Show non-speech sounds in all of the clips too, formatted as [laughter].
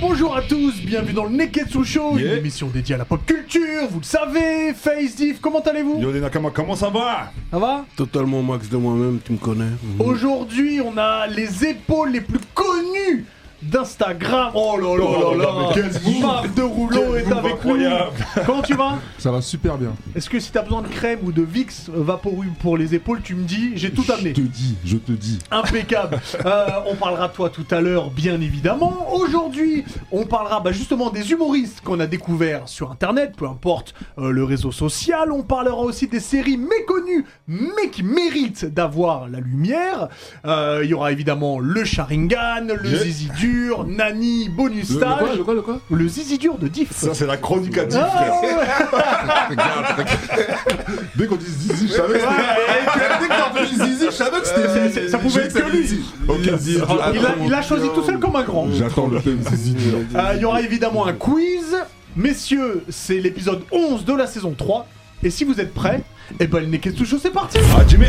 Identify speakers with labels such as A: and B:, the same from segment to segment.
A: Bonjour à tous, bienvenue dans le Neketsu Show,
B: Yeah.
A: une émission dédiée à la pop culture, vous le savez, Face Diff, comment allez-vous
B: Yo les Nakama, comment ça va
A: Ça va
C: Totalement max de moi-même, tu me connais.
D: Oh,
B: Mmh.
A: Aujourd'hui, on a les épaules les plus connues d'Instagram. Oh là
B: Oh là
A: là
B: là, mais
A: là
B: quel zoom.
A: là Marc de Rouleau
B: Quel
A: est
B: zoom
A: avec nous
B: incroyable.
A: Comment tu vas
D: Ça va super bien.
A: Est-ce que si t'as besoin de crème ou de Vicks euh, vaporub pour les épaules, tu me dis, j'ai tout
D: Je
A: amené
D: te dis, je te dis.
A: Impeccable. Euh, on parlera de toi tout à l'heure, bien évidemment. Aujourd'hui, on parlera bah, justement des humoristes qu'on a découverts sur Internet, peu importe euh, le réseau social. On parlera aussi des séries méconnues, mais qui méritent d'avoir la lumière. Euh, Il y aura évidemment le Sharingan, le
B: Yeah.
A: Zizi Dur, Nani, Bonus Stage, le,
D: quoi, le quoi
A: Zizi Dur de Diff.
B: Ça c'est la chronique à 10
A: Ah,
B: frère.
A: ouais.
D: Dès qu'on dit zizi, je savais que c'était. Dès que t'as entendu zizi, je savais que
A: C'est-
D: c'était.
A: c'est- Euh, ça pouvait être que lui.
D: Ok, zizi.
A: Il a, il a choisi tout seul comme un grand.
D: J'attends le thème zizi.
A: Euh, Il y aura évidemment un quiz. Messieurs, c'est l'épisode 11 de la saison 3. Et si vous êtes prêts, eh ben le Neketsu Show, c'est parti
B: Ah Jimmy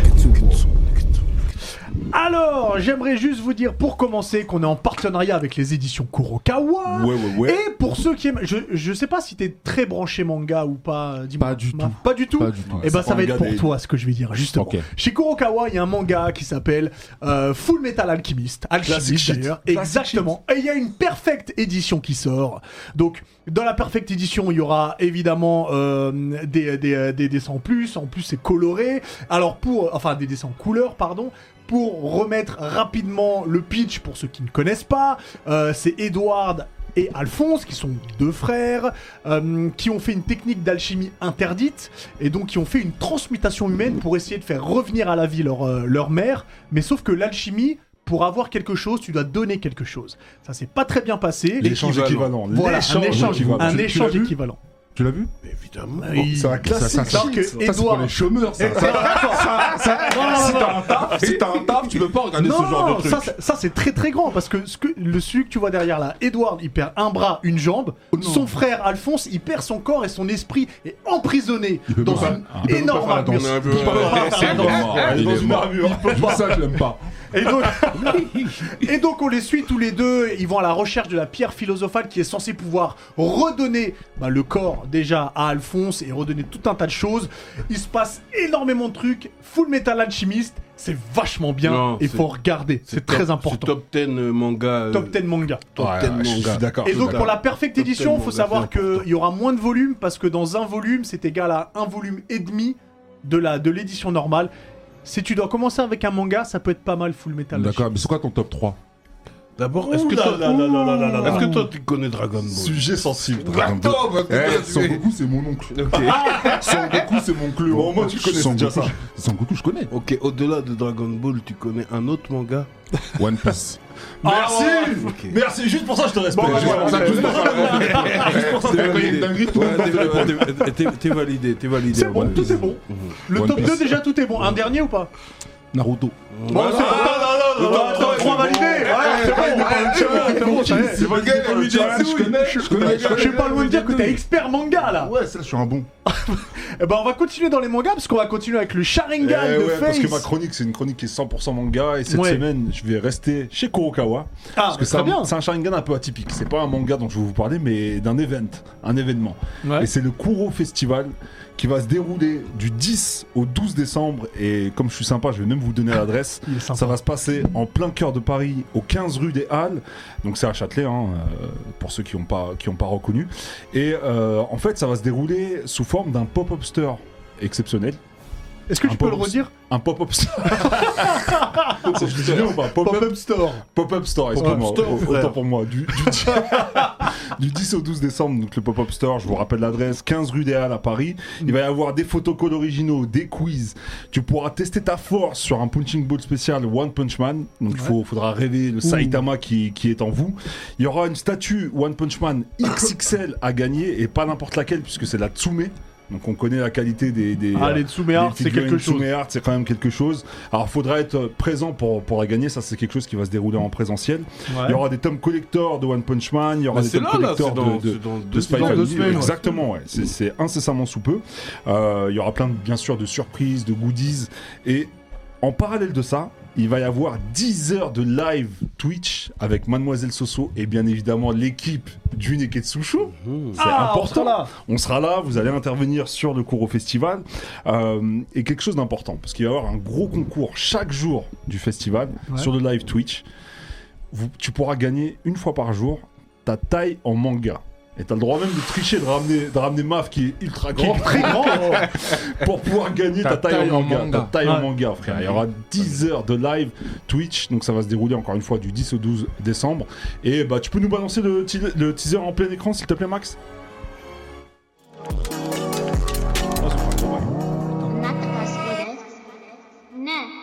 A: Alors, j'aimerais juste vous dire pour commencer qu'on est en partenariat avec les éditions Kurokawa.
B: Ouais ouais ouais.
A: Et pour ceux qui aiment, je, je sais pas si t'es très branché manga ou pas, dis-moi.
D: Pas du
A: Ma-
D: tout.
A: Pas du tout.
D: Pas du tout.
A: Et ben ça va
B: manga
A: être pour
B: des-
A: toi ce que je vais dire justement.
D: Ok.
A: Chez Kurokawa, il y a un manga qui s'appelle euh, Full Metal Alchemist,
B: Classic
A: Alchemist
B: shit.
A: d'ailleurs, exactement. Et il y a une perfecte édition qui sort. Donc dans la perfecte édition, il y aura évidemment euh, des, des, euh, des dessins en plus, en plus c'est coloré. Alors pour enfin des dessins en couleur, pardon. Pour remettre rapidement le pitch pour ceux qui ne connaissent pas, euh, c'est Edward et Alphonse, qui sont deux frères, euh, qui ont fait une technique d'alchimie interdite, et donc qui ont fait une transmutation humaine pour essayer de faire revenir à la vie leur, euh, leur mère. Mais sauf que l'alchimie, pour avoir quelque chose, tu dois donner quelque chose. Ça s'est pas très bien passé.
D: L'échange équivalent.
A: Voilà, un
D: L'échange
A: échange,
D: équivalent.
A: un
D: Tu- tu
A: échange
D: l'as vu
A: équivalent.
D: Tu l'as vu Oh,
C: Évidemment.
A: Il-
D: C'est un classique.
A: classique. Alors que
D: Ça, c'est pour
A: Edouard-
D: les chômeurs, ça.
A: Eh, [laughs] attends, non, non, non, non.
D: Si t'as un taf, tu peux pas regarder
A: Non,
D: ce genre de
A: ça,
D: truc.
A: c'est- ça c'est très très grand parce que, ce que le celui que tu vois derrière là, Edward il perd un bras, une jambe,
D: Oh
A: son frère Alphonse il perd son corps et son esprit est emprisonné
D: Il peut
A: dans
D: pas faire-
A: une
D: il peut pas
A: énorme
D: faire la
A: armure.
D: danse.
A: Il peut pas faire la danse.
D: Il est dans une armure. Juste ça, je l'aime pas.
A: Et donc, [laughs] et donc on les suit tous les deux, ils vont à la recherche de la pierre philosophale qui est censée pouvoir redonner bah, le corps déjà à Alphonse et redonner tout un tas de choses. Il se passe énormément de trucs, full metal alchimiste, c'est vachement bien,
C: Non,
A: il
C: c'est-
A: faut regarder, c'est
C: top-
A: très important.
C: Top 10 euh, manga. euh,
A: Top 10 manga.
C: Top 10
D: Ouais, je suis
C: manga.
D: d'accord.
A: Et donc pour la perfecte
C: Top
A: édition,
C: ten,
A: faut
C: bon,
A: savoir
C: bah, c'est
A: qu'il y aura moins de volume parce que dans un volume, c'est égal à un volume et demi de la de l'édition normale. Si tu dois commencer avec un manga, ça peut être pas mal Full Metal.
D: D'accord, mais c'est quoi ton top 3
C: D'abord, est-ce que
B: Ouh là
C: toi.
B: là là là là là là.
C: Est-ce que toi, tu connais Dragon Ball
B: Sujet sensible.
D: Attends,
B: Eh,
D: Son Goku, c'est mon oncle. Ah, Son Goku, c'est mon clé.
B: Bon, moi, tu connais
D: Son
B: déjà
D: Goku,
B: ça.
D: je- Son Goku, je connais.
C: Ok, au-delà de Dragon Ball, tu connais un autre manga
D: One Piece.
B: Merci
C: ok.
B: Merci, juste pour ça je te respecte.
A: Bon, bah,
B: Juste
A: voilà,
B: pour ça,
A: c'est-
B: juste pour ça. Juste pour ça, t'as fait une dinguerie, tout le monde t'a fait répondre.
C: Ouais, t'es- t'es- T'es validé, t'es validé.
A: C'est bon,
C: One
A: tout
C: Piece.
A: est bon. Le
D: One
A: top
D: Piece.
A: 2 déjà tout est bon. Un dernier ou pas
D: Naruto.
A: Bon, c'est bon. Le top 3 validé. Ouais, c'est bon. Ouais, c'est bon, ça y est.
D: C'est mon gars, il a dit, je connais, je connais.
A: Je suis pas loin de dire que t'es expert manga là.
D: Ouais, ça, je suis un bon.
A: Et ben on va continuer dans les mangas parce qu'on va continuer avec le
B: Eh
A: Sharingan de
B: ouais,
A: Face.
B: parce que ma chronique, c'est une chronique qui est 100% manga. Et cette
A: Ouais.
B: semaine, je vais rester chez Kurokawa.
A: Ah,
B: parce que
A: bah,
B: c'est
A: très
B: un-
A: bien.
B: c'est un Sharingan un peu atypique. C'est pas un manga dont je vais vous parler, mais d'un event, un événement.
A: Ouais.
B: Et c'est le Kuro Festival qui va se dérouler du 10 au 12 décembre. Et comme je suis sympa, je vais même vous donner l'adresse.
A: Il est sympa.
B: Ça va se passer en plein cœur de Paris, au 15 rue des Halles. Donc c'est à Châtelet, hein, euh, pour ceux qui n'ont pas, qui ont pas reconnu. Et euh, en fait, ça va se dérouler sous forme d'un pop-up store exceptionnel.
A: Est-ce que
B: un
A: tu peux le
B: bonus.
A: redire
B: Un pop-up store. Je te dis bien ou pas Pop-up
A: Pop-up Store.
B: Pop-up store, excuse-moi.
C: store,
B: Au-
C: frère.
B: Autant pour moi. Du, du 10 [laughs] du 10 au 12 décembre, donc le pop-up store, je vous rappelle l'adresse, 15 rue des Halles à Paris. Il va y avoir des photocodes originaux, des quiz. Tu pourras tester ta force sur un punching ball spécial One Punch Man. Donc il faut- faudra rêver le Saitama qui, qui est en vous. Il y aura une statue One Punch Man XXL à gagner et pas n'importe laquelle puisque c'est la Tsume. Donc on connaît la qualité des, des,
A: Ah, les
B: euh,
A: Tsume Art,
B: des
A: c'est
B: figurines
A: quelque chose.
B: Tsume Art, c'est quand même quelque chose. Alors faudra être euh, présent pour, pour la gagner, ça c'est quelque chose qui va se dérouler en présentiel. Il y aura des tomes collector de One Punch Man, il y
A: Bah,
B: aura
C: Mais
B: des
C: c'est
B: tomes
C: là, là,
B: collector
C: c'est dans-
B: de, de,
C: c'est dans
B: de
C: deux-
B: Spy
A: deux
C: dans
B: Family.
A: semaines, ouais.
B: Exactement, ouais. C'est- c'est incessamment sous peu. Euh, il y aura plein de, bien sûr de surprises, de goodies et En parallèle de ça, il va y avoir 10 heures de live Twitch avec Mademoiselle Soso et bien évidemment l'équipe du Neketsu Show.
D: Mmh.
B: C'est
A: Ah, on
C: oh
B: important.
A: sera là.
B: On sera là, vous allez intervenir sur le cours au festival. Euh, et quelque chose d'important, parce qu'il va y avoir un gros concours chaque jour du festival
A: Ouais.
B: sur le live Twitch. Vous- tu pourras gagner une fois par jour ta taille en manga. Et t'as le droit même de tricher, de ramener, de ramener Maf qui est ultra
A: Qui
B: grand
A: est très grand.
B: [laughs] pour pouvoir gagner ta, taille, en manga. Ta taille en
A: Ouais.
B: manga, frère. Il y aura 10 heures de live Twitch, donc ça va se dérouler encore une fois du 10 au 12 décembre. Et bah, tu peux nous balancer le, te- le teaser en plein écran, s'il te plaît, Max Ah,
E: あなたが好きですねえ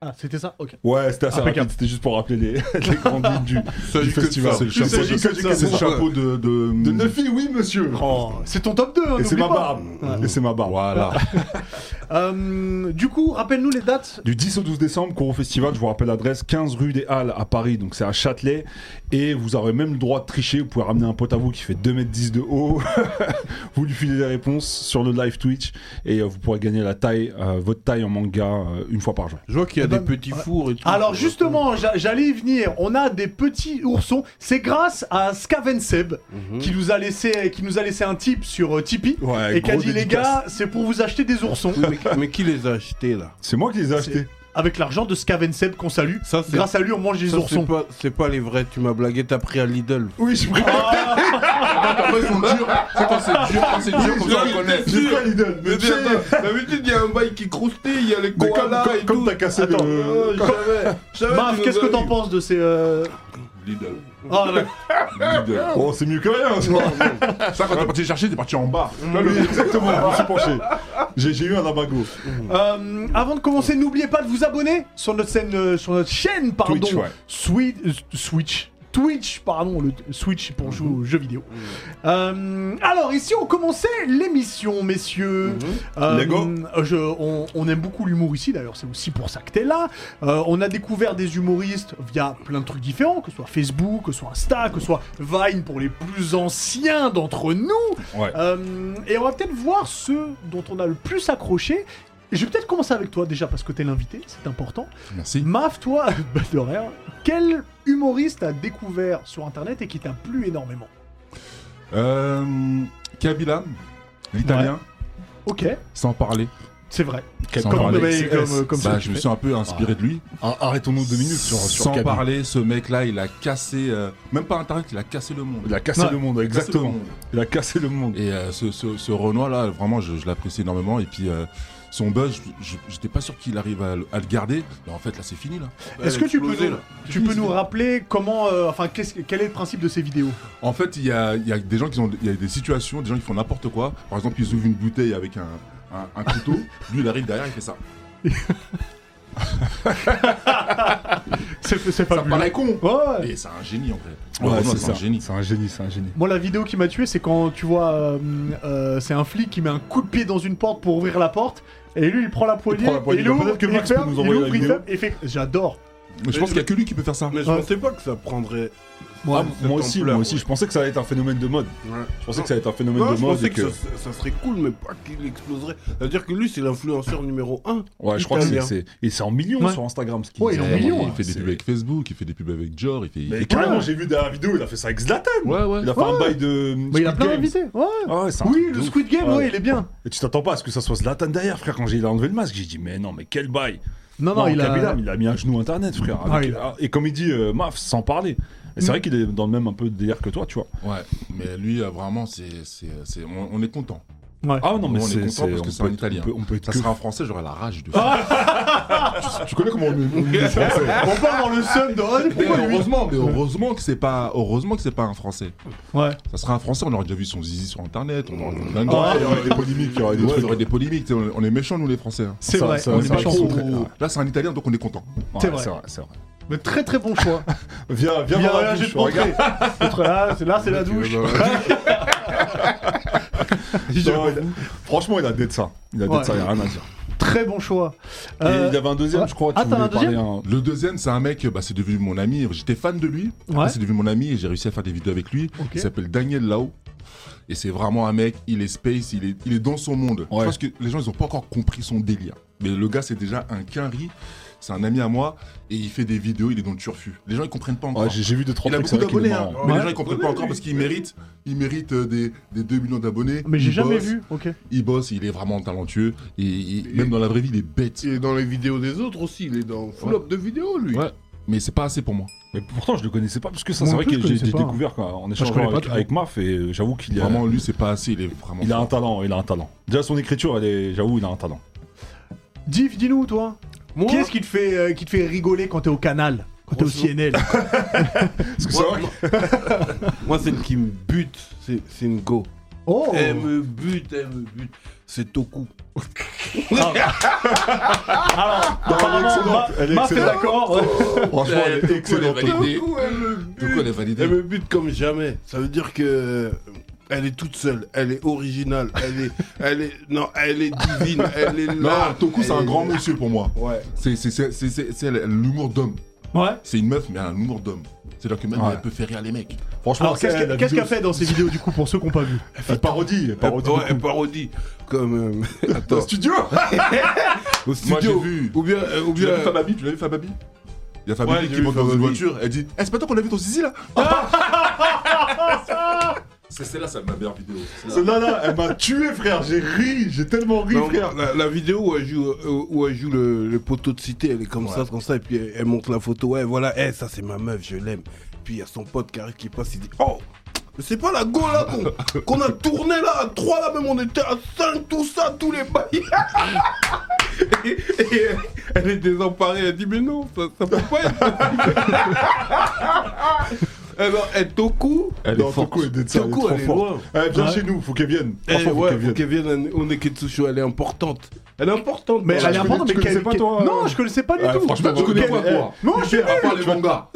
A: Ah, c'était ça Ah, Ok.
B: Ouais, c'était assez
A: Impeccable.
B: rapide, c'était juste pour rappeler les, [laughs] les grandes lignes du,
D: s'agit
B: du
D: que de
B: festival.
D: ça, c'est le
B: Il
D: chapeau.
B: s'agit que du-
D: C'est le chapeau
B: de, de,
D: De neuf filles, oui, monsieur.
A: Oh, c'est ton top 2, hein,
B: Et c'est
A: n'oublie
B: ma
A: pas.
B: barbe. Et c'est ma barbe.
D: Voilà.
A: Euh, du coup, rappelle-nous les dates.
B: [laughs] Du 10 au 12 décembre, Coro Festival, je vous rappelle l'adresse, 15 rue des Halles à Paris, donc c'est à Châtelet. Et vous aurez même le droit de tricher, vous pouvez ramener un pote à vous qui fait 2m10 de haut, [laughs] vous lui filez les réponses sur le live Twitch et euh, vous pourrez gagner la taille, euh, votre taille en manga euh, une fois par jour.
C: Je vois qu'il y a
A: Eh ben,
C: des petits fours et tout. Euh,
A: Alors justement, j'a- j'allais y venir. On a des petits oursons. C'est grâce à Scavenseb
C: euh,
A: qui nous a laissé, qui nous a laissé un tip sur euh, Tipeee
B: Mmh. Ouais,
A: et qui a
B: gros
A: dit les
B: dédicace.
A: gars, c'est pour vous acheter des oursons
C: Oui, mais, mais qui les a achetés là
B: C'est moi qui les ai achetés.
A: avec l'argent de Scavenseb qu'on salue.
C: Ça, c'est-
A: grâce à lui, on mange des
C: Ça,
A: oursons.
C: C'est pas, c'est pas les vrais, tu m'as blagué, t'as pris à Lidl.
B: Oui, je prie.
D: Après, ils sont durs. C'est quand c'est dur, quand c'est dur, comme ça, on connaît.
B: J'ai pris à Lidl.
D: Mais
B: Mais tu sais,
D: attends, D'habitude, il y a un bail qui croustille, il y a les
B: mais comme,
D: koalas
B: comme-
D: et
B: comme
D: tout.
B: t'as cassé
A: Attends,
B: le.
D: Euh, je savais, je savais
A: Maf,
D: nous
A: qu'est-ce que
D: avais
A: t'en
D: dit.
A: penses de ces euh,
D: Lidl.
A: ah,
C: [laughs]
A: ouais.
D: Lidl.
B: Oh, c'est mieux que rien. ça.
D: Ça, quand t'es parti chercher, t'es parti en bas. Là,
B: Mm. Oui,
D: le
B: exactement, je me suis penché. J'ai j'ai eu un abago.
A: Euh, Avant de commencer, n'oubliez pas de vous abonner sur notre scène, euh, sur notre chaîne, pardon.
B: Twitch, ouais.
A: Swi- euh, Switch. Twitch, pardon, le Switch pour jouer aux jeux vidéo.
C: Mm.
A: Euh, alors, ici, on commençait l'émission, messieurs.
C: Mm.
A: Euh,
B: Lego.
A: euh, je- on, on aime beaucoup l'humour ici, d'ailleurs, c'est aussi pour ça que t'es là. Euh, on a découvert des humoristes via plein de trucs différents, que ce soit Facebook, que ce soit Insta, que ce soit Vine pour les plus anciens d'entre nous.
B: Ouais.
A: Euh, et on va peut-être voir ceux dont on a le plus accroché. Et Je vais peut-être commencer avec toi déjà parce que t'es l'invité, c'est important.
D: Merci.
A: Maf, toi, [laughs] bah, de rien, quel humoriste a découvert sur internet et qui t'a plu énormément
D: Euh, Kabila, l'italien,
A: Ok,
D: sans parler.
A: c'est vrai.
D: Sans
A: Comme,
D: parler.
A: mais comme, euh, comme ça
D: Bah,
A: que
D: je
A: tu
D: me
A: fais.
D: suis un peu inspiré de lui.
B: Ah, Arrêtons-nous deux minutes sur, sur
D: Sans
B: Kaby.
D: parler, ce mec-là, il a cassé, euh, même pas Internet, il a cassé le monde.
B: Il a cassé
A: Ouais.
B: le monde,
D: Il a cassé le
B: exactement.
D: monde.
B: Il a cassé le monde.
D: Et euh, ce, ce, ce Renoir-là, vraiment, je, je l'apprécie énormément. Et puis, euh, son buzz, je- je- j'étais pas sûr qu'il arrive à, le- à le garder. Mais en fait, là, c'est fini, là.
A: Est-ce que tu peux, nous, tu peux nous rappeler comment, euh, enfin, qu'est-ce que- quel est le principe de ces vidéos
D: En fait, il y a, il y a des gens qui ont il y a des situations, des gens qui font n'importe quoi. Par exemple, ils ouvrent une bouteille avec un, un- un couteau. Lui, il arrive derrière, il fait ça.
A: C'est c'est
D: Ça
A: pas
D: paraît con.
A: Ouais.
D: Et c'est un génie, en fait.
B: Ouais,
D: Renoir,
B: c'est
D: c'est un
B: ça.
D: génie.
B: C'est un génie, c'est un génie.
A: Moi, la vidéo qui m'a tué, c'est quand tu vois, euh, euh, c'est un flic qui met un coup de pied dans une porte pour ouvrir la porte. Et lui, il prend la poignée,
B: prend la poignée. Bah,
A: et il ouvre,
B: Peut-être que
A: il
B: Max peut
A: ferme,
B: nous
A: il
B: envoyer la
A: ouvre, il
B: vidéo.
A: ferme, et il fait... J'adore.
D: Mais je pense qu'il y a que lui qui peut faire ça.
C: Mais je
A: Ouais.
C: pensais pas que ça prendrait.
B: Ah,
C: cette
B: moi aussi,
C: ampleur,
B: moi aussi.
C: ouais.
B: Je pensais que ça allait être un phénomène de mode. Je pensais
C: Non.
B: que ça allait être un phénomène
C: Non,
B: de
C: je
B: mode.
C: pensais
B: et
C: que,
B: que-
C: Ça, ça serait cool, mais pas qu'il exploserait. C'est-à-dire que lui, c'est l'influenceur numéro 1.
B: Ouais, je crois que c'est-
C: Italien.
B: c'est. Et c'est en millions
A: Ouais.
B: sur Instagram. Ce qu'il
A: Ouais,
B: dit.
A: il est en millions,
D: Il fait des
B: C'est-
D: pubs avec Facebook, il fait des pubs avec Jor, il fait. il
B: Mais
D: fait-
B: carrément, j'ai vu derrière la vidéo, il a fait ça avec Zlatan.
D: Ouais, ouais.
B: Il a fait un
A: Ouais.
B: bail de.
A: Mais il a
B: Squid
A: plein
B: Game.
A: d'invités. Ouais.
B: Ah ouais, c'est un
A: Oui,
B: truc de
A: le
B: ouf.
A: Squid Game,
B: Ouais.
A: ouais, il est bien.
B: Et tu t'attends pas à ce que ça soit Zlatan derrière, frère. Quand j'ai enlevé le masque, j'ai dit, mais non, mais quel bail.
A: Non, non, il
B: Kabila,
A: a.
B: mais il a mis un genou internet, frère.
A: Ah,
B: avec-
A: il a- Mm.
B: Et comme il dit, euh, maf, sans parler. Et c'est vrai qu'il est dans le même un peu délire que toi, tu vois.
D: Ouais, mais lui, euh, vraiment, c'est, c'est, c'est- on, on est content.
A: Ouais.
B: Ah non, mais
D: on est
B: c'est
D: content
B: c'est-
D: parce que
B: on
D: c'est
B: peut
D: un
B: être-
D: Italien.
B: On peut, on peut être
D: Ça
B: que-
D: serait un Français, j'aurais la rage de
B: Tu connais comment on est français.
A: On part dans le sub de. Oh,
D: Mais
A: pourquoi lui
D: heureusement, mais heureusement que c'est pas, heureusement que c'est pas un Français.
A: Ouais.
D: Ça serait un Français, on aurait déjà vu son zizi sur Internet, on aurait vu plein de
B: Ouais,
D: dingueries.
B: Il y aurait des polémiques, il y aurait des
D: Ouais, il y
B: trucs.
D: aurait des polémiques. tu sais, On on est méchants, nous, les Français. hein.
A: C'est
B: Ça,
A: vrai.
B: ça,
A: on
B: ça,
A: est
B: ça,
A: méchants.
B: ça,
A: pour-
B: ça,
D: Là, c'est un Italien, donc on est content.
B: Ouais,
A: C'est vrai.
B: c'est vrai.
A: Mais très très bon choix.
B: Viens, viens,
A: Viens,
B: dans la
A: là,
B: douche,
A: j'ai pensé.
B: regarde.
A: Autre- Là, c'est- là, c'est la douche.
B: Non, il a- Franchement, il a d'être ça. Il a d'être
A: Ouais.
B: ça, il y a rien à dire.
A: Très bon choix.
B: Et
A: Euh,
B: il avait un deuxième, je crois.
A: Ah,
B: tu
A: t'as un
B: voulais parler
A: deuxième
B: un-
D: Le deuxième, c'est un mec, bah, c'est devenu mon ami. J'étais fan de lui. Après,
A: Ouais.
D: c'est devenu mon ami et j'ai réussi à faire des vidéos avec lui.
A: Ok.
D: Il s'appelle Daniel Lao. Et c'est vraiment un mec, il est space, il est, il est dans son monde.
B: Ouais.
D: Je pense que les gens, ils ont pas encore compris son délire. Mais le gars, c'est déjà un quinri, c'est un ami à moi, et il fait des vidéos, il est dans le turfu. Les gens, ils comprennent pas encore.
B: Ouais, j'ai j'ai vu deux trois
D: il a
B: trucs. c'est
D: beaucoup
B: vrai qu'il est
D: d'abonnés, hein.
B: marrant.
D: mais
A: Ouais.
D: les gens ils comprennent pas encore parce qu'il mérite, il mérite euh, des, des 2 millions d'abonnés.
A: Ah, Mais j'ai
D: Il
A: jamais
D: bosse,
A: vu, ok.
D: Il bosse, il est vraiment talentueux, et, il- même dans la vraie vie, il est bête.
C: Il est dans les vidéos des autres aussi, il est dans full
D: Ouais.
C: up de vidéos lui.
D: Ouais, mais c'est pas assez pour moi.
B: Mais pourtant, je le connaissais pas parce que ça,
A: Moi
B: c'est
A: non
B: vrai
A: plus, je
B: que j'ai
A: connaissais
B: j'ai
A: pas.
B: découvert quoi, en échangeant
A: connais pas
B: avec,
A: toujours.
B: avec Marf et euh, j'avoue qu'il est
D: Vraiment, lui, c'est pas assez, il est vraiment.
B: Il a
D: fort.
B: un talent, il a un talent. Déjà son écriture, elle est, j'avoue, il a un talent.
A: Diff, dis-nous, toi.
C: Moi,
A: Qu'est-ce qui te fait, euh, qui te fait rigoler quand t'es au canal Quand t'es au
B: [laughs]
C: Franchement.
A: CNL
C: moi, moi- moi, celle qui me bute, c'est c'est une go.
A: Oh
C: Elle me bute, elle me bute. C'est Toku.
A: Alors, apparemment, Ma-
B: elle est
A: Maf est
B: excellente.
A: d'accord. ouais.
B: Franchement, elle est excellente.
C: Toku, elle me
D: Donc elle est
C: bute.
D: validée.
C: Elle me bute comme jamais. Ça veut dire que euh, elle est toute seule, elle est originale, elle est, elle est, non, elle est divine, elle est là.
D: Non, Toku, c'est
C: Elle
D: un
C: est-
D: grand monsieur pour moi.
C: Ouais.
D: C'est c'est- c'est- c'est- c'est- c'est l'humour d'homme.
A: Ouais.
D: C'est une meuf, mais elle a un humour d'homme. C'est-à-dire que même
B: Ouais.
D: elle peut faire rire les mecs.
B: Franchement,
A: Alors, qu'est-ce
B: c'est
A: qu'elle
B: la
A: qu'est-ce
B: vidéo-
A: qu'elle fait dans ces vidéos, du coup, pour ceux qui n'ont pas vu
B: Elle parodie, elle
C: Elle-
B: parodie.
C: ouais, elle parodie. Comme. euh, attends.
D: [laughs] Studio
C: Au
D: Moi, j'ai
C: studio.
D: vu.
C: Ou bien. euh, ou
D: Tu l'as
C: bien
D: vu, Fababi Tu l'as vu, Fababi Il y a
C: Ouais,
D: Fababi
C: j'ai
D: qui
C: vu
D: monte dans une
C: Fababi.
D: voiture. Elle dit Eh, c'est pas toi qu'on a vu ton zizi [laughs] là C'est celle-là, c'est ma meilleure vidéo.
B: Celle-là, là, elle m'a tué, frère. J'ai ri, j'ai tellement ri,
C: Non,
B: frère.
C: la, la vidéo où elle joue, euh, où elle joue le, le poteau de cité, elle est comme ça, comme ça, et puis elle, elle montre la photo. Ouais, voilà, Eh, ça c'est ma meuf, je l'aime. Puis il y a son pote qui arrive qui passe, il dit Oh mais c'est pas la go là qu'on- qu'on a tourné là à 3 là même on était à 5 tout ça tous les bails [laughs] et, et elle, elle est désemparée elle dit mais non ça, ça peut pas être [laughs] alors elle Toku
B: Elle
C: non,
B: est forte. elle est
C: Toku,
B: trop
C: elle est
B: forte.
C: loin.
B: Eh, viens
A: Ouais.
B: chez nous, faut qu'elle vienne.
C: Eh
B: Franchement, faut
C: ouais,
B: qu'elle
C: faut
B: vienne.
C: qu'elle vienne au Neketsushu, elle est importante. Elle est importante.
A: Mais
C: Ouais,
A: elle est
C: je
A: importante,
B: connais-
A: mais
B: tu connaissais
A: quelle-
B: pas, toi,
A: Non,
B: euh,
A: je connaissais pas du
B: Ouais,
A: tout.
B: franchement, tu connais pas, toi.
A: Non, je suis
D: À part les mangas.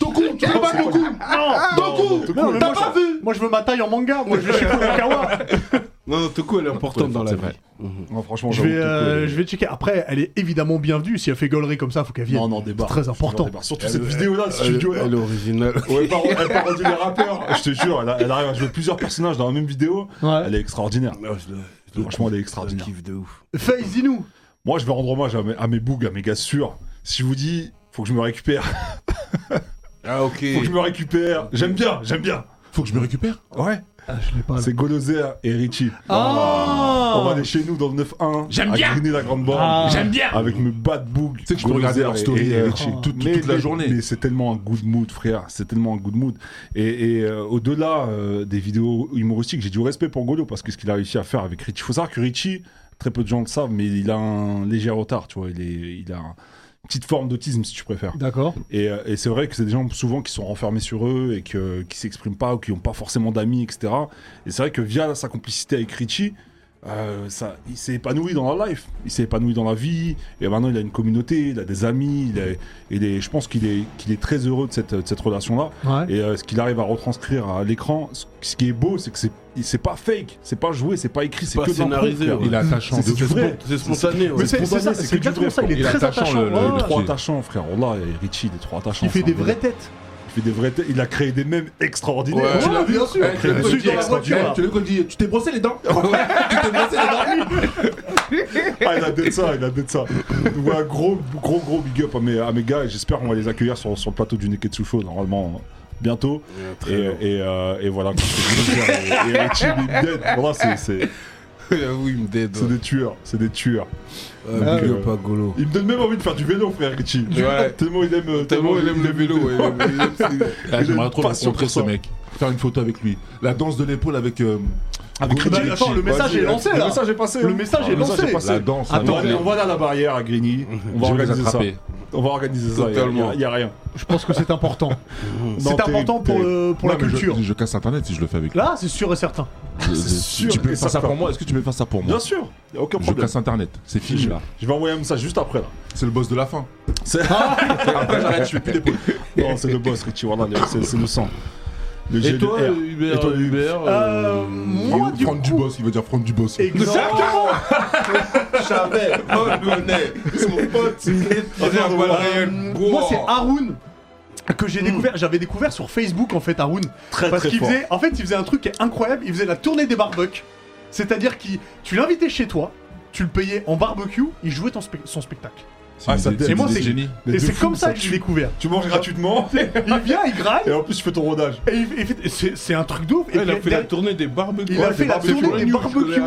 C: Toku, tu vois pas Toku
B: Ah,
A: Non,
C: Toku,
A: non, mais
C: t'as
A: moi,
C: pas
A: je-
C: vu
A: Moi, je veux ma taille en manga. Moi, je suis
B: [laughs]
A: Kurokawa.
C: Non, non, Toku, elle est importante dans la vie.
B: Non, franchement,
A: Je
B: j'avoue,
A: vais,
B: Toku,
A: euh,
B: elle est-
A: je vais checker. Après, elle est évidemment bienvenue. Si elle fait gollerie comme ça, faut qu'elle vienne.
B: Non, non, débarque.
A: C'est très important.
B: Débarque. Surtout cette vidéo-là, hein. ce studio-là.
C: Elle est originale.
B: Ouais, elle parodie- elle parodie les rappeurs. Je te jure, elle, a- elle arrive à jouer plusieurs personnages dans la même vidéo.
A: Ouais.
B: Elle est extraordinaire.
C: Non, je la- je la-
B: Franchement, elle est
C: je la
B: extraordinaire.
C: kiffe de ouf.
A: Face, dis-nous.
B: Moi, je vais rendre hommage à mes, à mes bougs, à mes gars sûrs. Si je vous dis, faut que je me récupère.
C: Ah, ok.
B: Faut que je me récupère. J'aime bien, j'aime bien.
D: Faut que je me récupère
B: Ouais.
A: Ah, je l'ai pas. là.
B: C'est Golozer et Richie.
A: Ah
B: On va aller chez nous dans le 9-1.
D: J'aime
B: à
D: bien.
B: Grigny la grande borne.
A: Ah. J'aime
D: bien.
B: Avec mes bad bougs.
D: Tu sais que je peux regarder leur story
B: et,
D: euh,
B: Richie.
D: toute- toute
B: Mais-
D: toute la
B: mais-
D: journée.
B: Mais c'est tellement un good mood, frère. C'est tellement un good mood. Et, et, euh, au-delà euh, des vidéos humoristiques, j'ai du respect pour Golo parce que ce qu'il a réussi à faire avec Richie. Faut savoir que Richie, très peu de gens le savent, mais il a un léger retard, tu vois. Il, est, il a une petite forme d'autisme, si tu préfères.
A: D'accord.
B: Et, euh, et c'est vrai que c'est des gens souvent qui sont renfermés sur eux et que, qui s'expriment pas ou qui n'ont pas forcément d'amis, etc. Et c'est vrai que via sa complicité avec Richie, euh, ça, il s'est épanoui dans la life, il s'est épanoui dans la vie, et maintenant il a une communauté, il a des amis, il est, il est- je pense qu'il est, qu'il est très heureux de cette, de cette relation-là.
A: Ouais.
B: Et euh, ce qu'il arrive à retranscrire à l'écran, ce, ce qui est beau, c'est que c'est c'est pas fake, c'est pas joué, c'est pas écrit, c'est
C: pas
B: que de l'impro,
C: scénarisé,
B: frère.
C: ouais.
D: Il est attachant.
B: C'est- c'est
D: de
B: du
D: fou.
B: vrai.
C: C'est spontané, ouais.
A: Mais c'est c'est ça,
B: c'est
A: c'est
B: que du
A: exactement
B: vrai, Euh,
A: ça. Il est
D: il est
A: très
D: attachant,
A: attachant.
D: le-
A: ouais.
D: le-
B: Trop attachant, frère. Oh Là, et Richie, il est trop attachant.
A: Il fait
B: c'est un
A: des
B: délire.
A: vraies têtes.
B: Il fait des vraies têtes. Il a créé des mèmes extraordinaires.
C: Ouais.
B: Tu l'as vu
A: bien sûr.
D: Eh, Tu l'as
A: Celui
D: dit,
A: dans la voiture, là.
D: eh, tu l'as dit, tu t'es brossé les dents [laughs] Tu t'es brossé les dents
B: [laughs] Ah, il a de ça, il a de ça. Donc voilà, gros, gros, gros big up à mes, à mes gars et j'espère qu'on va les accueillir sur, sur le plateau du Neketsu Show normalement euh, bientôt. Et, et, euh, et voilà. comme je te disais, et- et Richie, il est dead. Voilà, c'est- c'est
C: [laughs] J'avoue, il me dead.
B: c'est des tueurs, c'est des tueurs.
C: Ah,
B: big
C: big
B: up
C: up à Golo.
B: Il me donne même envie de faire du vélo, frère Richie.
C: Ouais.
B: Tellement il aime, euh,
C: Tellement il aime le vélo, ouais. Il aime- il aime-
D: [laughs] Ah, J'aimerais
B: une
D: trop
B: passion
D: rencontrer
B: pour
D: ce
B: ça.
D: mec. Faire une photo avec lui. La danse de l'épaule avec. euh,
B: Avec
A: Bah,
B: Richie.
A: attends, le message
B: Vas-y, euh,
A: est lancé,
B: Le
A: là.
B: message est passé.
A: Le
B: hein.
A: message est
B: Le message
A: lancé.
B: est passé.
D: La danse.
A: Attends,
B: on, va aller, on va aller à la barrière à Grigny. On va
D: Je vais les
B: organiser ça.
D: attraper.
B: On va organiser ça.
C: Totalement.
B: Il n'y a, rien.
A: Je pense que c'est important.
B: Non,
A: C'est important pour
B: terrible, terrible.
A: le- pour la
D: Non, mais je-
A: culture.
D: Je, casse internet si je le fais avec lui.
A: Là, c'est sûr et certain.
D: Je- je-
B: sûr
D: tu peux
B: que
D: faire
B: ça
D: ça
B: part.
D: pour moi Est-ce que tu peux faire ça pour moi
B: Bien sûr. Y a aucun
D: Je
B: problème.
D: casse internet. C'est fini
B: Je,
D: là.
B: je vais envoyer un message juste après là.
D: C'est le boss de la fin.
B: C'est-
D: Après j'arrête, je fais plus d'épaule.
B: non, c'est le boss, Richie. Voilà, le- c'est c'est le sang. Le
C: Et
B: G,
C: toi,
B: le R.
C: Hubert
B: Et toi, Hubert
C: Hubert,
A: Euh,
C: euh,
A: moi, du
D: Prendre du
A: coup.
D: boss, il veut dire prendre du boss.
A: Exactement.
C: Chabert, Polonais, son pote,
B: Attends,
C: Valérian
A: Moi, c'est Euh, Haroun. que j'ai découvert, j'avais découvert sur Facebook en fait Haroun.
B: Très,
A: parce
B: très
A: qu'il
B: fort.
A: faisait, en fait, il faisait un truc qui est incroyable. Il faisait la tournée des barbecues. C'est-à-dire que tu l'invitais chez toi, tu le payais en barbecue, il jouait ton spec- son spectacle.
B: Ah, ça-
A: c'est moi,
D: des
A: c'est-
D: génies.
B: Mais
A: et
B: de
A: c'est
B: fou,
A: comme
B: ça
A: ça que je l'ai découvert.
B: Tu manges gratuitement
A: [laughs] Il vient, il
B: et
A: graille,
B: en plus tu fais ton rodage.
A: et, il- il fait- c'est- c'est un truc de ouf. Et
C: il a
A: puis,
C: fait la tournée des barbecues.
A: Il a
C: Ouais,
A: fait la
C: barbecues.
A: tournée des
C: Brand new,
A: barbecues.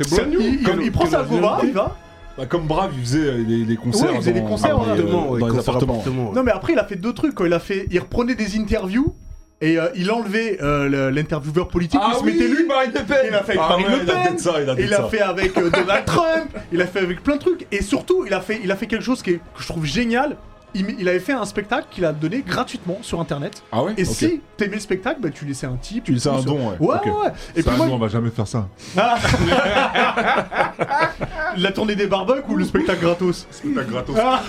C: C'est brand new.
A: il, il-
C: Comme-
A: il prend
C: comme
A: sa
C: la
A: vova, il
C: viande.
A: va.
B: Bah, comme Brave, il faisait euh, les, les concerts.
A: Ouais, il faisait
B: dans-
A: les concerts,
B: dans les-
A: appartement,
B: dans les appartements.
A: Non mais après il a fait deux trucs quoi. Il a fait, il reprenait des interviews et euh, il enlevait euh, le- l'intervieweur politique.
C: Ah
A: il se mettait lui.
B: Marine Le Pen
A: Il a fait avec
B: Ah
A: Marine
B: ouais,
A: Le
B: Il a
A: Pen.
B: fait ça, il a fait
A: Il a
B: ça.
A: fait avec euh,
B: [laughs]
A: Donald Trump, il a fait avec plein de trucs, et surtout, il a fait, il a fait quelque chose qui est- que je trouve génial. Il, m- il avait fait un spectacle qu'il a donné gratuitement sur internet.
B: Ah ouais
A: Et
B: Ok.
A: si t'aimais le spectacle, bah, tu laissais un type.
B: Tu laissais un
A: sur-
B: don, ouais.
A: Ouais, ouais,
B: Ok.
A: ouais. Et puis
D: Sérieusement,
A: moi,
D: on va jamais faire ça.
A: la tournée des barbecues ou le spectacle gratos
B: Spectacle gratos.
A: Ah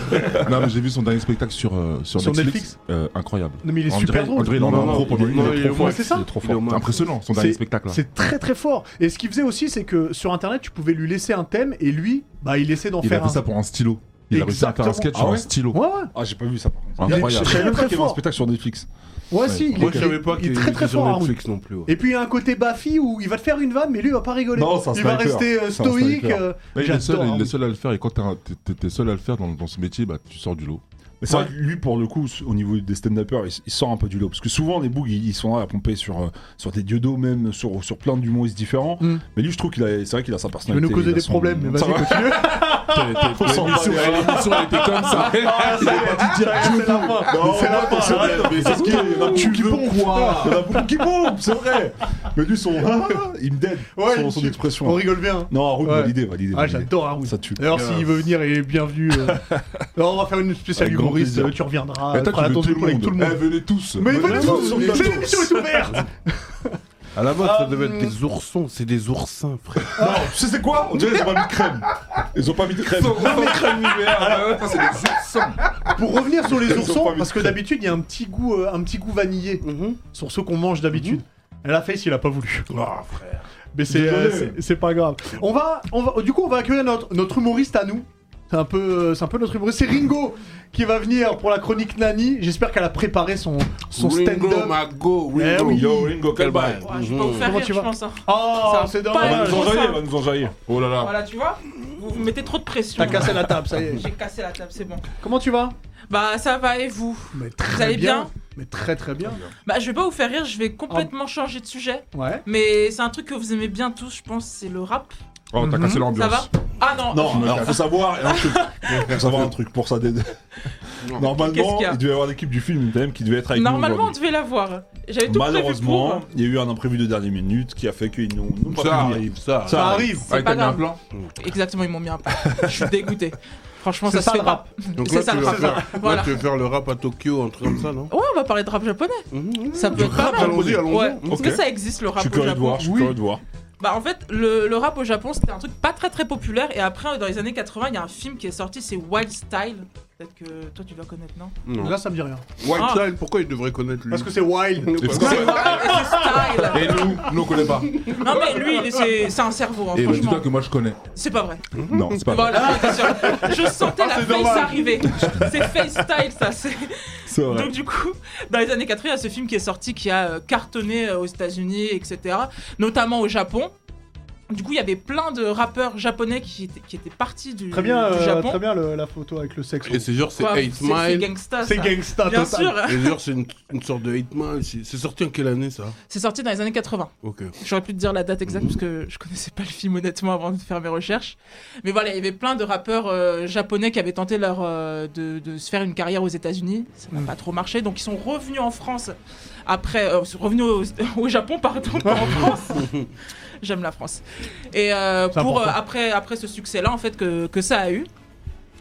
D: non, mais j'ai vu son dernier spectacle sur, euh, sur,
A: Sur
D: Netflix. Euh, incroyable.
A: Non, mais il est
D: On
A: super
D: dirait-
A: drôle.
D: on dirait, il en a
C: Non,
D: un
C: non,
D: gros
C: il
D: pendant
C: est-
D: une
C: non,
D: heure.
C: il est
D: trop
C: au
D: fort.
A: moins, c'est ça.
D: Il est trop
C: Il est au
D: fort.
C: moins.
D: C'est impressionnant son
A: C'est-
D: dernier spectacle. là.
A: C'est très très fort. Et ce qu'il faisait aussi, c'est que sur internet, tu pouvais lui laisser un thème et lui, bah, il laissait d'en
D: Il a
A: faire
D: fait
A: un.
D: ça pour un stylo. Il a réussi à faire un
A: Exactement.
D: sketch
B: Ah
D: sur
B: ouais
D: un stylo.
A: Ouais, ouais.
B: Ah, j'ai pas vu ça par contre.
D: Incroyable.
B: Je savais
A: Très,
B: même pas
A: très
B: qu'il y avait un
A: fort.
B: spectacle sur Netflix.
A: Ouais, si, il
C: Moi,
A: est-
C: je savais pas
A: il est
C: qu'il
A: très,
C: était
A: très
C: sur
A: fort,
C: Netflix non plus. ouais.
A: Et puis il y a un côté Baffy où il va te faire une vanne, mais lui il va pas rigoler.
B: Non, c'est un
A: il va
B: sniper.
A: rester euh,
B: C'est un
A: stoïque.
B: sniper.
A: euh,
D: Bah, il, est
A: j'adore,
D: seul,
A: hein,
D: il est
A: oui.
D: seul à le faire et quand t'es un- t'es- t'es- t'es seul à le faire dans, dans ce métier, bah, tu sors du lot.
B: Mais c'est
A: Ouais.
B: vrai que lui, pour le coup, au niveau des stand-uppers, il, il sort un peu du lot. Parce que souvent, les bougs, ils, ils sont là à pomper sur, euh, sur des dieux d'eau, même sur, sur plein d'humoristes différents.
A: Mm.
B: Mais lui, je trouve qu'il a, c'est vrai qu'il a
A: Tu
B: sa
A: veux
B: personnalité.
A: nous causer
B: il a
A: des
B: son-
A: problèmes, mais
B: Ça
A: vas-y,
B: va.
A: continue.
D: L'émission l'émission, elle était comme ça.
A: C'est [laughs] la fin.
B: Non,
A: C'est la
B: non, c'est
A: fin.
B: vrai,
A: arrête.
B: mais c'est ce qu'il y a. Il y en a beaucoup
A: Tu
B: qui
A: veux
B: pompent.
A: quoi
B: Il y en a beaucoup qui pompent, c'est vrai. Mais lui, son. ah, il me dead.
A: Ouais,
B: son,
A: il
B: son
A: tue.
B: expression.
A: On rigole bien.
B: Non, Haroun,
A: Ouais.
B: validé, validé.
A: Ah,
B: validé.
A: j'adore Haroun.
B: Ça tue.
A: D'ailleurs, s'il veut venir, il est bienvenu. euh. Alors, on va faire une spéciale
B: Avec grand
A: humoriste.
B: plaisir.
A: euh, Tu reviendras.
D: Et
A: tu
D: toi,
A: feras
D: tu
A: la
D: veux
A: tournée
D: tout le
A: avec
D: monde.
A: tout le monde.
D: Eh, venez tous.
A: Mais venez
B: non,
A: tous,
B: non,
A: mais
B: non,
A: l'émission est ouverte.
C: À la base, ça
A: Ah,
C: devait
A: hum.
C: être des oursons, c'est des oursins, frère.
B: Non, tu sais, c'est quoi On dirait qu'ils ont pas mis de crème. Ils ont pas mis de crème.
D: Ah,
A: Pour revenir sur les
B: Ils ont pas
A: oursons,
B: mis
A: parce que
B: de crème.
A: d'habitude, il y a un petit goût, euh, un petit goût vanillé
C: Mm-hmm.
A: sur ceux qu'on mange d'habitude. La face, il a pas voulu.
C: Ah, frère.
A: Mais c'est
B: Désolé.
A: euh, c'est- c'est pas grave. On va, on va, du coup, on va accueillir notre, notre humoriste à nous. C'est un peu, euh, c'est un peu notre humoriste. C'est Ringo qui va venir pour la chronique Nani. J'espère qu'elle a préparé son, son
C: Ringo,
A: stand-up.
C: ma go,
A: Eh
C: Ringo. Mm-hmm.
A: oui.
B: Yo, Ringo, quel bail.
F: Ouais,
C: Mhm.
F: je peux vous faire
A: Comment
F: rire,
A: tu
F: je
A: vas
F: pense. hein.
A: Oh,
F: Ça va
A: c'est
B: Elle va
A: dommage.
F: pas
B: nous
F: Ouais,
B: enjailler,
F: ça.
B: elle va nous enjailler.
D: Oh là là.
F: Voilà, tu vois Vous vous mettez trop de pression. hein.
A: T'as cassé la table, ça y est.
F: J'ai cassé la table, c'est bon.
A: Comment tu vas
F: Bah, ça va et vous
A: Mais très
F: Vous allez bien
A: Mais très très bien.
F: Bah, je vais pas vous faire rire, je vais complètement changer de sujet.
A: Ouais.
F: Mais c'est un truc que vous aimez bien tous, je pense, c'est le rap.
D: Oh, t'as
A: Mhm.
D: cassé
F: Ça
D: l'ambiance.
F: va Ah non,
B: Non, alors faut savoir un truc. Faut savoir un truc pour ça. des-
F: Qu'est-ce
B: Normalement,
F: qu'il y a
B: il devait y avoir l'équipe du film même qui devait être avec nous.
F: Normalement, on
B: aujourd'hui.
F: devait l'avoir. J'avais tout prévu
B: Malheureusement,
F: pour.
B: il y a eu un imprévu de dernière minute qui a fait qu'ils n'ont n'ont pas
C: Ça
B: pu venir.
C: arrive, ça
A: Ça
B: Ça
A: arrive.
F: C'est pas grave.
D: plan
F: Exactement, ils m'ont mis un peu. Je suis dégoûté. Franchement,
A: C'est
F: ça,
A: ça,
F: se
A: le
F: fait pas.
C: Donc
F: C'est
C: là,
F: ça
C: tu
F: le
C: vas
F: rap.
C: faire.
F: Voilà.
C: Là, tu veux faire le rap à Tokyo, un truc comme ça, non
F: Ouais, on va parler de rap japonais. Ça peut
C: Le
F: être pas
C: rap,
F: mal.
C: allons-y, allons-y.
F: Ouais. Est-ce que
B: Ok.
F: ça existe le
B: Je
F: rap
B: suis
F: au
B: curieux de
F: Japon
B: voir, je suis
A: Oui.
B: curieux de voir.
F: Bah en fait, le, le rap au Japon, c'était un truc pas très très populaire. Et après, dans les années 80, il y a un film qui est sorti, c'est Wild Style. Peut-être que toi, tu dois connaître, non
C: Non.
A: Là, ça me dit rien.
C: White
F: Ah.
C: Child, pourquoi il devrait connaître lui
A: Parce que c'est wild.
C: Parce
F: C'est Wild et c'est
D: Et nous, nous on connaît pas.
F: Style. Non mais lui, il est- c'est c'est un cerveau, hein,
D: Et bah,
F: franchement.
D: dis-toi que moi je connais.
F: C'est pas vrai.
D: Non, c'est pas vrai.
F: Voilà, j'étais sûre. je sentais la face
A: Ah, dommage.
F: arriver. C'est face style, ça. c'est-
B: C'est vrai.
F: Donc du coup, dans les années 80, il y a ce film qui est sorti qui a euh, cartonné euh, aux États-Unis, etc. Notamment au Japon. Du coup, il y avait plein de rappeurs japonais qui étaient, qui étaient partis du,
A: Très bien,
F: du
A: euh,
F: Japon.
A: très bien le- la photo avec le sexe.
C: Et c'est genre, c'est
F: Quoi,
C: 8 Mile.
F: gangsta.
A: C'est
F: ça.
A: gangsta
F: Bien
A: total.
F: sûr.
C: Et genre, c'est une, une sorte de 8 Mile. C'est c'est sorti en quelle année ça
F: C'est sorti dans les années 80.
C: Ok.
F: J'aurais pu te dire la date exacte parce que je connaissais pas le film honnêtement avant de faire mes recherches. Mais voilà, il y avait plein de rappeurs euh, japonais qui avaient tenté leur euh, de, de se faire une carrière aux États-Unis. Ça
C: Mm.
F: n'a pas trop marché, donc ils sont revenus en France après, euh, sont revenus [laughs] au, au Japon pardon, pas
C: [laughs]
F: en France. J'aime la France. Et euh,
A: C'est
F: pour euh,
A: important.
F: après après ce succès-là en fait que, que ça a eu.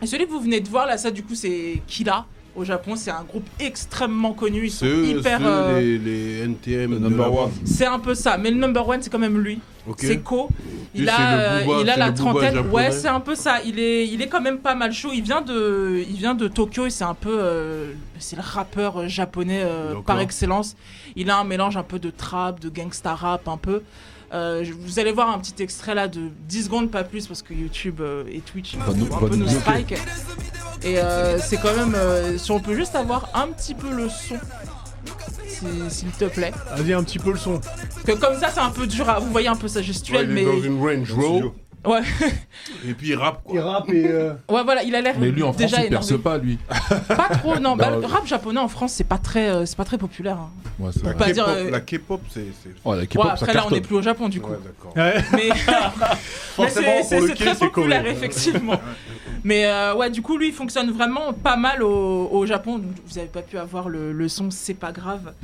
F: Et celui que vous venez de voir là, ça du coup c'est Kira au Japon. C'est un groupe extrêmement connu. Ils sont
C: C'est eux,
F: hyper.
C: c'est eux,
F: euh,
C: les, les NTM.
B: Le
C: de
B: number
C: la-
B: one.
F: c'est un peu ça, mais le number one c'est quand même lui.
C: Ok.
F: C'est Co. Il
C: Lui, c'est
F: a,
C: le
F: euh,
C: Booba,
F: il a
C: c'est
F: la
C: le Booba
F: trentaine.
C: japonais.
F: Ouais, c'est un peu ça. Il est, il est quand même pas mal chaud. Il vient de, il vient de Tokyo et c'est un peu, euh, c'est le rappeur euh, japonais euh,
C: D'accord.
F: par excellence. Il a un mélange un peu de trap, de gangsta rap, un peu. Euh, je- vous allez voir un petit extrait là de 10 secondes, pas plus, parce que YouTube euh, et Twitch ils vont
B: nous-
F: un
B: va
F: peu
B: nous
F: nous
B: bloquer.
F: strike. Et euh, c'est quand même. euh, si on peut juste avoir un petit peu le son, si- s'il te plaît.
A: Vas-y, un petit peu le son.
F: Parce que comme ça, c'est un peu dur à. Vous voyez un peu sa gestuelle,
C: il est dans
F: mais.
C: une range row
F: Ouais.
C: et puis il rappe quoi.
A: Il rappe et. euh,
F: ouais, voilà, il a l'air.
D: Mais lui en France,
F: déjà
D: il perce
F: énervé.
D: pas, lui.
F: pas. trop, non. bah,
D: Non.
F: le rap japonais en France, c'est pas très, euh, c'est pas très populaire. hein.
D: Ouais, c'est
C: La
D: vrai.
F: pas
C: K-pop,
F: dire, euh,
C: la K-pop, c'est. c'est-
D: Oh, la
F: Ouais,
D: K-pop, ça
F: après là, on
D: cartonne.
F: n'est plus au Japon du coup.
C: Ouais,
A: [laughs]
C: d'accord.
A: ouais.
F: [laughs] Mais, mais
A: Forcément,
F: c'est-
A: pour le
F: c'est c'est
A: kill,
F: très
A: c'est
F: populaire,
A: Corée.
F: effectivement. mais euh, ouais, du coup, lui, il fonctionne vraiment pas mal au, au Japon. Vous avez pas pu avoir le, le son, c'est pas grave.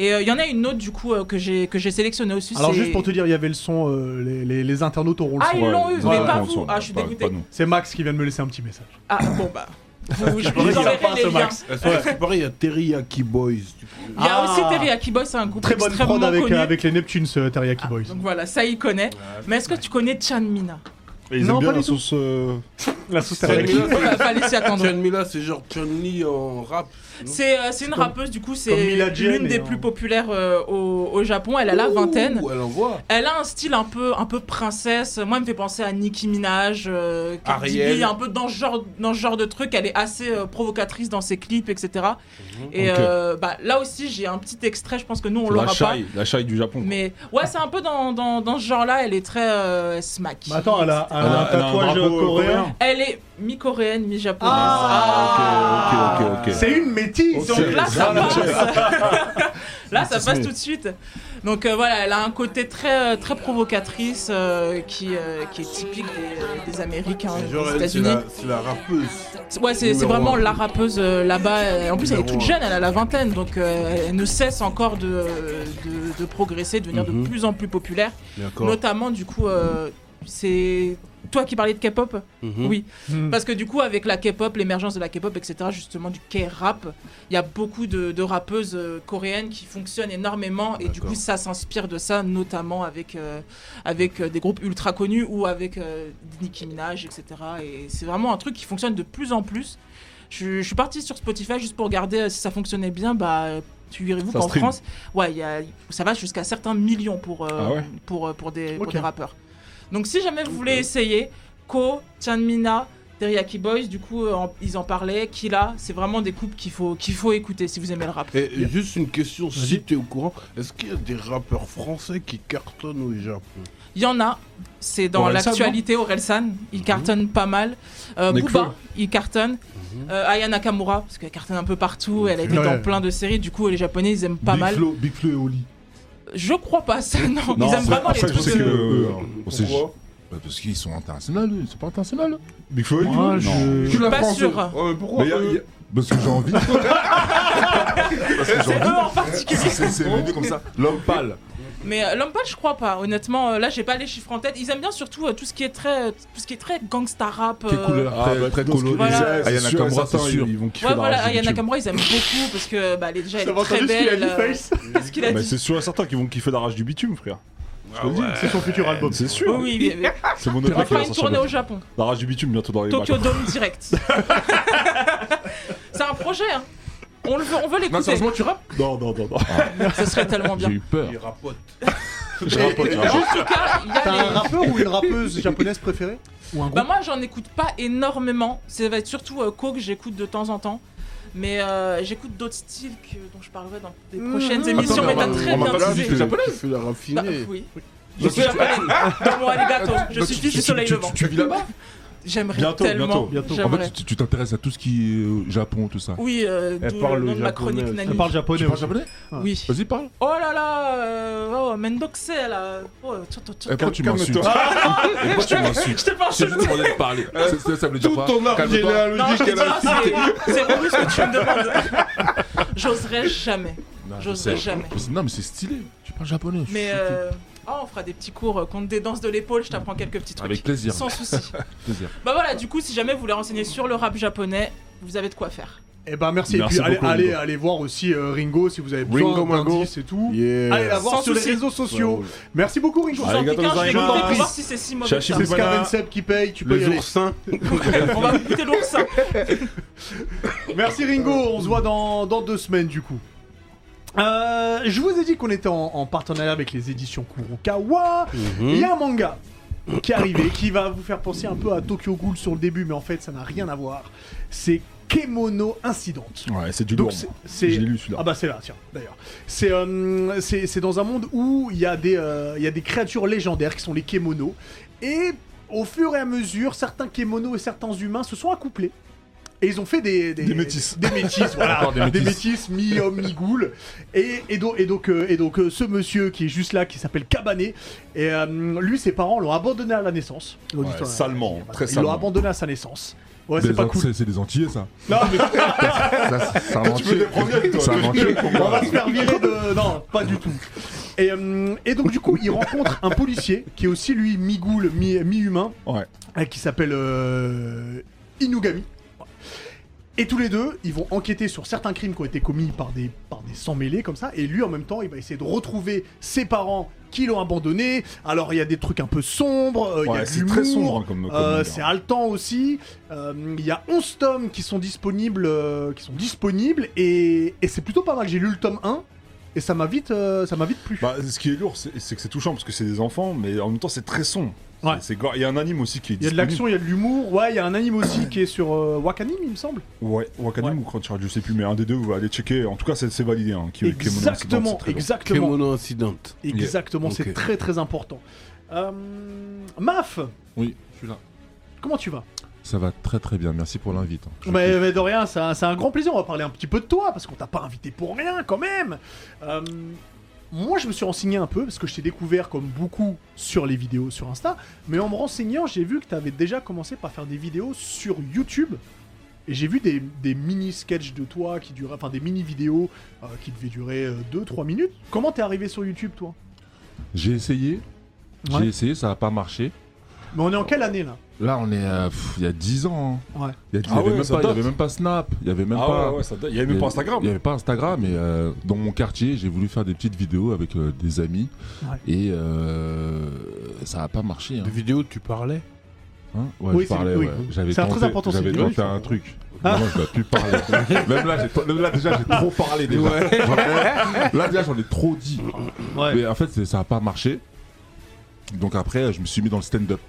F: Et euh, il y en a une autre, du coup, euh, que j'ai que j'ai sélectionné aussi.
A: Alors,
F: c'est-
A: juste pour te dire, il y avait le son, euh, les, les- les internautes auront le
F: Ah,
A: son.
F: ils l'ont eu, mais
A: ouais,
F: pas
D: ouais,
F: vous.
D: ouais,
F: Ah, je suis
D: pas- pas
F: dégoûté.
D: nous.
A: C'est Max qui vient de me laisser un petit message.
F: Ah, bon, bah. Vous, je
A: Il est
F: vous enverrai
A: sympa,
F: les
A: ce
F: liens.
A: Max.
C: Est-ce que c'est pareil, il y a Teriyaki Boys. tu peux-
F: Il y a
A: Ah.
F: aussi Teriyaki Boy, c'est un groupe
A: Très bonne
F: extrêmement
A: prod avec,
F: connu. Ah,
A: euh, avec les Neptunes, euh, Teriyaki Boys.
F: Donc voilà, ça il connaît. Mais est-ce que tu connais Chan [laughs] Mina
B: Et ils
A: Non,
B: aiment bien
A: pas
B: la
A: du tout.
B: sauce. euh,
A: La sauce
C: Chan
A: teriyaki.
C: Mila, c'est-
F: Fallait s'y attendre.
C: Chan Mila, c'est genre Chun Li en rap.
F: C'est euh, c'est une rappeuse, du coup,
A: comme
F: c'est
A: Mila Jane,
F: l'une
A: mais
F: des
A: en-
F: plus populaires euh, au, au Japon. Elle a la
C: Ouh,
F: vingtaine.
C: Elle envoie.
F: Elle a un style un peu, un peu princesse. Moi, elle me fait penser à Nicki Minaj, euh, Cardi
C: Ariel.
F: B, un peu dans ce, genre, dans ce genre de truc. Elle est assez euh, provocatrice dans ses clips, etc. Et
D: Ok.
F: euh, bah, là aussi, j'ai un petit extrait. Je pense que nous, on
D: la
F: l'aura pas.
D: chaille, la chaille du Japon. quoi.
F: Mais ouais, c'est un peu dans, dans, dans ce genre-là. Elle est très euh, smack.
A: Mais attends, elle a, elle a
D: Elle a-
A: un
D: elle a un
A: tatouage
D: drapeau, euh,
A: coréen.
D: coréen.
F: Elle est mi-coréenne, mi-japonaise.
D: Ah, ok, ok, ok, ok.
A: C'est une métisse.
F: Donc là, ça
D: Voilà.
F: passe. là, ça passe tout de suite. Donc euh, voilà, elle a un côté très, euh, très provocatrice euh, qui, euh, qui est typique des, des Américains,
C: C'est genre,
F: des
C: elle, c'est
F: États-Unis.
C: la, c'est la rappeuse.
F: Ouais, c'est c'est
C: numéro
F: vraiment
C: un.
F: la rappeuse euh, là-bas. Euh, En plus, elle est toute
C: Numéro un.
F: jeune, elle a la vingtaine, donc euh, elle ne cesse encore de, euh, de, de progresser, de devenir
C: Mhm.
F: de plus en plus populaire.
C: D'accord.
F: Notamment, du coup, euh, c'est toi qui parlais de K-pop
C: Mhm.
F: Oui.
A: Mm.
D: Hmm.
F: Parce que du coup, avec la K-pop, l'émergence de la K-pop, etc., justement du K-rap, il y a beaucoup de, de rappeuses euh, coréennes qui fonctionnent énormément et du
C: D'accord.
F: coup, ça s'inspire de ça, notamment avec, euh, avec euh, des groupes ultra connus ou avec euh, Nicki Minaj, etc. Et c'est vraiment un truc qui fonctionne de plus en plus. Je, je suis parti sur Spotify juste pour regarder euh, si ça fonctionnait bien. Bah, euh, figurez-vous
D: Ça
F: qu'en
D: stream.
F: France, ouais, il y a- ça va jusqu'à certains millions pour, euh,
D: Ah ouais
F: pour, euh, pour, des, pour
A: Ok.
F: des rappeurs. Donc si jamais vous voulez essayer, Ko, Tianmina, Teriyaki Boys, du coup, euh, en- ils en parlaient, Kila, c'est vraiment des couples qu'il faut, qu'il faut écouter si vous aimez le rap.
C: Et juste une question, si tu es au courant, est-ce qu'il y a des rappeurs français qui cartonnent au Japon
F: Il y en a, c'est dans
D: Orelsan, Mhm.
F: l'actualité, Orelsan, il cartonne pas mal. Euh,
D: Nekfeu. Mhm.
F: Booba, il cartonne. Euh, Aya Nakamura, parce qu'elle cartonne un peu partout, elle a été
A: Ouais.
F: dans plein de séries, du coup, les Japonais, ils aiment pas
D: Big
F: mal.
D: Flo, Big Flo et Oli.
F: Je crois pas ça, non,
D: Non,
F: ils aiment
D: c'est-
F: vraiment
D: en
F: les
D: fait, je
F: trucs.
D: sais que-
F: euh,
B: euh,
D: on sait-
B: pourquoi
D: Bah, parce qu'ils sont internationaux, eux. ils sont pas internationaux. eux.
B: Big Flo et Oli
A: Moi,
B: non.
A: je-
D: Que la
F: Pas
D: France,
F: sûr.
D: eux.
B: Ouais, mais pourquoi
D: Mais y a-
B: eux
D: y a- Parce que j'ai
F: [laughs]
D: envie. Parce que j'ai
F: C'est
D: envie.
F: eux en particulier.
D: C'est- C'est c'est venu comme ça. L'homme pâle.
F: Mais euh, Lampal, je crois pas. Honnêtement, euh, là, j'ai pas les chiffres en tête. Ils aiment bien surtout euh, tout ce qui est très, tout ce qui est très gangsta rap. euh,
D: Quelle couleur
B: Ah, bah,
D: très
B: dans ce
D: colorée.
B: qu'ils
F: Voilà.
B: disaient, c'est
D: Ayana
B: sûr et
D: Kamura, c'est
B: certain,
D: sûr.
B: Ils ils vont kiffer
F: Ouais,
B: dans
F: voilà,
B: la
F: Aya
B: YouTube.
F: Nakamura, ils aiment beaucoup parce que bah, elle est déjà elle
A: T'as
F: est très
A: entendu ce qu'il a
F: belle.
A: dit,
F: euh,
A: Face
F: Qu'est-ce qu'il a
B: Bah,
F: dit
B: c'est sûr et certain qu'ils vont kiffer la rage du bitume, frère. Je te le dis. Ah, bah,
A: C'est son futur album.
B: C'est
F: Oui,
B: sûr.
F: oui, oui, oui.
B: C'est mon
F: On
B: autre qui
F: fera
B: va
F: une
B: sortir.
F: tournée au
B: bientôt.
F: Japon.
B: La rage du bitume bientôt dans les bacs.
F: Tokyo Dome
B: [laughs]
F: direct. c'est un projet. hein. On le veut, on
B: Bah,
F: veut
D: Non,
F: l'écouter.
D: sérieusement, tu rappes
B: Non, non, non, non.
F: Ce serait tellement
D: J'ai
F: bien.
D: eu peur.
C: Ils rapotent.
D: Je rappe, tu vois.
F: En tout cas, il y
A: T'as un
F: a les...
A: rappeur ou une rappeuse japonaise préférée Ou un
F: Bah
A: groupe
F: moi j'en écoute pas énormément, ça va être surtout euh, Ko que j'écoute de temps en temps, mais euh, j'écoute d'autres styles que, dont je parlerai dans des
D: Mm,
F: prochaines émissions,
D: Attends,
F: mais
D: mais
F: t'as
D: on
F: très
D: m'a
F: bien
D: pas
F: teasé.
D: dit que- japonaise
C: Tu fais la
F: Bah,
C: raffinée.
F: oui. Je
D: Donc,
F: suis
D: tu-
F: japonaise. Domo arigato. Je
D: Donc,
F: suis
D: tu-
F: fils du
D: tu-
F: soleil
D: tu-
F: levant.
D: Tu tu vis là-bas
F: J'aimerais
B: Bientôt,
F: tellement.
B: bientôt,
A: bientôt.
D: En
F: J'aimerais.
D: fait, tu- tu t'intéresses à tout ce qui est euh, Japon, tout ça.
F: Oui, euh,
C: Elle
F: d'où
C: parle
F: le nom de ma
C: japonais.
F: chronique
C: Elle
F: Nani.
A: Elle parle japonais.
D: Tu parles
A: aussi.
D: japonais
F: Oui.
D: Vas-y, parle.
F: Oh là là, euh, oh, Mendokse là. Oh, tchot, tchot, tchot.
D: Et pourquoi tu m'insultes
B: Calme-toi. Ah,
D: Et pourquoi tu
F: Je
D: m'insultes
F: t'ai pas
D: Je t'ai
F: insulté.
D: Euh, juste demandé de [laughs] parler. Ça- ça- Ça veut dire
B: Tout
D: quoi
B: ton arbre
D: Calme-toi.
F: Non,
B: généalogique,
F: je t'ai
B: elle a
F: pas, c'est c'est relou ce que tu me demandes. J'oserais jamais.
D: Non, Ah, je
F: J'oserais
D: sais.
F: jamais.
D: Mais c'est- Non, mais c'est stylé. Tu parles japonais. je
F: Mais
D: suis choqué.
F: euh, ah, on fera des petits cours euh, contre des danses de l'épaule, je t'apprends quelques petits trucs.
D: Avec plaisir. [laughs]
F: Sans souci.
D: Plaisir.
F: bah voilà, du coup, si jamais vous voulez renseigner sur le rap japonais, vous avez de quoi faire.
A: Eh ben merci.
D: Merci
A: et puis
D: beaucoup,
A: allez, allez,
D: Ringo.
A: allez voir aussi euh, Ringo si vous avez besoin
C: Ringo Mango.
A: d'indices et tout.
C: Yeah.
A: Allez la voir
F: Sans
A: sur les
F: souci.
A: réseaux sociaux. Merci beaucoup Ringo.
F: Je vous
B: Allez,
F: en prie,
B: gâteau
F: quand je vais
B: aux
F: goûter pour
B: oreilles.
F: voir si c'est si mauvais. que ça.
A: C'est
B: Voilà.
A: Scarvensep qui paye, tu peux y
C: Les
A: aller.
C: oursins.
F: On va goûter l'oursin.
A: Merci Ringo, on se voit dans, dans deux semaines du coup.
B: Mhm.
A: Euh, je vous ai dit qu'on était en, en partenariat avec les éditions Kurokawa. Il y a un manga qui est arrivé, qui va vous faire penser un peu à Tokyo Ghoul sur le début, mais en fait ça n'a rien à voir. C'est Kemono Incident.
B: Ouais, c'est du
A: Donc
B: lourd.
A: c'est-
B: moi.
A: c'est-
B: Je l'ai lu, celui-là.
A: Ah bah c'est là, tiens, d'ailleurs. C'est euh, c'est c'est dans un monde où il y, a des, euh, il y a des créatures légendaires qui sont les kémonos. Et au fur et à mesure, certains kémonos et certains humains se sont accouplés. Et ils ont fait des...
B: Des métis.
A: Des métis, voilà.
D: Encore
A: des
D: des
A: métis,
D: métis.
A: mi-homme, mi-goule. Et, et donc, et donc, euh, et donc euh, ce monsieur qui est juste là, qui s'appelle Cabané, et, euh, lui, ses parents l'ont abandonné à la naissance. Ils l'ont dit,
B: Ouais,
A: toi,
B: salement,
A: voilà.
B: très
A: Ils l'ont
B: salement.
A: abandonné à sa naissance. Ouais,
D: Des
A: c'est pas
D: An-
A: cool.
D: C'est des Antillais, ça.
A: Non, mais-
G: Ça,
D: [laughs]
G: c'est un
B: Tu veux des
G: mancheux.
B: problèmes, toi
G: C'est un
A: [laughs]
G: mancheux pour
A: On
G: moi.
A: va se faire virer de. Non, pas du tout. Et, euh, et donc, du coup, il rencontre un policier qui est aussi, lui, mi-goule, mi- mi-humain,
B: Ouais.
A: euh, qui s'appelle euh, Inugami. Et tous les deux, ils vont enquêter sur certains crimes qui ont été commis par des, par des sans-mêlés, comme ça. Et lui, en même temps, il va essayer de retrouver ses parents qui l'ont abandonné. Alors, il y a des trucs un peu sombres, euh, il y a
B: Ouais,
A: de
B: c'est très
A: l'humour.
B: sombre comme. comme
A: Euh,
B: manga.
A: c'est haletant aussi. Euh, Il y a 11 tomes qui sont disponibles, euh, qui sont disponibles et, et c'est plutôt pas mal. J'ai lu le tome 1 et ça m'a vite, euh, ça m'a vite plu.
B: Bah, ce qui est lourd, c'est c'est que c'est touchant parce que c'est des enfants, mais en même temps, c'est très sombre.
A: Ouais.
B: C'est- c'est gore. Il y a un anime aussi qui est
A: Il y a de
B: disponible.
A: l'action, il y a de l'humour. Ouais, il y a un anime aussi qui est sur euh, Wakanim, il me semble.
B: Ouais, Wakanim ou Crunchyroll, je sais plus, mais un des deux, vous allez checker. En tout cas, c'est c'est validé. Hein, qui- Kemono Incident, c'est
A: exactement,
B: très lourd.
A: exactement,
C: Kemono Incident.
A: exactement. C'est
C: Ok.
A: très très important. Euh, Maf,
D: Oui, je suis là.
A: comment tu vas
D: Ça va très très bien, merci pour l'invite. hein. Je
A: mais, euh, mais de rien, c'est un, c'est un grand plaisir. On va parler un petit peu de toi parce qu'on t'a pas invité pour rien quand même. Euh, moi, je me suis renseigné un peu parce que je t'ai découvert comme beaucoup sur les vidéos sur Insta. Mais en me renseignant, j'ai vu que t'avais déjà commencé par faire des vidéos sur YouTube. Et j'ai vu des, des mini sketchs de toi qui duraient, enfin des mini vidéos euh, qui devaient durer 2-3 minutes. Comment t'es arrivé sur YouTube, toi
D: J'ai essayé,
A: Ouais.
D: j'ai essayé, ça n'a pas marché.
A: Mais on est en quelle année là
D: Là, on est euh, pff, il y a 10 ans. hein.
A: Ouais.
D: Il y, a- il y
B: Ah
D: avait
B: ouais,
D: même
B: ça
D: pas- il y
B: date.
D: avait même pas Snap, il y avait même
B: Ah
D: pas.
B: ouais, ouais, ça date. Il y avait même pas Instagram.
D: Il n'y avait pas Instagram, [laughs] mais euh, dans mon quartier, j'ai voulu faire des petites vidéos avec euh, des amis.
A: Ouais.
D: Et euh, ça n'a pas marché. hein.
C: Des vidéos, tu parlais
D: Hein ouais,
A: Oui,
D: je
A: c'est-
D: parlais,
A: oui.
D: ouais. J'avais
A: C'est un
D: tenté-
A: très important,
D: J'avais
A: c'est du-
D: tenté
A: oui,
D: un
A: je-
D: truc.
A: Ah.
D: Non, je dois plus parler.
A: [laughs]
D: même, là, j'ai- même là, déjà, j'ai trop parlé. Déjà. J'en ai- Là, déjà, j'en ai trop dit.
A: Ouais.
D: Mais en fait, c'est- ça n'a pas marché. Donc après, je me suis mis dans le stand-up.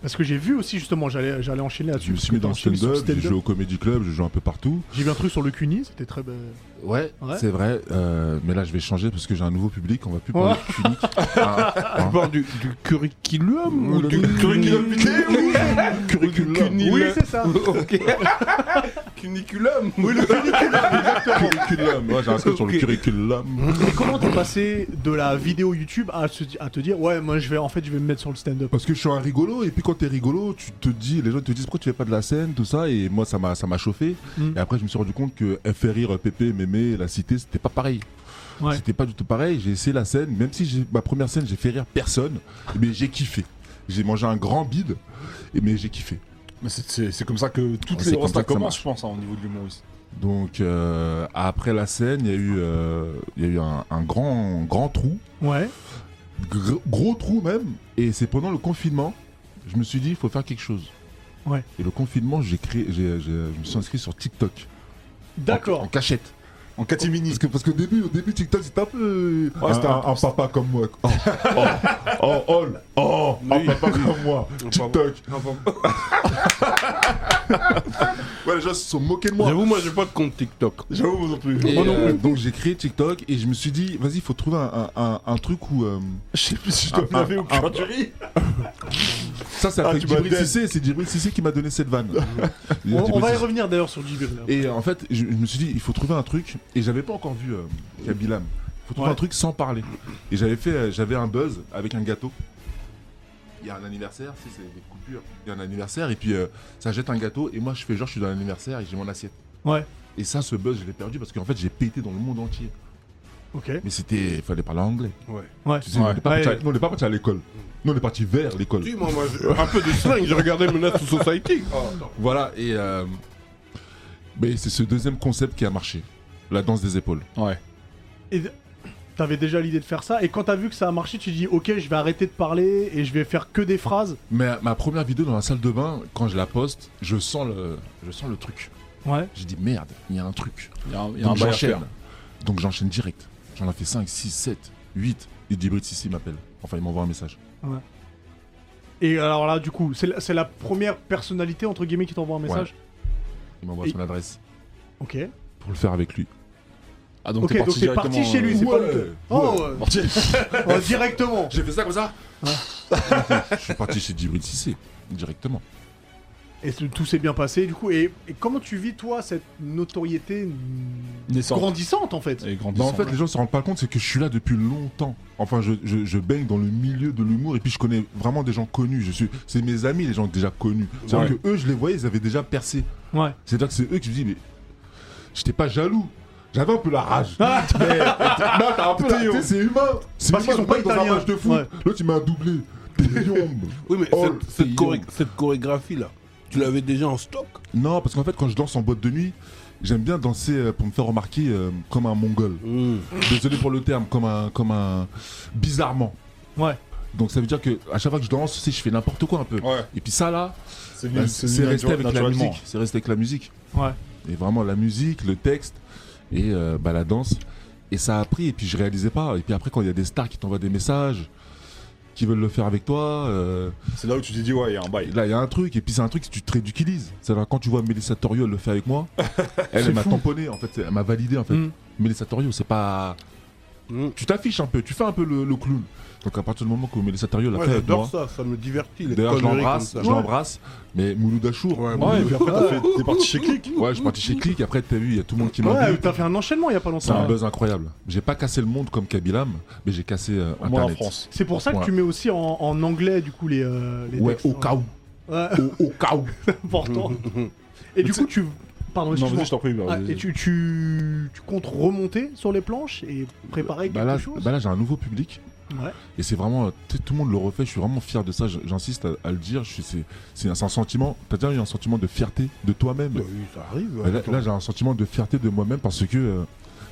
A: Parce que j'ai vu aussi justement, j'allais j'allais enchaîner
D: Je
A: là-dessus.
D: me
A: parce
D: suis
A: que
D: mis dans
A: t'as
D: le
A: enchaîné sur
D: stand-up, j'ai joué
A: stand-up.
D: au Comedy Club, j'ai joué un peu partout.
A: J'ai vu un truc sur le Cuny, c'était très. belle.
D: Ouais,
A: Ouais.
D: c'est vrai. euh, mais là, je vais changer parce que j'ai un nouveau public. On va plus parler de clinique. Ah,
C: Tu
D: ah.
C: parles du, du curriculum ou [laughs]
D: Le
C: du
B: curriculum vitae ou-
C: curriculum
A: Oui, c'est ça.
D: [laughs]
C: Ok. Cuniculum Oui, le
D: curriculum. Ouais, j'ai un truc sur le
C: Ok.
D: curriculum.
A: Et comment t'es passé de la vidéo YouTube à, se di- à te dire ouais moi je vais en fait je vais me mettre sur le stand-up
D: Parce que je suis un rigolo et puis quand t'es rigolo, tu te dis, les gens te disent pourquoi tu fais pas de la scène, tout ça et moi ça m'a ça m'a chauffé.
A: Mm.
D: Et après je me suis rendu compte que faire rire Pépé, Mémé, la cité, c'était pas pareil.
A: Ouais.
D: C'était pas du tout pareil. J'ai essayé la scène, même si j'ai- ma première scène j'ai fait rire personne, mais j'ai kiffé. J'ai mangé un grand bide, et- mais j'ai kiffé.
B: Mais c'est- C'est c'est comme ça que toutes
D: C'est
B: les
D: comme
B: rostas
D: ça que ça
B: commencent,
D: marche.
B: je pense, hein, au niveau de l'humour ici.
D: Donc euh, après la scène, il y a eu euh, il y a eu un, un grand grand trou,
A: Ouais.
D: gr- gros trou même. Et c'est pendant le confinement, je me suis dit il faut faire quelque chose.
A: Ouais.
D: Et le confinement, j'ai créé, j'ai- j'ai- je me suis inscrit sur TikTok. En,
A: D'accord.
D: en cachette.
B: En catimini.
D: Parce que, parce qu'au début, au début, TikTok, c'était un peu.
B: Ouais, c'était un-
D: papa comme moi. Oh, oh, oh, oh, oh, [laughs] un papa comme moi. TikTok. [laughs] Ouais, les gens se sont moqués de moi.
C: J'avoue, moi j'ai pas de compte TikTok.
B: J'avoue, moi non plus.
D: Et,
B: Moi non
D: euh,
B: plus.
D: donc j'ai créé TikTok et je me suis dit, vas-y, il faut trouver un, un- un- un truc où. euh,
B: Je sais plus si je dois me
D: Ah,
B: laver ou
D: ah,
B: cuire du riz.
D: Ça, c'est
B: Ah,
D: avec
B: tu m'as
D: Djibril
B: dead.
D: Cissé, c'est Djibril Cissé qui m'a donné cette vanne.
A: On, on
D: Djibril
A: va y
D: Cissé.
A: revenir d'ailleurs sur Jibril. là.
D: Et euh, en fait, je, je me suis dit, il faut trouver un truc. Et j'avais pas encore vu euh, Kabilam. Il faut trouver
A: Ouais.
D: un truc sans parler. Et j'avais fait, euh, j'avais un buzz avec un gâteau. Il y a un anniversaire, tu sais, c'est des coupures. Il y a un anniversaire et puis euh, ça jette un gâteau et moi je fais genre je suis dans l'anniversaire et j'ai mon assiette.
A: Ouais.
D: Et ça, ce buzz, je l'ai perdu parce qu'en fait, j'ai pété dans le monde entier.
A: Ok.
D: Mais c'était, il fallait parler anglais.
A: Ouais.
D: Tu sais, on n'est pas,
A: Ouais.
D: parti à- nous, on est pas parti à l'école. Nous, on est parti vers l'école. Ah,
C: Si, moi, moi, j'ai- un peu de slang, j'ai regardé Menace to
D: [laughs]
C: Society.
D: Voilà et euh, mais c'est ce deuxième concept qui a marché, la danse des épaules.
A: Et t'avais déjà l'idée de faire ça et quand t'as vu que ça a marché tu dis ok je vais arrêter de parler et je vais faire que des phrases.
D: Ma, ma première vidéo dans la salle de bain, quand je la poste, je sens le, je sens le truc.
A: Ouais.
D: J'ai dit merde, il y a un truc.
B: Il y a un- il y a un
D: Donc
B: bail à faire.
D: j'enchaîne. Donc j'enchaîne direct. J'en ai fait 5, 6, 7, 8. Et Djibril Sissi m'appelle. Enfin, il m'envoie un message.
A: Ouais. Et alors là, du coup, c'est la, c'est la première personnalité, entre guillemets, qui t'envoie un message
D: Il m'envoie
A: Et-
D: son adresse
A: Ok.
D: pour le faire avec lui.
G: Ah, donc
A: ok,
G: t'es
A: donc
G: parti
A: t'es parti
G: directement,
A: chez lui, c'est pas
D: ouais,
A: le
D: ouais.
A: Oh,
B: [laughs]
A: euh,
G: Parti.
A: oh, directement
D: J'ai fait ça comme ça Je suis parti chez Djibril Sissé, directement.
A: Et tout tout s'est bien passé, du coup. Et, et comment tu vis, toi, cette notoriété mm,
G: Naissante.
A: grandissante, en fait
G: Et
D: Bah,
G: grandissant.
D: en fait, les gens se rendent pas compte, c'est que je suis là depuis longtemps. Enfin, je, je- je baigne dans le milieu de l'humour et puis je connais vraiment des gens connus. Je suis, c'est mes amis, les gens déjà connus. C'est
G: Ouais.
D: que eux, je les voyais, ils avaient déjà percé.
A: Ouais.
D: C'est-à-dire que c'est eux qui me disent, mais j'étais pas jaloux. J'avais un peu la rage. mais mais t'as un peu la- tu sais, c'est humain. C'est
A: Parce
D: humain,
A: qu'ils sont
D: même
A: pas
D: dans un
A: italiens.
D: match de foot.
A: Ouais.
D: L'autre, il m'a doublé. T'es yombe.
C: Oui, mais
D: Oh,
C: cette, cette
D: le
C: choré-
D: paysan.
C: cette chorégraphie-là, tu l'avais déjà en stock
D: Non, parce qu'en fait, quand je danse en boîte de nuit, j'aime bien danser euh, pour me faire remarquer euh, comme un mongol. Désolé pour le terme, comme un, comme un. bizarrement.
A: Ouais.
D: Donc ça veut dire que à chaque fois que je danse, si je fais n'importe quoi un peu.
B: Ouais,
D: Et puis ça là,
B: c'est
D: bah,
B: venu-
D: c'est
B: venu
D: resté avec la
B: naturellement.
D: musique. C'est resté avec la musique.
A: Ouais.
D: Et vraiment la musique, le texte et euh, bah, la danse. Et ça a pris. Et puis je réalisais pas. Et puis après quand il y a des stars qui t'envoient des messages, qui veulent le faire avec toi. euh,
B: C'est là où tu t'es dit, ouais, il y a un
D: et
B: bail.
D: Là, il y a un truc, et puis c'est un truc que tu te réutilises. C'est-à-dire, quand tu vois Mélissa Torio le faire
A: [laughs]
D: avec moi, elle, elle m'a
A: fou.
D: tamponné, en fait, elle m'a validé, en fait.
A: Mm.
D: Mélissa Torio, c'est pas.
C: Mm.
D: Tu t'affiches un peu, tu fais un peu le, le clown. Donc, à partir du moment que Mélissa Torio l'a
C: Ouais,
D: fait avec
C: j'adore
D: moi,
C: ça, ça me divertit. les
D: d'ailleurs, je
C: conneries
D: l'embrasse,
C: comme
D: je
C: ça.
D: l'embrasse, mais Mouloud Achour.
C: Ouais,
D: Ouais,
C: Mouloud
D: ouais,
B: Puis après, t'as fait- t'es parti chez Click.
D: je [laughs] suis parti chez Click, après, t'as vu, il y a tout le monde qui m'a
A: Ouais,
D: vu.
A: t'as fait un enchaînement il y a pas
D: C'est un
A: longtemps.
D: buzz incroyable. J'ai pas cassé le monde comme Kabilam, mais j'ai cassé euh,
B: Au moins en
D: Internet.
B: France.
A: C'est pour ça que
D: Ouais.
A: tu mets aussi en, en anglais, du coup, les, euh, les
D: Ouais,
A: textes.
D: au cas où.
A: Ouais, [laughs]
D: Au, au cas où. [laughs]
A: important.
C: Bah
A: Et du coup, tu... Pardon,
B: Non,
A: excuse-moi.
B: vas-y, je t'en prie. vas-y,
A: Ah,
B: vas-y.
A: et tu, tu, tu comptes remonter sur les planches et préparer
D: Bah
A: quelque
D: là,
A: chose
D: bah là, j'ai un nouveau public.
A: Ouais.
D: Et c'est vraiment, euh, tu sais, tout le monde le refait, je suis vraiment fier de ça, j- j'insiste à, à le dire, je suis- c'est c'est un, c'est un sentiment, t'as déjà eu un sentiment de fierté de toi-même.
C: Bah oui, ça arrive.
D: Bah Là, là, j'ai un sentiment de fierté de moi-même parce que euh,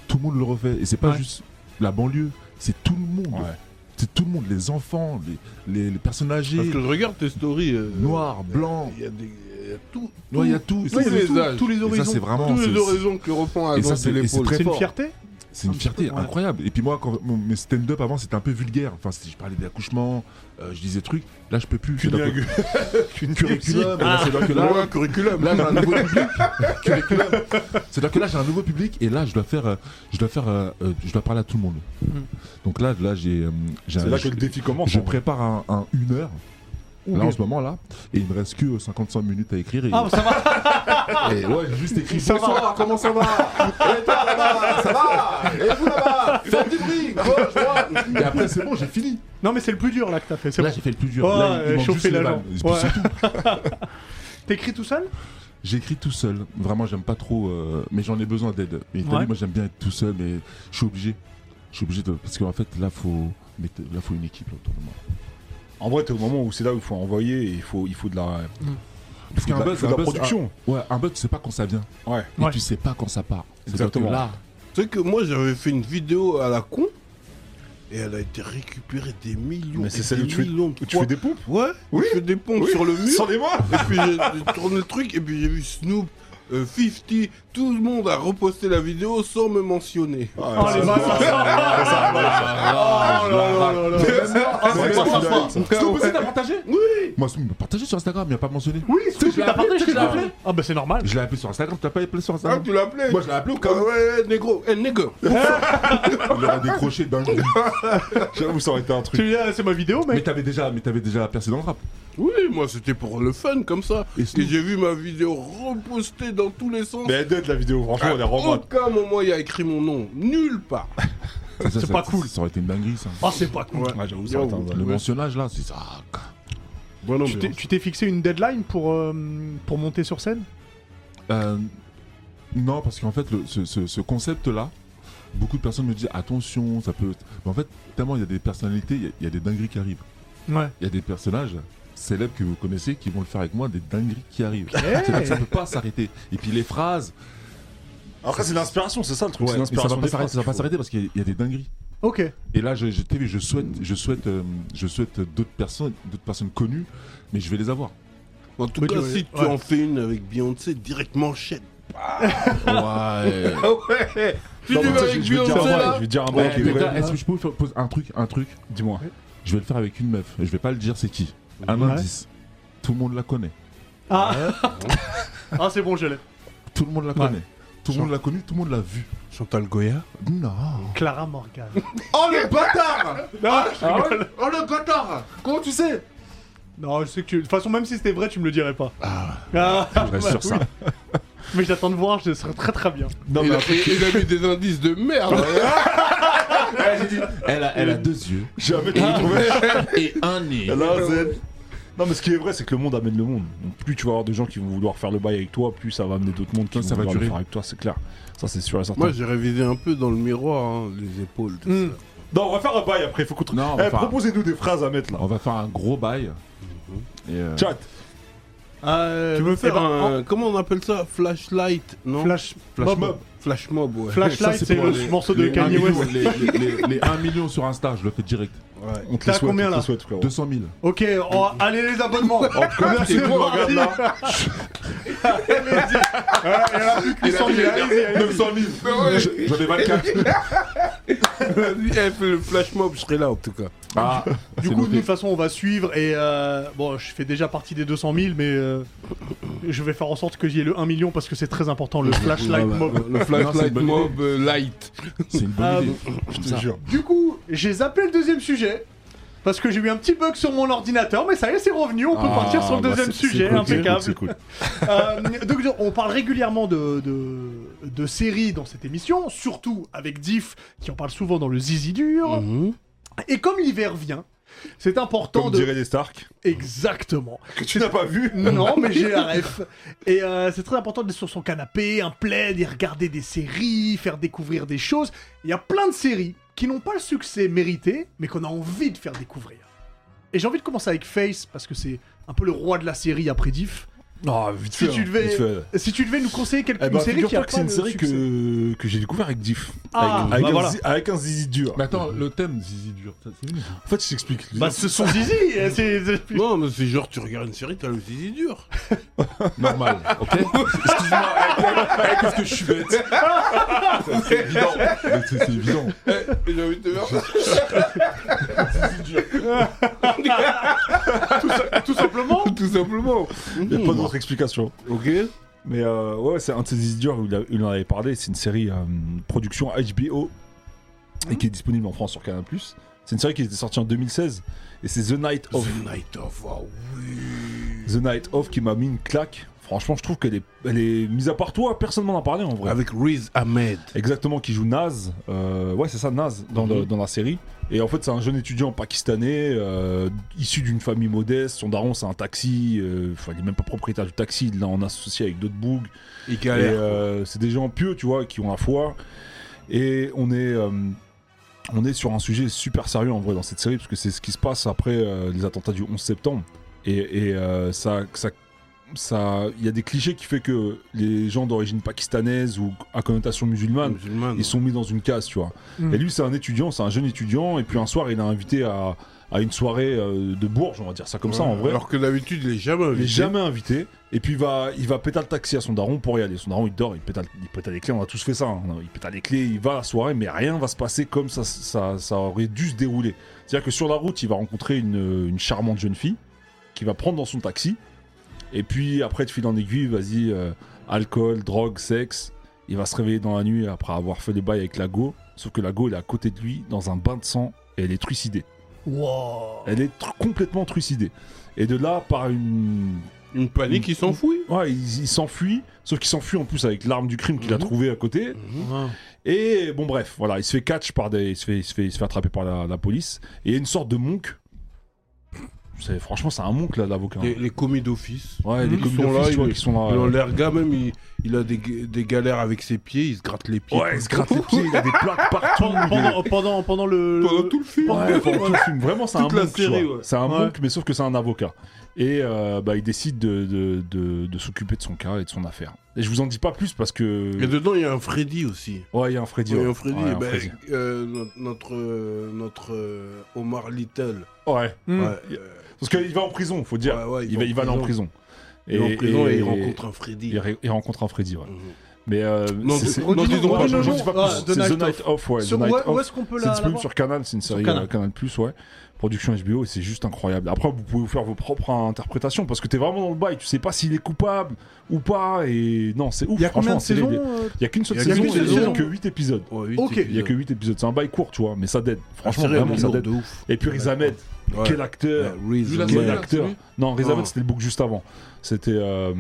D: tout le monde le refait. Et c'est pas
A: Ouais.
D: juste la banlieue, c'est tout le monde.
B: Ouais.
D: C'est tout le monde, les enfants, les, les, les personnes
C: Parce
D: âgées,
C: que je regarde tes stories. euh,
D: noirs, blancs,
C: Il y a des. il y a tout.
D: noirs, il y a tout. Et
C: tous
D: ça,
C: les
D: c'est tout.
C: âges. Tous les
D: Et ça, c'est
C: horizons.
D: vraiment,
C: Tous les
D: c'est-
C: horizons que reprend à
D: Et ça,
C: danser
D: c'est- et c'est
C: l'épaule.
D: très
A: C'est une
D: fort.
A: fierté
D: C'est une
A: Un petit
D: fierté
A: peu, ouais.
D: incroyable. Et puis moi, quand mon- mes stand-up avant, c'était un peu vulgaire. Enfin, si je parlais d'accouchement, euh, je disais trucs. Là, je peux plus. C'est d'un [laughs]
B: Cunilingue.
D: coup- Curriculum. et là, C'est-à-dire que là,
C: Ouais, curriculum.
D: là, j'ai un nouveau public. Curriculum. C'est-à-dire que là, j'ai un nouveau public et là, je dois faire, euh, je dois faire, euh, euh, je dois parler à tout le monde. Donc là, là, j'ai, euh, j'ai
B: C'est
D: un-
B: là que
D: je,
B: le défi commence.
D: je
B: en vrai.
D: prépare un, un une heure. Là en ce moment là, et il me reste que euh, 55 minutes à écrire. Et,
A: Ah, ça va
D: [laughs] et ouais, j'ai juste écrit.
A: Ça va.
D: Bonsoir, comment ça va Et toi là-bas, ça va Et vous là-bas, faites du bruit, gauche, droite. Et après c'est bon, j'ai fini.
A: Non, mais c'est le plus dur là que t'as fait. c'est
D: Là
A: bon.
D: j'ai fait le plus dur.
A: Oh,
D: Là, il- il
A: euh,
D: manque
A: chauffer
D: juste les
A: la
D: vannes.
A: jambe.
D: Et puis,
A: Ouais.
D: c'est tout.
A: T'écris tout seul
D: J'écris tout seul. Vraiment, j'aime pas trop, euh, mais j'en ai besoin d'aide. Et t'as
A: Ouais.
D: vu, moi j'aime bien être tout seul, mais je suis obligé. Je suis obligé de parce qu'en fait là faut, mais t- là faut une équipe là, autour de moi.
B: En vrai, t'es au moment où c'est là où il faut envoyer et il faut, il faut de la. il faut de
D: Parce qu'un
B: la- il
D: buzz,
B: faut de
D: un
B: la
D: buzz,
B: production.
D: un- ouais, un buzz, tu sais pas quand ça vient.
B: Ouais.
D: Et
A: Ouais.
D: tu sais pas quand ça part. C'est-à-dire que
B: Exactement.
D: Là,
C: Tu sais que moi j'avais fait une vidéo à la con et elle a été récupérée des millions.
B: Mais c'est
C: et
B: celle
C: des
B: où tu fais-
C: millions de
B: Tu
C: fois.
B: fais des pompes
C: Ouais,
B: Oui.
C: je fais des pompes sur le mur.
B: Sortez-moi
C: Et puis j'ai j'ai tourné le truc et puis j'ai vu Snoop, euh, 50, tout le monde a reposté la vidéo sans me mentionner.
D: Ah,
A: Oh, les [laughs] vaches. Oh là là là là.
D: C'est possible de partager Oui Moi, Snoop m'a partagé sur Instagram, il a pas mentionné.
A: Oui, c'est
D: Je l'ai
A: t'as partagé,
D: appelé,
A: je l'ai
D: je l'ai
A: appelé. Ah, bah c'est normal.
D: Je l'ai appelé sur Instagram, tu l'as pas appelé sur
C: Ah,
D: Instagram
C: tu l'appelais
D: Moi, je l'ai appelé au cas
C: Ah,
D: où.
C: ouais, ouais, négro, eh, négro.
D: Il aurait décroché dingue.
B: J'avoue, ça aurait été un truc.
A: Tu dis, ah, C'est ma vidéo,
D: Mais
A: mec.
D: t'avais déjà, mais t'avais déjà percé dans le rap.
C: Oui, moi c'était pour le fun comme ça.
D: Et
C: Et,
D: Snoop
C: j'ai vu ma vidéo repostée dans tous les sens.
B: Mais elle date la vidéo, franchement, elle est
C: à
B: vraiment.
C: aucun moment il y a écrit mon nom, nulle [laughs] part.
D: Ça, ça,
A: C'est
D: ça-
A: pas
D: ça-
A: cool.
D: Ça aurait été une dinguerie, ça.
A: Ah, c'est pas cool.
B: Ouais, j'avoue, ça aurait été un-
D: Le
B: le-
D: mentionnage là, c'est ça.
C: Bon,
A: Tu t'es- Tu t'es fixé une deadline pour euh, pour monter sur scène
D: Euh, non, parce qu'en fait, le- ce, ce- ce concept-là, beaucoup de personnes me disent attention, ça peut. Mais en fait, tellement il y a des personnalités, il y a- il y, a des dingueries qui arrivent.
A: Ouais.
D: Il y a des personnages célèbres que vous connaissez qui vont le faire avec moi, des dingueries qui arrivent.
A: Hey.
D: C'est-à-dire que ça peut pas s'arrêter. Et puis les phrases,
B: Après, c'est l'inspiration, c'est ça le truc.
D: ouais,
B: C'est
D: mais ça va
B: l'inspiration.
D: pas
B: des
D: s'arrêter, ça va pas
B: phrases.
D: s'arrêter parce qu'il y, a- il y a des dingueries.
A: Ok.
D: Et là, je, je, t'as vu, je souhaite, je souhaite, euh, je souhaite d'autres personnes, d'autres personnes connues, mais je vais les avoir.
C: En tout
A: Oui,
C: cas,
A: tu-
C: si tu
A: ouais.
C: en fais une avec Beyoncé, direct manchette.
D: Ouais.
C: Ah ouais Si
B: Non,
C: tu
B: mais tu
C: veux
B: sais,
C: avec
B: Je vais te dire
C: Beyoncé
B: un bail,
C: là
B: je vais te dire un
D: Ouais,
B: bail qui est
D: mais
B: vrai.
D: gars, Est-ce que je peux vous faire- pose un truc, un truc
B: Dis-moi.
D: Je vais le faire avec une meuf. Je vais pas le dire c'est qui. Un
A: Ouais.
D: indice. Tout le monde la connaît.
A: Ah, ah c'est bon, je l'ai.
D: Tout le monde la
A: Ouais.
D: connaît. Tout le monde l'a connue, tout le monde l'a vue.
C: Chantal Goya
D: Non.
A: Clara Morgan.
D: Oh le bâtard
A: non,
D: Ah ouais Oh le bâtard Comment tu sais
A: non, je sais que tu. De toute façon, même si c'était vrai, tu me le dirais pas. Ah,
B: Je
A: bah
B: reste sur ça.
A: [laughs] oui. Mais j'attends de voir, ce serait très très bien.
B: Non,
C: il,
B: mais
C: a, il a mis des indices de merde
G: Elle a, elle a deux yeux
B: jamais tu le trouvais.
G: et un nez.
B: Là, Z. Non, mais ce qui est vrai, c'est que le monde amène le monde. Donc, plus tu vas avoir de gens qui vont vouloir faire le bail avec toi, plus ça va amener d'autres mondes qui
D: Non,
B: vont
D: ça va
B: vouloir
D: durer.
B: le faire avec toi, c'est clair. Ça, c'est sûr et certain.
C: Moi j'ai révisé un peu dans le miroir, hein, les épaules, tout
A: Hmm.
B: Non, on va faire un bail après. Faut qu'on trouve.
D: Non, on va
B: Eh,
D: faire un-
B: proposez-nous des phrases à mettre là.
D: On va faire un gros bail. Et euh,
B: Chat.
A: Euh,
C: ça. Tu veux
A: eh
C: faire
A: ben,
C: un... Comment on appelle ça Flashlight
A: en-
C: Non
A: Flash...
C: Flash
A: Mob.
C: mob. Flash mob, ouais.
A: Flashlight,
D: ça,
A: c'est
D: pour
A: le
D: les-
A: morceau de
D: les un
A: Kanye
D: million,
A: West.
D: Les, les- les- les 1 million sur Insta, je le fais direct.
C: Ouais.
B: On te
A: T'as
B: les souhaite,
A: combien,
B: on te
A: là
B: les souhaite, frérot.
D: 200 000.
A: Ok, oh, allez les abonnements.
B: Comme tu
A: c'est
B: me
A: bon,
B: regardes là.
A: Ils sont bien, allez-y, allez-y.
B: 900 000.
D: Je- J'en ai 24.
C: [laughs] Vas-y, eh, fais le flash mob, je serai là en tout cas.
D: Ah,
A: Du coup, nous, de toute façon, on va suivre et euh, bon, je fais déjà partie des 200 000, mais euh, je vais faire en sorte que j'y ai le 1 million parce que c'est très important, le flashlight
C: Ouais,
A: mob.
C: ouais, Le flashlight
D: bonne
C: mob euh, light.
D: c'est une
A: Ah,
D: bonne idée.
B: Je te jure.
A: Du coup, j'ai zappé le deuxième sujet parce que j'ai eu un petit bug sur mon ordinateur, mais ça y est, c'est revenu, on peut
B: Ah,
A: partir sur le
B: bah,
A: deuxième
B: c'est- c'est
A: sujet,
B: cool, c'est cool,
A: impeccable.
B: C'est cool.
A: Euh, donc, on parle régulièrement de, de, de séries dans cette émission, surtout avec Diff qui en parle souvent dans le Zizi dur.
B: Mm.
C: Mhm.
A: Et comme l'hiver vient, c'est important
B: Comme
A: de.
B: dirait les Stark.
A: Exactement.
B: Que tu n'as pas vu.
A: Non, mais j'ai
B: [laughs]
A: la ref. Et euh, c'est très important d'être sur son canapé, un plaid, et regarder des séries, faire découvrir des choses. Il y a plein de séries qui n'ont pas le succès mérité, mais qu'on a envie de faire découvrir. Et j'ai envie de commencer avec Face, parce que c'est un peu le roi de la série après Diff.
B: Non, vite
A: Si
B: fait,
A: Ah, tu
B: hein,
A: devais-
B: vite fait.
A: Si tu devais nous conseiller quelque
B: Eh ben,
A: série qui a pas
B: figure-toi que c'est une
A: le
B: série
A: succès.
B: que, que j'ai découvert avec Diff.
A: Ah, bah
B: avec, avec un
A: voilà.
B: zi- avec un zizi dur.
D: Mais attends, le thème, Zizi dur. ça, c'est nul.
B: En fait, je t'explique.
A: Bah, ce sont Zizi euh, c'est- c'est-
C: Non, mais c'est genre tu regardes une série, t'as le zizi dur.
D: Normal, ok Excuse-moi, eh, eh, qu'est-ce que je suis bête C'est- C'est évident. Mais C'est c'est évident.
C: J'ai envie Eh, de te
B: [laughs]
C: faire
A: Tout
B: [laughs]
A: simplement
C: tout simplement.
B: Il n'y a pas d'autre explication.
C: Ok
B: Mais euh, ouais, c'est un de ces zizi durs où il, a- il en avait parlé. C'est une série euh, production HBO et qui est disponible en France sur Canal+. C'est une série qui était sortie en 2016 et c'est The Night of.
C: The Night of, ah oui.
B: The Night of qui m'a mis une claque. Franchement, je trouve qu'elle est, elle est mise à part toi. Personne m'en a parlé en vrai.
C: Avec Riz Ahmed.
B: Exactement, qui joue Naz. Euh, ouais, c'est ça, Naz, dans, le- dans la série. Et en fait, c'est un jeune étudiant pakistanais, euh, issu d'une famille modeste. Son daron, c'est un taxi. euh, Enfin, il n'est même pas propriétaire du taxi. Il l'a en associé avec d'autres bougs.
C: Il
B: Et
C: galère.
B: euh, c'est des gens pieux, tu vois, qui ont la foi. Et on est, euh, on est sur un sujet super sérieux en vrai dans cette série, parce que c'est ce qui se passe après euh, les attentats du 11 septembre. Et, et, euh, ça, ça, ça, il y a des clichés qui fait que les gens d'origine pakistanaise ou à connotation euh, musulmane,
C: Musulman.
B: ils sont mis dans une case, tu vois.
A: Mm.
B: Et lui, c'est un étudiant, c'est un jeune étudiant. Et puis un soir, il a invité à, à une soirée euh, de Bourges, on va dire ça comme ça en vrai.
C: Alors que d'habitude, il est jamais
B: Il est
C: invité.
B: jamais invité. Et puis il va, il va péter le taxi à son daron pour y aller. Son daron il dort, il pète, il pétale les clés. On a tous fait ça. hein. Il pète les clés, il va à la soirée, mais rien va se passer comme ça, ça, ça aurait dû se dérouler. C'est-à-dire que sur la route, il va rencontrer une, une charmante jeune fille qui va prendre dans son taxi. Et puis après, de fil en aiguille, vas-y, euh, alcool, drogue, sexe. Il va se réveiller dans la nuit après avoir fait des bails avec la go. Sauf que la go, elle est à côté de lui dans un bain de sang et elle est trucidée.
A: Wow.
B: Elle est tr- complètement trucidée. Et de là, par une
C: Une panique, il s'enfouit.
B: Ouais, il, il s'enfuit, sauf qu'il s'enfuit en plus avec l'arme du crime qu'il a
C: Mhm.
B: trouvée à côté. Ah, Et bon, bref, voilà, il se fait catch par des. Il se fait, il se fait, il se fait attraper par la, la police. Et il y a une sorte de monk. C'est- Franchement, c'est un monk là, l'avocat. hein.
C: Les, les commis d'office.
B: Ouais, les
C: Ils
B: commis
C: sont
B: d'office,
C: là,
B: tu vois,
C: ils-
B: qui sont là. euh,
C: Dans l'air gars, même, il, il a des, ga- des galères avec ses pieds, il se gratte les pieds.
B: Ouais, il se gratte
C: [laughs]
B: les pieds, il a des plaques partout.
A: Pendant, pendant, pendant, pendant le.
C: Pendant tout le film.
A: Pendant-
B: Ouais, pendant tout le film. Vraiment, c'est un
C: Toute la
B: monk. tu
C: série,
B: vois.
C: ouais.
B: C'est un
A: Ouais.
B: monk, mais sauf que c'est un avocat. Et euh, bah, il décide de, de, de, de s'occuper de son cas et de son affaire. Et je vous en dis pas plus parce que.
C: Et dedans, il y a un Freddy aussi.
B: Ouais, il y a un Freddy.
C: Il y
B: ouais.
C: a un Freddy.
B: Ouais, un
C: ben,
B: Freddy.
C: euh, no- notre euh, notre euh, Omar Little.
B: Ouais.
A: Mm.
C: Ouais,
B: Hmm. Il-
C: euh,
B: Parce qu'il va en prison, faut dire.
C: ouais, ouais,
B: il, va, il va aller en prison.
C: Il est en prison et, il rencontre un Freddy.
B: il, ré- il rencontre un Freddy. ouais.
C: Mhm.
B: Mais euh,
C: Non,
B: c'est-
C: dis-
B: c'est-
C: non, dis-
B: dis-donc
C: non,
B: pas,
C: dis-
B: je je
A: non,
B: dis pas
A: non,
B: plus.
A: The
B: C'est
A: Night
B: The Night Off, ouais. The
A: Sur-
B: Night
A: où, où
B: Off.
A: est-ce qu'on peut
B: C'est
A: la, la
B: disponible
A: voir
B: sur Canal, c'est une série
A: Canal.
B: euh, Canal Plus, ouais. Production HBO, et c'est juste incroyable. Après, vous pouvez vous faire vos propres interprétations parce que t'es vraiment dans le bail, tu sais pas s'il est coupable ou pas, et non, c'est ouf.
A: Il y a combien
B: franchement,
A: de
B: c'est les-
A: saisons
B: les-
A: euh,
B: Il y a qu'une seule
A: Il y a
B: saison,
A: qu'une
B: et il y
A: saison.
B: a que 8 épisodes.
A: Ok.
B: Il y a que 8 épisodes, c'est un bail court, tu vois, mais ça dette. Franchement,
C: C'est
B: vraiment, ça dette.
C: de ouf.
B: Et puis Riz Ahmed,
C: Ouais.
B: quel acteur
C: Riz
D: Vu la
B: Quel
D: Ouais.
B: acteur
D: Ouais.
B: Non, Riz
C: Non.
B: Ahmed, c'était le book juste avant. C'était euh,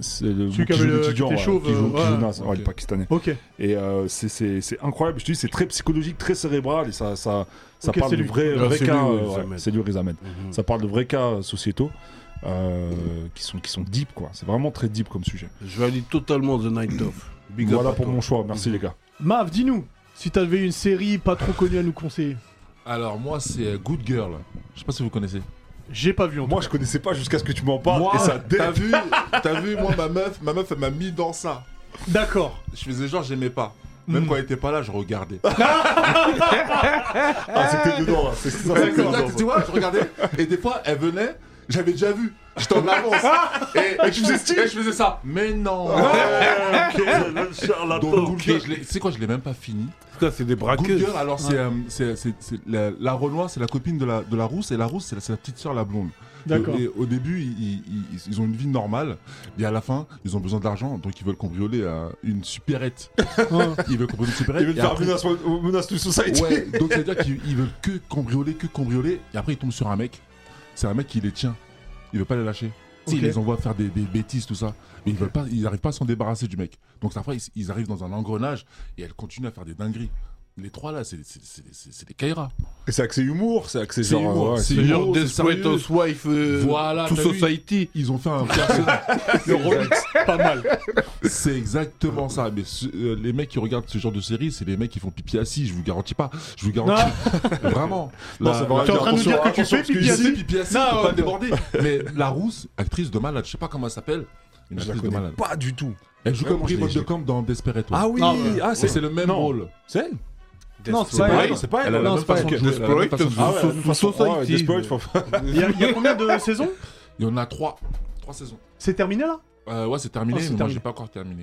B: c'est le
A: Celui
B: bouc
A: qui avait
B: joue
A: le- qui
B: l'étudiant,
A: était
B: ouais,
A: chauve,
B: qui joue-
A: euh,
B: qui joue
A: ouais.
B: Nas, ouais,
D: Ok.
B: le Pakistanais.
A: Ok.
B: Et euh, c'est- c'est c'est incroyable, je te dis, c'est très psychologique, très cérébral et ça, ça, ça
A: Ok,
B: parle
A: c'est
B: de
A: lui.
B: vrais,
C: Ah,
B: vrais
C: c'est
B: cas.
C: lui,
B: euh,
C: Riz
B: ouais,
C: Ahmed.
B: c'est lui, Riz Ahmed.
C: Mhm.
B: Ça parle de vrais cas sociétaux euh, qui, sont, qui sont deep, quoi. C'est vraiment très deep comme sujet.
C: Je valide totalement The
B: [laughs]
C: Night Of. Big up
B: voilà
C: à
B: pour
C: toi.
B: mon choix, merci les gars.
A: Mav, dis-nous si t'avais une série pas trop connue à nous conseiller.
D: Alors, moi, c'est euh, Good Girl. Je sais pas si vous connaissez.
A: J'ai pas vu en tout
B: Moi, je connaissais pas jusqu'à ce que tu m'en parles
D: Moi,
B: et ça
D: t'as
B: dette.
D: vu, t'as vu, moi, ma meuf, ma meuf, elle m'a mis dans ça.
A: cas. D'accord.
D: Je faisais genre, j'aimais pas. Même
B: Hmm.
A: Mm.
D: quand elle était pas là, je
B: [laughs]
D: regardais.
B: Ah, c'était dedans, là. C'est ça,
D: Ouais,
B: c'était
D: comme
B: dedans.
D: ça, tu vois, je regardais, et des fois, elle venait, j'avais déjà vu, j'étais
B: [laughs]
D: en avance. et, et je faisais style, et je faisais ça. Mais non
C: [laughs]
D: Donc, Good Girl, je l'ai- tu sais quoi, je l'ai même pas fini.
C: En tout cas, c'est des
D: Good
C: braqueuses.
D: Girl, alors c'est, euh, c'est, c'est- c'est la, la Renoir, c'est la copine de la, de la Rousse, et la Rousse, c'est la, c'est la petite sœur, la blonde.
A: D'accord.
D: Et au début, ils, ils- ils- ils ont une vie normale, et à la fin, ils ont besoin d'argent, donc ils veulent cambrioler euh, une supérette. [laughs] ils veulent cambrioler une supérette.
B: Il veut
D: et
B: faire
D: après-
B: menace, menace to society.
D: Ouais, donc c'est-à-dire qu'ils ils veulent que cambrioler, que cambrioler, et après ils tombent sur un mec. C'est un mec qui les tient. Il veut pas les lâcher. Tu sais,
A: Ok.
D: Il les envoie faire des, des bêtises, tout ça. Mais ils veulent pas, ils arrivent pas à s'en débarrasser du mec. Donc après, ils, ils arrivent dans un engrenage et elle continue à faire des dingueries. Les trois là, c'est c'est- c'est- c'est- c'est des Kaira.
B: Et c'est axé humour, c'est axé
D: C'est
B: genre.
D: humour,
B: ouais, c'est-
D: c'est
C: C'est genre
D: Oh, c'est
C: Desperate
D: sérieux.
C: Housewife, euh,
D: Voilà,
C: To
D: t'as vu
C: Society.
D: Ils ont fait un personnage.
B: c'est exact.
A: Pas mal.
D: c'est exactement ça. Mais ce- euh, les mecs qui regardent ce genre de série, c'est les mecs qui font pipi assis. Je vous garantis pas. Je vous garantis. [laughs] Vraiment.
B: Non,
D: La-
B: c'est
D: la-
B: vrai,
A: T'es en train de nous
B: attention,
A: dire que tu
B: attention,
A: fais
B: parce que
A: pipi
B: ici,
A: assis
D: pipi assis,
A: Non,
D: faut
A: ouais.
D: pas déborder. Mais la rousse, actrice de malade, je sais pas comment elle s'appelle. Une
B: Je la
D: actrice de
B: connais
D: malade.
B: pas du tout.
D: Elle joue comme
B: Vraiment, je l'ai-
D: Brigitte
B: je
D: de
B: l'ai-
D: Camp dans Desperate.
B: Ah oui,
A: Non,
B: ah,
D: c'est c'est le même
B: non.
D: rôle.
B: C'est elle
A: Non, c'est
D: C'est
A: pas
D: pas
A: elle.
D: elle,
B: c'est pas elle,
D: Elle a
B: non,
D: la
A: non,
D: même
A: c'est pas
D: façon de
A: elle.
D: jouer, elle a la même
C: Desperate,
D: façon de jouer.
C: Ah ouais.
B: de toute façon,
C: Society.
B: ouais, Desperate, faut-
A: Il y, a- il y a combien de saisons
D: Il y en a trois. Trois saisons.
A: C'est terminé là
D: Euh, ouais, c'est
A: Oh,
D: terminé,
A: c'est
D: mais moi
A: terminé.
D: j'ai pas encore terminé.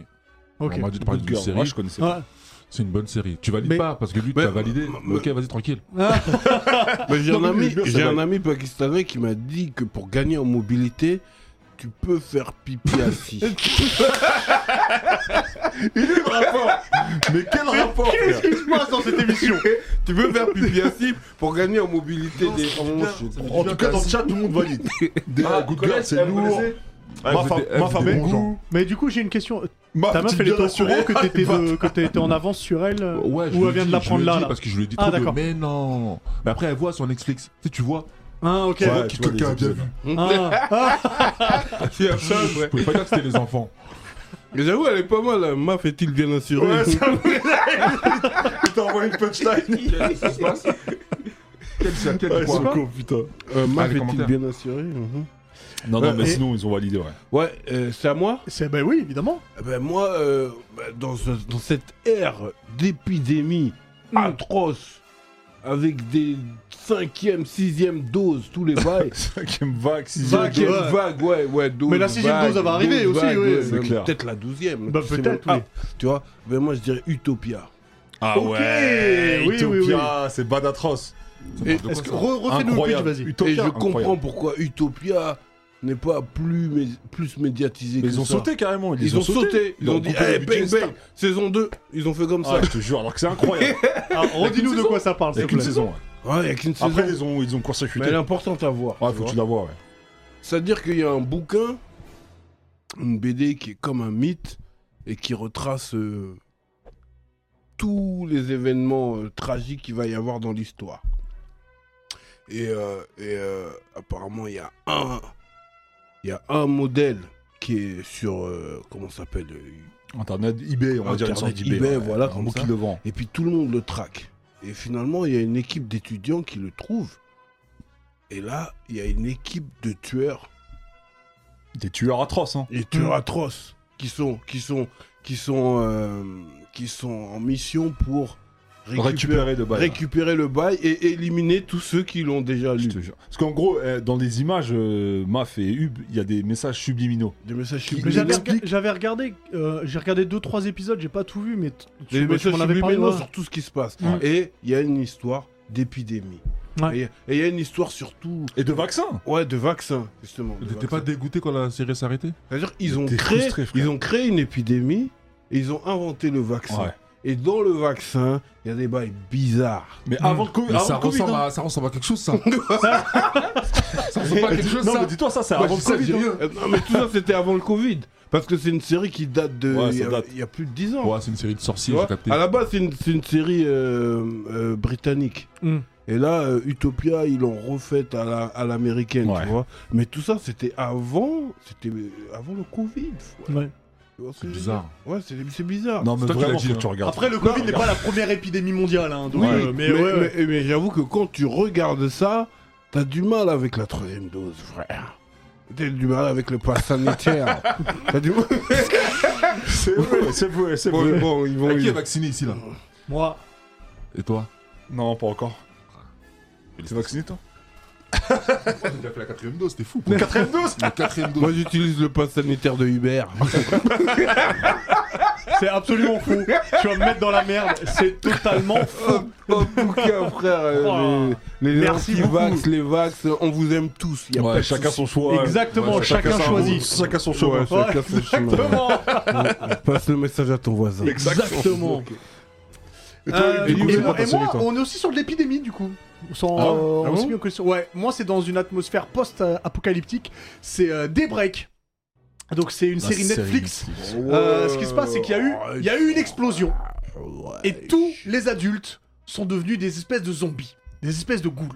A: Ok.
B: Oh
D: On m'a dit de parler
B: Good
D: d'une
B: Girl, moi
D: série.
B: je connaissais pas.
A: Ah,
D: C'est une bonne série. Tu valides
A: Mais-
D: pas parce que lui,
C: Mais-
D: t'as validé.
C: Mais-
D: Ok, vas-y, tranquille.
A: ah,
C: Mais j'ai
B: Non,
C: un,
B: mais
C: ami,
B: bien, c'est
C: j'ai un
B: vrai.
C: ami pakistanais qui m'a dit que pour gagner en mobilité, tu peux faire pipi assis.
B: [laughs] Il est le rapport Mais quel rapport
A: Qu'est-ce
B: frère
A: qui se passe dans cette émission
C: tu peux faire pipi assis pour gagner en mobilité des hanches.
B: En tout cas, dans le chat, tout le monde valide. Déjà, Good Girl, c'est lourd. Ma
D: vous
B: femme-
D: êtes- eh,
B: ma
D: vous
B: femme
D: êtes
B: est
D: bons gens.
A: Mais du coup, j'ai une question.
B: Ma
A: Ta meuf,
B: petite
A: elle était
B: gueule
A: au courant que t'étais
B: elle
A: de- que t'étais en avance sur elle euh,
D: Ouais, je
A: Ou
D: lui
A: elle
D: ai
A: vient de
D: dit,
A: l'apprendre
D: je lui ai
A: là,
D: dit
A: là
D: Parce que je lui ai dit
A: Ah,
D: trop de-
A: d'accord.
D: Mais non. Mais après, elle voit sur Netflix. Tu sais, tu vois.
A: Ah, ok.
B: Ouais,
D: Ouais,
B: tu
D: que
B: vois,
D: quelqu'un a
B: les
D: bien
B: épisodes.
D: vu.
A: Ah, ah,
D: Je pouvais pas dire que c'était les enfants.
C: Mais j'avoue, elle est pas mal. hein. Maf est-il bien assuré
B: Ouais, ça [laughs] t'a envoyé une punchline.
D: Quel, quel,
B: Ouais,
D: quoi
B: c'est con, putain.
C: Euh,
D: Ah,
C: Maf
D: les
C: est-il
D: commentaires.
C: bien assuré Mhm.
B: Non, non, mais
A: Et-
B: sinon, ils ont validé, ouais.
C: Ouais, euh, c'est à moi
A: C'est ben oui, évidemment.
C: Eh ben moi, euh, bah, dans, ce- dans cette ère d'épidémie atroce, avec des cinquième, sixième doses, tous les bails.
B: [laughs] Cinquième vague, sixième.
C: Cinquième
A: ouais.
C: vague, ouais, ouais, dose.
A: Mais la sixième
C: vague,
A: dose, elle va arriver aussi,
C: vague,
A: oui.
C: ouais,
B: C'est
C: même
B: clair.
C: euh, Peut-être la douzième.
A: Bah,
C: tu sais
A: peut-être,
C: même
A: oui.
C: pas. tu vois, ben moi je dirais Utopia.
B: Ah
A: Ok,
B: ouais,
A: oui, oui, oui.
B: Utopia, c'est bad atroce.
D: Et est-ce
A: Est-ce que-
D: que-
A: re- Refais-nous le pitch,
B: Incroyable.
A: vas-y.
B: Utopia,
C: Et je
B: incroyable.
C: comprends pourquoi Utopia n'est pas plus, mé- plus médiatisé que
B: Mais ils ont
C: ça.
B: sauté carrément.
C: Ils, ont, sauté. Ils ont dit,
B: coupé
C: hey,
B: le budget,
C: bang, bang, saison 2. Ils ont fait comme
B: Ah,
C: ça.
B: je te jure, alors que c'est incroyable.
A: Ah, Redis-nous de quoi ça parle,
B: C'est
A: s'il te
B: qu'une
A: plaît.
B: saison. ouais.
C: Ouais, il y a qu'une saison.
B: Après, ils ont, ils ont
C: Mais elle
B: court-circuité.
C: est
B: Ouais,
C: importante à voir. tu
B: faut
C: vois.
B: que tu la vois, ouais.
C: C'est-à-dire qu'il y a un bouquin, une BD qui est comme un mythe et qui retrace euh, tous les événements euh, tragiques qu'il va y avoir dans l'histoire. Et, euh, et, euh, apparemment, il y a un, il y a un modèle qui est sur euh, comment ça s'appelle euh,
B: Internet, eBay, on va dire une
C: Internet,
B: sorte d'eBay. ouais.
C: eBay, voilà,
B: Un
C: comme
B: mot
C: ça.
B: qui le vend.
C: Et puis tout le monde le traque. Et finalement, il y a une équipe d'étudiants qui le trouve. Et là, il y a une équipe de tueurs
B: Des tueurs atroces, hein.
C: les tueurs atroces qui sont qui sont qui sont euh, qui sont en mission pour
B: Récupérer le bail.
C: récupérer le bail et éliminer tous ceux qui l'ont déjà
B: Je
C: lu.
B: te jure. Parce qu'en gros, euh, dans les images euh, MAF et Hub, il y a des messages subliminaux.
C: Des messages
A: Mais
C: subliminaux.
A: j'avais rega- j'avais regardé, euh, j'ai regardé 2-3 épisodes, j'ai pas tout vu, mais t-
C: Des
A: tu, tu
C: messages
A: m'en avais parlé.
C: subliminaux
A: ouais.
C: sur tout ce qui se passe.
A: Ouais.
C: Et il y a une histoire d'épidémie.
A: Ouais.
C: Et et il y a une histoire surtout
B: Et de vaccins
C: ouais, de vaccins, justement. de
D: T'étais pas
C: vaccins.
D: dégoûté quand la série s'est arrêtée
C: C'est-à-dire ils ont,
B: T'es
C: créé,
B: frustré, frère.
C: ils ont créé une épidémie et ils ont inventé le vaccin.
B: Ouais.
C: Et dans le vaccin, il y a des bails bizarres.
B: Mais avant le Covid.
D: Mais
B: avant
D: ça
B: le Covid,
D: ressemble,
B: hein.
D: à, ça ressemble à quelque chose, ça. ça ressemble à quelque chose,
B: Non,
D: ça.
B: mais dis-toi, ça, c'est
D: Ouais,
B: avant
D: je
B: le
D: sais,
B: Covid.
D: j'ai
B: hein.
D: eu.
C: Euh, Non, mais tout ça, c'était avant le Covid. Parce que c'est une série qui date de.
B: Ouais, ça
C: il, y a,
B: date.
C: il y a plus de 10 ans.
D: Ouais, c'est une série de
C: tu
D: sorciers,
C: vois.
D: j'ai capté.
C: à la base, c'est une, c'est une série euh, euh, britannique.
A: Mm.
C: Et là, euh, Utopia, ils l'ont refaite à la- à l'américaine,
B: Ouais.
C: tu vois. Mais tout ça, c'était avant, c'était euh, avant le Covid. ouais.
A: Ouais.
C: Tu vois ce
D: C'est
C: que je veux
D: bizarre.
C: dire Ouais, c'est c'est bizarre.
B: Non, mais
D: C'est toi qui l'as
B: vraiment,
D: dit,
B: faut que
D: hein.
B: tu regardes.
A: Après, le Covid n'est pas la première épidémie mondiale, hein, donc,
C: Oui,
A: euh, mais,
C: mais,
A: ouais, ouais.
C: mais- mais j'avoue que quand tu regardes ça, t'as du mal avec la troisième dose, frère. T'as du mal avec le
B: [laughs]
C: pass sanitaire. t'as du mal.
B: C'est vrai, c'est vrai, c'est
C: Bon,
B: vrai.
C: bon, ils vont.
D: Ah, qui est
C: ils-
D: vacciné ici, là
A: moi.
D: Et toi
B: Non, pas encore. T'es vacciné, toi
D: Moi, j'ai déjà fait la quatrième dose, t'es fou. La quatrième dose La quatrième
C: Moi,
D: dose.
C: j'utilise le pass sanitaire de Uber.
A: C'est absolument faux. Tu vas me mettre dans la merde. C'est totalement faux.
C: [laughs] En tout cas, frère, euh,
A: Oh.
C: les, les
A: Merci
C: anti-vax,
A: beaucoup.
C: les vax, on vous aime tous. Y a pas
B: Ouais,
C: de
B: chacun
C: souci.
B: son choix.
A: Exactement,
B: Ouais,
A: chacun
B: sa
A: choisit.
B: route, Chacun son
C: Ouais,
B: choix.
C: chacun son chemin.
A: Exactement.
C: Passe le message à ton voisin.
A: Exactement. Euh,
B: du
A: et,
B: coup, c'est
A: moi,
B: pas
A: et
B: passionné,
A: moi,
B: toi.
A: on est aussi sur de l'épidémie du coup. Sans,
B: Ah ouais
A: euh, on
B: Ah
A: est
B: bon
A: mis en question. Ouais, moi c'est dans une atmosphère post-apocalyptique. C'est euh, Daybreak. Donc c'est une série Netflix. Euh, ce qui se passe, c'est qu'il y a eu,
B: Oh,
A: il y a eu une explosion et tous les adultes sont devenus des espèces de zombies, des espèces de ghouls.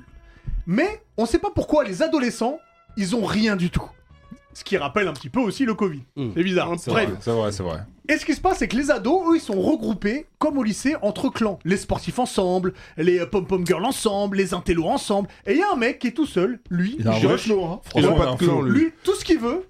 A: Mais on sait pas pourquoi les adolescents, ils ont rien du tout. Ce qui rappelle un petit peu aussi le Covid.
C: Mmh.
A: C'est bizarre.
B: C'est
A: Bref.
B: vrai, c'est vrai, c'est vrai.
A: Et ce qui se passe, c'est que les ados, eux, ils sont regroupés, comme au lycée, entre clans. Les sportifs ensemble, les euh, pom-pom girls ensemble, les intellos ensemble. Et il y a un mec qui est tout seul, lui,
B: Il a un
A: Josh,
B: vrai flow, hein.
C: Il a
B: Franchement,
C: pas de clan, lui.
A: lui, tout ce qu'il veut,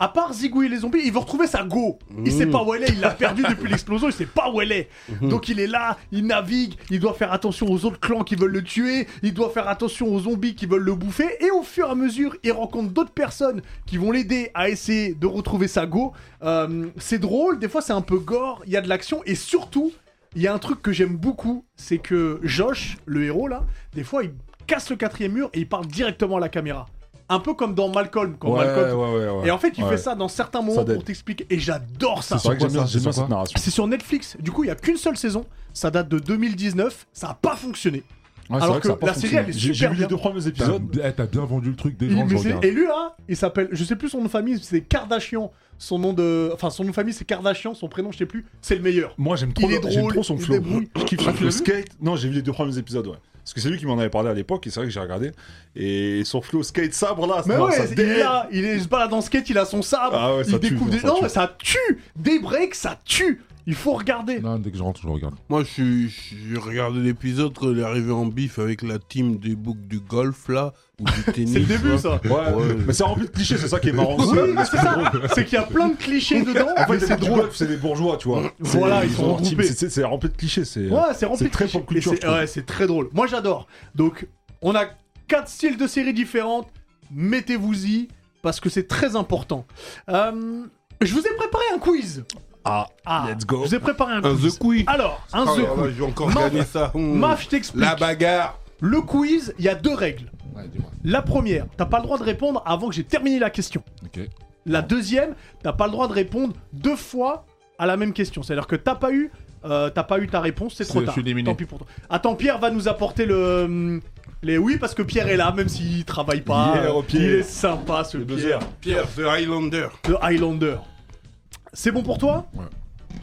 A: à part zigouiller les zombies, il veut retrouver sa go. Il sait
B: Mm.
C: Mmh.
A: pas où elle est, il l'a perdu
B: [laughs]
A: depuis l'explosion, il sait pas où elle est.
B: Mm-hmm.
A: Donc il est là, il navigue, il doit faire attention aux autres clans qui veulent le tuer, il doit faire attention aux zombies qui veulent le bouffer, et au fur et à mesure, il rencontre d'autres personnes qui vont l'aider à essayer de retrouver sa go. Euh, c'est drôle, des fois c'est un peu gore, il y a de l'action, et surtout, il y a un truc que j'aime beaucoup, c'est que Josh, le héros là, des fois il casse le quatrième mur et il parle directement à la caméra. Un peu comme dans Malcolm, quand
B: Ouais,
A: Malcolm
B: ouais, ouais, ouais.
A: et en fait, il
B: Ouais.
A: fait ça dans certains moments
B: dead.
A: pour t'expliquer. Et j'adore ça.
B: C'est vrai que j'aime bien
D: C'est
B: j'aime bien
D: sur
B: cette
D: quoi
B: narration.
A: C'est sur Netflix. Du coup, il y a qu'une seule saison. Ça date de 2019. Ça a pas fonctionné.
B: Ouais, c'est
A: Alors
B: vrai
A: que
B: ça a pas
A: la série,
B: fonctionné.
A: elle est super
B: J'ai- J'ai vu les
A: bien.
B: deux premiers
D: T'as
B: épisodes.
D: eh, t'as bien vendu le truc, des
A: Il-
D: gens, je
A: mais c'est-
D: regarde.
A: et lui, hein, il s'appelle. Je sais plus son nom de famille. C'est Kardashian. Son nom de. Enfin, son nom de famille, c'est Kardashian. Son prénom, je sais plus. C'est le meilleur.
B: Moi, j'aime trop,
A: Il est
B: le- j'aime
A: drôle,
B: trop son
A: il
B: flow.
A: débrouille.
B: Je kiffe son flow skate. Non, j'ai vu les deux premiers épisodes, ouais. Parce que c'est lui qui m'en avait parlé à l'époque, et c'est vrai que j'ai regardé. Et son flow skate sabre là,
A: Mais
B: non,
A: ouais,
B: ça
A: il
B: dérape.
A: est là, il est il se balade en skate, il a son sabre,
B: Ah ouais, ça
A: il
B: tue,
A: découvre
B: non,
A: des.
B: ça
A: non,
B: tue.
A: ça tue Des breaks, ça tue Il faut regarder
D: Non, dès que je rentre, je le regarde.
C: Moi, je, suis- je regardais l'épisode quand il est arrivé en bif avec la team des boucs du golf, là,
A: [laughs]
C: ou du tennis.
A: C'est le
C: là.
A: début, ça
B: Ouais,
C: Ouais.
B: mais c'est rempli de clichés, c'est ça qui est marrant.
A: Oui,
B: C'est-
A: mais c'est ça C'est qu'il y a plein de clichés dedans,
B: [laughs] En fait,
A: mais
B: les
A: c'est
B: mecs du
A: drôle
B: golf, c'est des bourgeois, tu vois.
A: Voilà,
B: C'est-
A: ils sont
B: leur
A: regroupés.
B: team, c'est- C'est c'est rempli de clichés, c'est.
A: Ouais, c'est rempli
B: c'est
A: de
B: très
A: clichés.
B: pop culture,
A: Et
B: je
A: c'est-
B: trouve.
A: Ouais, c'est très drôle. Moi, j'adore. Donc, on a quatre styles de séries différentes. Mettez-vous-y parce que c'est très important. Euh, je vous ai préparé un quiz.
B: Ah,
A: Ah,
B: let's go. Oh
A: Je vous ai préparé un
C: Un
A: quiz.
C: The Quiz.
A: Alors, un
C: Ah
A: The
C: ouais,
A: Quiz.
C: ouais, je vais encore
A: Maf-
C: gagner ça. Mmh.
A: Maf, je t'explique.
C: La bagarre.
A: Le quiz, il y a deux règles.
D: Ouais, dis-moi.
A: La première, t'as pas le droit de répondre avant que j'ai terminé la question.
D: Ok.
A: La deuxième, t'as pas le droit de répondre deux fois à la même question. C'est-à-dire que t'as pas eu, euh, t'as pas eu ta réponse, c'est trop
D: je
A: tard.
D: suis éliminé.
A: Tant pis pour toi. Attends, Pierre va nous apporter le. hum, Les... Oui, parce que Pierre est là, même s'il travaille pas.
B: Yeah, oh, Pierre.
A: Il est sympa ce Pierre.
C: Pierre, The Highlander.
A: Le Highlander. C'est bon pour toi
D: Ouais.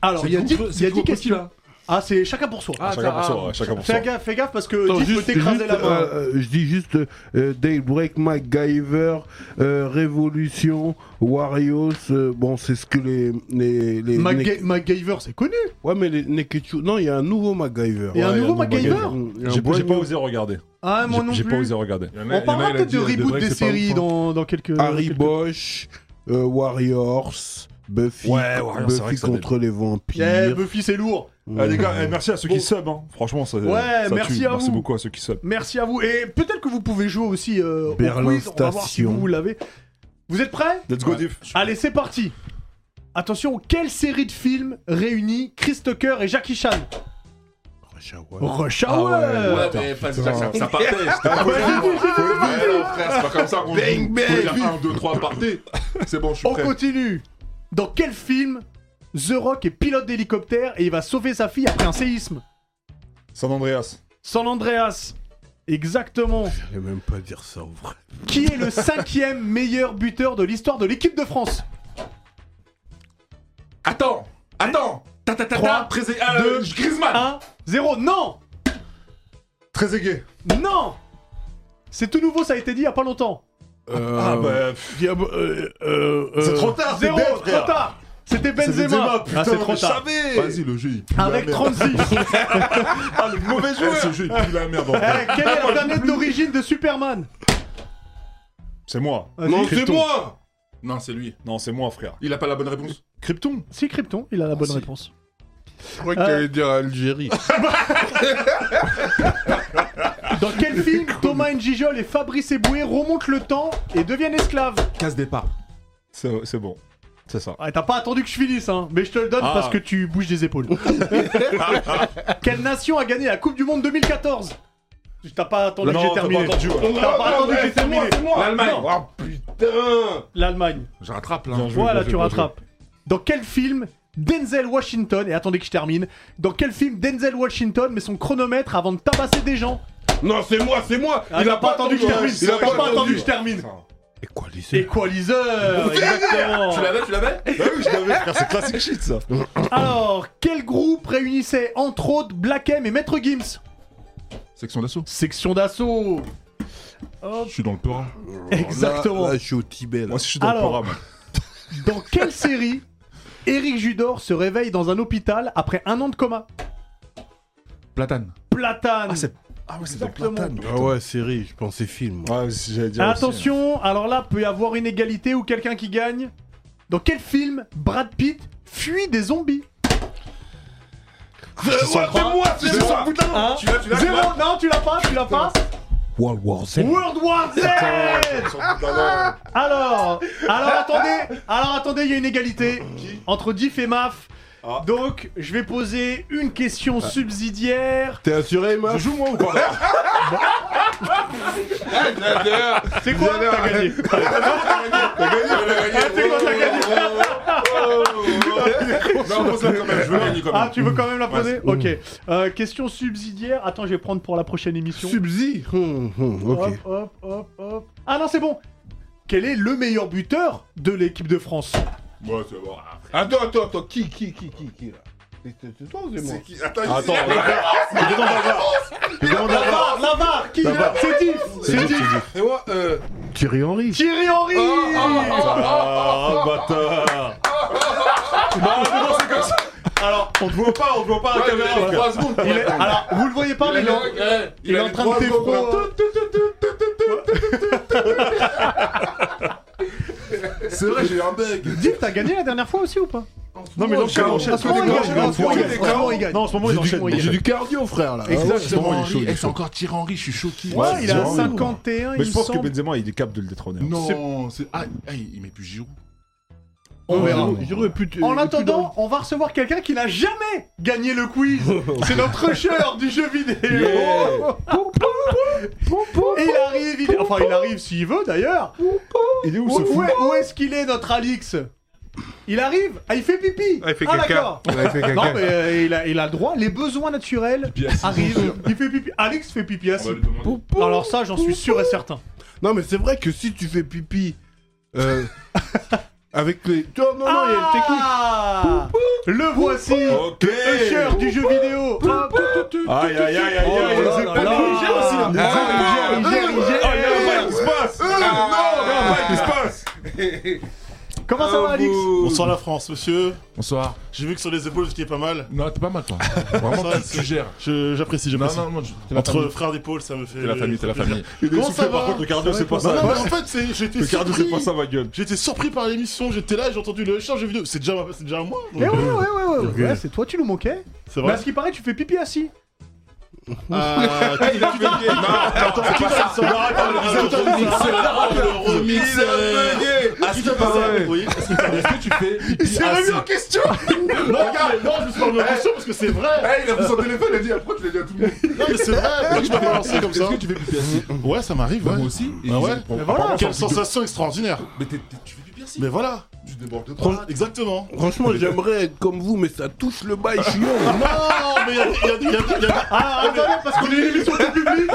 A: Alors, il y a
D: tout-
A: 10
D: c'est
A: il y a
D: tout
A: dix
D: au
A: questions.
D: petit, là
A: Ah, c'est chacun pour soi.
B: Chacun pour soi, ouais, chacun pour soi.
A: fais, gaffe, fais gaffe parce que
C: Attends,
A: Dick peut
C: juste-
A: t'écraser
C: juste,
A: la main.
C: euh, euh, je dis juste euh, Daybreak, MacGyver, euh, Révolution, Warriors. euh, bon, c'est ce que les. les, les
A: MacGy-
C: les-
A: MacGyver, c'est connu.
C: Ouais, mais les Neketsu. Non, il y a un nouveau MacGyver.
A: Il y a un
C: Ouais,
A: nouveau MacGyver
C: Il y a un
B: J'ai
C: brand
B: j'ai pas
C: new.
B: osé regarder.
A: Ah, moi
B: J'ai-
A: non
B: J'ai
A: plus.
B: pas osé regarder.
A: On parlera peut-être de reboot des
D: hein.
A: séries dans, dans quelques.
C: Harry
A: quelques-
C: Bosch, euh, Warriors, Buffy,
B: Ouais, Warriors, c'est vrai que
C: Buffy
B: ça
C: contre les vampires.
A: Yeah, Eh, Buffy, c'est lourd.
B: Eh, les gars, eh, merci à ceux
A: Bon.
B: qui sub. Hein. Franchement, ça,
A: Ouais,
B: ça
A: merci
B: tue.
A: à
B: merci
A: vous.
B: beaucoup à ceux qui sub.
A: Merci à vous. Et peut-être que vous pouvez jouer aussi euh, au
C: Berlin
A: quiz. On va voir si
C: Station.
A: vous l'avez. Vous êtes prêts
B: Let's go, Diff.
A: Allez, c'est parti. Attention, quelle série de films réunit Chris Tucker et Jackie Chan
B: eh, oh.
A: Ah Rush Hour.
G: Ouais, mais pas déjà que ça, ça
B: [laughs]
G: partait. c'était pas
B: Ah, ouais,
G: possible. Ouais, non, frère, c'est pas comme ça qu'on
C: Bang,
G: joue.
C: bang.
G: Faut dire 1, 2, 3, partez. C'est bon, je suis
A: On
G: prêt.
A: continue. Dans quel film The Rock est pilote d'hélicoptère et il va sauver sa fille après un séisme
B: San Andreas.
A: San Andreas. Exactement.
C: Je vais même pas dire ça en vrai.
A: Qui est le cinquième meilleur buteur de l'histoire de l'équipe de France
G: Attends, attends. Ta ta ta
A: Trois,
G: ta. Trésé- ah,
A: deux,
G: Griezmann.
A: 1, 0. Non
B: Très aigué.
A: Non C'est tout nouveau, ça a été dit il y a pas longtemps.
G: Euh,
B: Ah bah. pff, C'est trop tard, c'est
A: euh, Zéro,
B: dead,
A: trop
B: Euh, Ben, frère.
A: tard C'était
B: C'est
A: Benzema,
B: Benzema, putain,
A: Ah, c'est trop
B: je
A: tard.
B: savais.
D: Vas-y, le jeu, il pue
A: Avec
D: la merde.
A: 36
B: [laughs] Ah, le mauvais
D: Eh,
B: joueur.
D: ce jeu, il pue la merde. en
A: Eh,
D: vrai.
B: Ah,
A: Quelle est la planète d'origine de Superman
B: C'est moi.
A: Vas-y.
C: Non, c'est
B: Krypton.
C: moi
G: Non, c'est lui.
B: Non, c'est moi, frère.
G: Il a pas la bonne réponse.
B: Krypton.
A: Si, Krypton, il a la bonne réponse.
C: Je croyais que t'allais dire Algérie.
A: Dans quel film Thomas N'Gijol et Fabrice Eboué remontent le temps et deviennent esclaves
D: Casse départ.
B: C'est c'est bon. C'est ça.
A: Ah, T'as pas attendu que je finisse, hein, mais je te le donne
B: Ah.
A: parce que tu bouges des épaules. Quelle nation a gagné la Coupe du Monde 2014 T'as pas attendu que
B: Non,
A: j'ai
B: t'as pas
A: terminé.
B: entendu, ouais.
A: T'as pas attendu que j'ai terminé. Ah,
G: L'Allemagne.
A: Non, L'Allemagne.
G: Je rattrape là.
B: Bien joué,
A: Voilà,
B: bien
A: tu
B: joué, bien joué.
A: rattrapes. Dans quel film Denzel Washington, et attendez que je termine, dans quel film Denzel Washington met son chronomètre avant de tabasser des gens
C: Non, c'est moi, c'est moi
A: Ah, t'as pas attendu que je termine
C: Il a
A: T'as pas attendu que
C: entendu
A: je termine
C: Et quoi,
G: [laughs]
C: lycée
A: Equalizer exactement.
G: Tu l'avais, tu l'avais
B: Bah oui, je l'avais, frère, c'est classique shit ça.
A: [laughs] Alors, quel groupe réunissait entre autres Black M et Maître Gims
D: Section d'assaut.
A: Section d'assaut
D: Je suis dans le peur.
A: Exactement.
C: Là, là, je suis au Tibet, là.
B: Moi aussi, je suis dans
A: Alors.
B: le programme.
A: Dans quelle série Eric Judor se réveille dans un hôpital après un an de coma
D: Platane.
A: Platane
B: Ah ouais, c'est
A: dans
B: dans
A: Exactement. Platane,
B: Platane.
C: Ah ouais, série, je pensais film. moi.
B: Ouais, si j'allais dire. aussi.
A: Attention, alors là, peut y avoir une égalité ou quelqu'un qui gagne. Dans quel film Brad Pitt fuit des zombies
B: Je sens pas.
G: Ah, c'est moi.
A: Hein
G: Tu l'as, tu l'as, tu
A: Zéro
G: l'as.
A: Non, tu l'as pas, tu l'as pas
C: World War Z.
A: World War Z
B: hein.
A: Ah, Alors, alors
G: Ah,
A: attendez, alors attendez, il y a une égalité entre Diff et Maf.
G: Ah.
A: Donc, je vais poser une question subsidiaire.
C: T'es assuré, ma
B: Je joue moi ou pas
A: C'est quoi que T'as gagné Ah, c'est quoi que t'as gagné
G: Non, pose-la quand même. Je veux gagner quand
A: Ah,
G: même.
A: tu veux quand même la poser Ok. Euh, question subsidiaire. Attends, je vais prendre pour la prochaine émission.
C: Subsi Hum, hum, Ok.
A: Hop, hop, hop, hop. Ah non, c'est bon. Quel est le meilleur buteur de l'équipe de France
G: Moi, c'est bon. ah, frère.
C: Attends, attends, attends, qui, qui, qui, qui, qui là C'est- C'est toi ou c'est moi
G: C'est qui Attends,
B: Attends,
G: il-
B: je demande la barre. Je demande la barre.
A: Lavar, Lavar, qui
B: Lavar.
A: C'est Diff, c'est Diff.
C: C'est moi, euh. Thierry Henry
A: Thierry Henry
B: Ah, bâtard.
A: Alors,
B: On te voit pas, on te voit pas à la
G: Ouais, il a
B: caméra.
G: les trois secondes pour
A: il est...
G: répondre.
A: Alors, vous le voyez pas, mais il est en-
G: Il est-
A: il est en train de t'effro-
G: C'est vrai, j'ai eu un bug.
A: Diff, t'as gagné la dernière fois aussi ou pas
B: Non, mais l'enchaîne, l'enchaîne.
A: En ce moment, il gagne, en ce moment, il gagne. En ce moment, il gagne.
B: Non, en ce moment, il
A: J'ai
B: enchaîne.
A: du-
B: il
A: j'ai
B: enchaîne.
C: du cardio, frère, là. Ah
B: Justement, il est chaud, il est
G: Eh, C'est
B: chaud.
G: encore Thierry Henry, je suis choqué.
A: Ouais, il a
B: Thierry Henry.
A: 51, il
B: Mais
A: me
B: je pense que
A: semble.
B: Benzema, il est capable de le détrôner. hein.
G: Non, c'est. Ah, ah, il met plus Giroud.
A: On verra.
C: J'aurais pu te-
A: En attendant, on va recevoir quelqu'un qui n'a jamais gagné le
C: [laughs]
A: quiz. C'est notre rusher du jeu vidéo.
B: Oh.
A: Et il arrive, il- enfin il arrive s'il veut d'ailleurs.
B: Il est où
A: Où,
B: ce fou
A: où est- où est-ce qu'il est notre Alix Il arrive Ah il fait pipi
H: Ah, il fait
A: Ah
H: caca.
A: d'accord Non mais euh, il, a, il a le droit, les besoins naturels arrivent. Il fait pipi. Alix fait pipi assis. Alors ça j'en suis sûr et certain.
C: Non, mais c'est vrai que si tu fais pipi. Euh.
A: [laughs]
C: avec les. Non, non, non, il y a une technique.
A: Ah Le voici
B: Ok.
A: Usher du jeu vidéo Hop.
B: Aïe, aïe, aïe, aïe, aïe.
A: là
B: c'est
A: là
B: pas
A: là.
B: lui, il gère aussi.
A: Ah,
B: Oh,
A: il gère, il gère, il gère.
B: Euh.
C: Ah,
B: Ah, il y a un bail qui se passe. Il y a un bail qui se passe.
A: Comment ça va, Alix
H: Bonsoir la France, monsieur.
D: Bonsoir.
H: J'ai vu que sur les épaules, vous étiez pas mal.
D: Non, t'es pas mal, toi. Vraiment,
H: Ça,
D: tu- tu gères.
H: Je- J'apprécie,
D: Non,
H: j'apprécie.
D: non, non, je- t'es la
H: Entre
D: famille.
H: frères d'épaule, ça me fait.
D: T'es la famille, t'es la famille.
H: Comment ça va
B: Par contre, le cardio, c'est pas
H: Non,
B: ça.
H: non, mais en fait, c'est- j'étais
B: Le cardio, c'est pas
H: surpris.
B: ça, ma gueule.
H: J'étais surpris par l'émission, j'étais là, j'ai entendu le échange de vidéo. C'est déjà, c'est déjà à moi. donc,
A: Eh ouais, ouais,
H: euh,
A: ouais, ouais, ouais,
H: Ok.
A: ouais, c'est toi, tu nous manquais.
H: C'est
A: Mais
H: vrai.
A: à ce qui paraît, tu fais pipi assis.
D: Euh,
H: Ah, tu vas- tu vas- Non, attends, tu vas- ça va, attends, attends, attends, le remix, euh, à ce qui paraît- oui, à ce qui paraît.
D: Est-ce que tu fais
H: Il s'est remis en question Non, mais- non, je me suis remis en question parce que c'est vrai
D: Eh, il a pris son téléphone, il a dit après, tu l'as dit à tout le monde.
H: Non, mais c'est vrai Pourquoi je m'avais lancé comme ça
D: Est-ce que tu fais pipi assis
H: Ouais, ça m'arrive,
D: Bah,
H: ouais.
D: Moi aussi. et
H: Ah ouais
D: ils- bon,
A: Mais voilà,
D: apparemment,
H: Quelle
D: c'est un truc de-
H: sensation extraordinaire
D: Mais t'es- t'es- tu fais pipi assis.
H: Mais voilà
D: Tu débordes de toi.
H: Voilà, Exactement
C: ah, Franchement, j'aimerais être comme vous, mais ça touche le bail, je suis
H: Non, mais il y a, y a- y a- y a-
A: Ah, attendez, parce qu'on est une émission de public.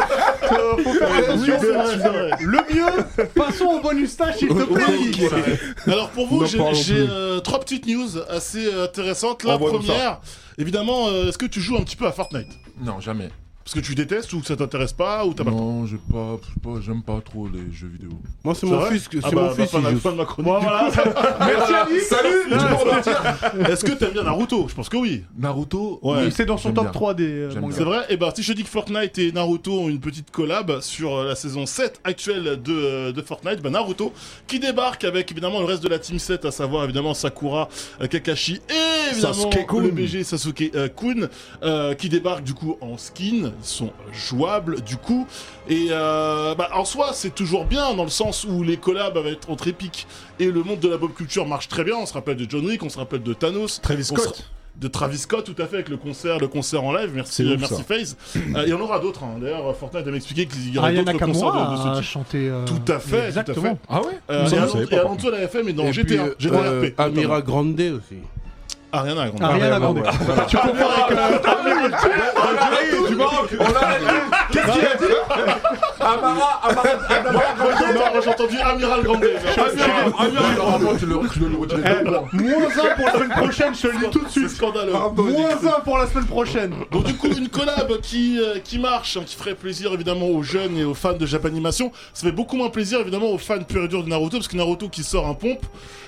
A: euh, faut faire
H: Oui,
A: attention.
H: c'est vrai, c'est vrai.
A: Le mieux, passons au bonus stage, s'il te plaît.
H: Alors pour vous,
B: N'en
H: j'ai
B: parlons
H: j'ai,
B: plus.
H: euh, trois petites news assez euh, intéressantes. La
B: Envoie-nous ça.
H: première, évidemment, euh, est-ce que tu joues un petit peu à Fortnite
D: Non, jamais.
H: Parce que tu détestes ou que ça t'intéresse pas ou t'as pas
D: Non, j'ai pas, je sais pas, j'aime pas trop les jeux vidéo.
C: Moi, c'est
H: C'est
C: mon
H: vrai
C: fils, que-
H: Ah
C: c'est
H: bah,
C: mon
H: bah,
C: fils.
H: fin de-
C: il joue.
H: fin de ma chronique.
A: Bon, voilà, ça- Merci, Alix.
D: Salut
H: [laughs] Est-ce que t'aimes bien Naruto Je pense que oui.
D: Naruto
H: Ouais.
A: C'est dans son
D: J'aime
A: top
D: bien.
A: 3 des euh,
D: J'aime
A: mangas.
H: C'est vrai Et bah si je te dis que Fortnite et Naruto ont une petite collab sur euh, la saison 7 actuelle de, euh, de Fortnite, bah Naruto qui débarque avec évidemment le reste de la team 7, à savoir évidemment Sakura, euh, Kakashi et évidemment
B: Sasuke-kun.
H: le BG Sasuke euh, Kun euh, qui débarquent du coup en skin, ils sont jouables du coup et euh, bah, en soi c'est toujours bien dans le sens où les collabs avec- entre Epic et le monde de la pop culture marchent très bien, on se rappelle de John Wick, on se rappelle de Thanos,
B: Travis
H: on se- de Travis Scott, tout à fait, avec le concert, le concert en live. Merci,
B: C'est ouf,
H: merci
B: ça.
H: FaZe. Euh, et on aura d'autres. hein. D'ailleurs, Fortnite va m'expliquer qu'il y aura
A: Aya
H: d'autres concerts de, de
A: Nakamura
H: ce
A: a
H: type.
A: chanté. euh,
H: Tout à fait, tout à
A: Exactement.
H: fait.
B: Ah ouais
H: Euh,
B: Ça,
H: et
B: je
H: à
B: savais
H: l'autre-
B: pas,
H: et à
B: par
H: l'auto de la FM et dans
C: Et puis,
H: GTA.
C: euh,
H: J'ai dans
C: euh,
H: RP.
C: Amira Grande aussi.
H: Ariana Grande.
A: Ah, rien à
C: Grande.
A: demander.
H: Tu compares avec. euh,
C: Ah, [laughs]
D: du Maroc On a la Qu'est-ce qu'il a dit Amara, Amara, Amara
H: Non, moi, j'ai entendu Amiral Grande.
D: Amira, Amira, normalement, tu le- tu le retirais
A: Eh,
D: de
A: Moins
D: moi.
A: 1 pour la semaine prochaine, je te le dis tout de
H: C'est
A: suite.
H: scandaleux.
A: Moins 1 pour la semaine prochaine.
H: Donc du coup une collab qui, euh, qui marche, hein, qui ferait plaisir évidemment aux jeunes et aux fans de Japanimation, ça fait beaucoup moins plaisir évidemment aux fans pur et dur de Naruto, parce que Naruto qui sort un pompe,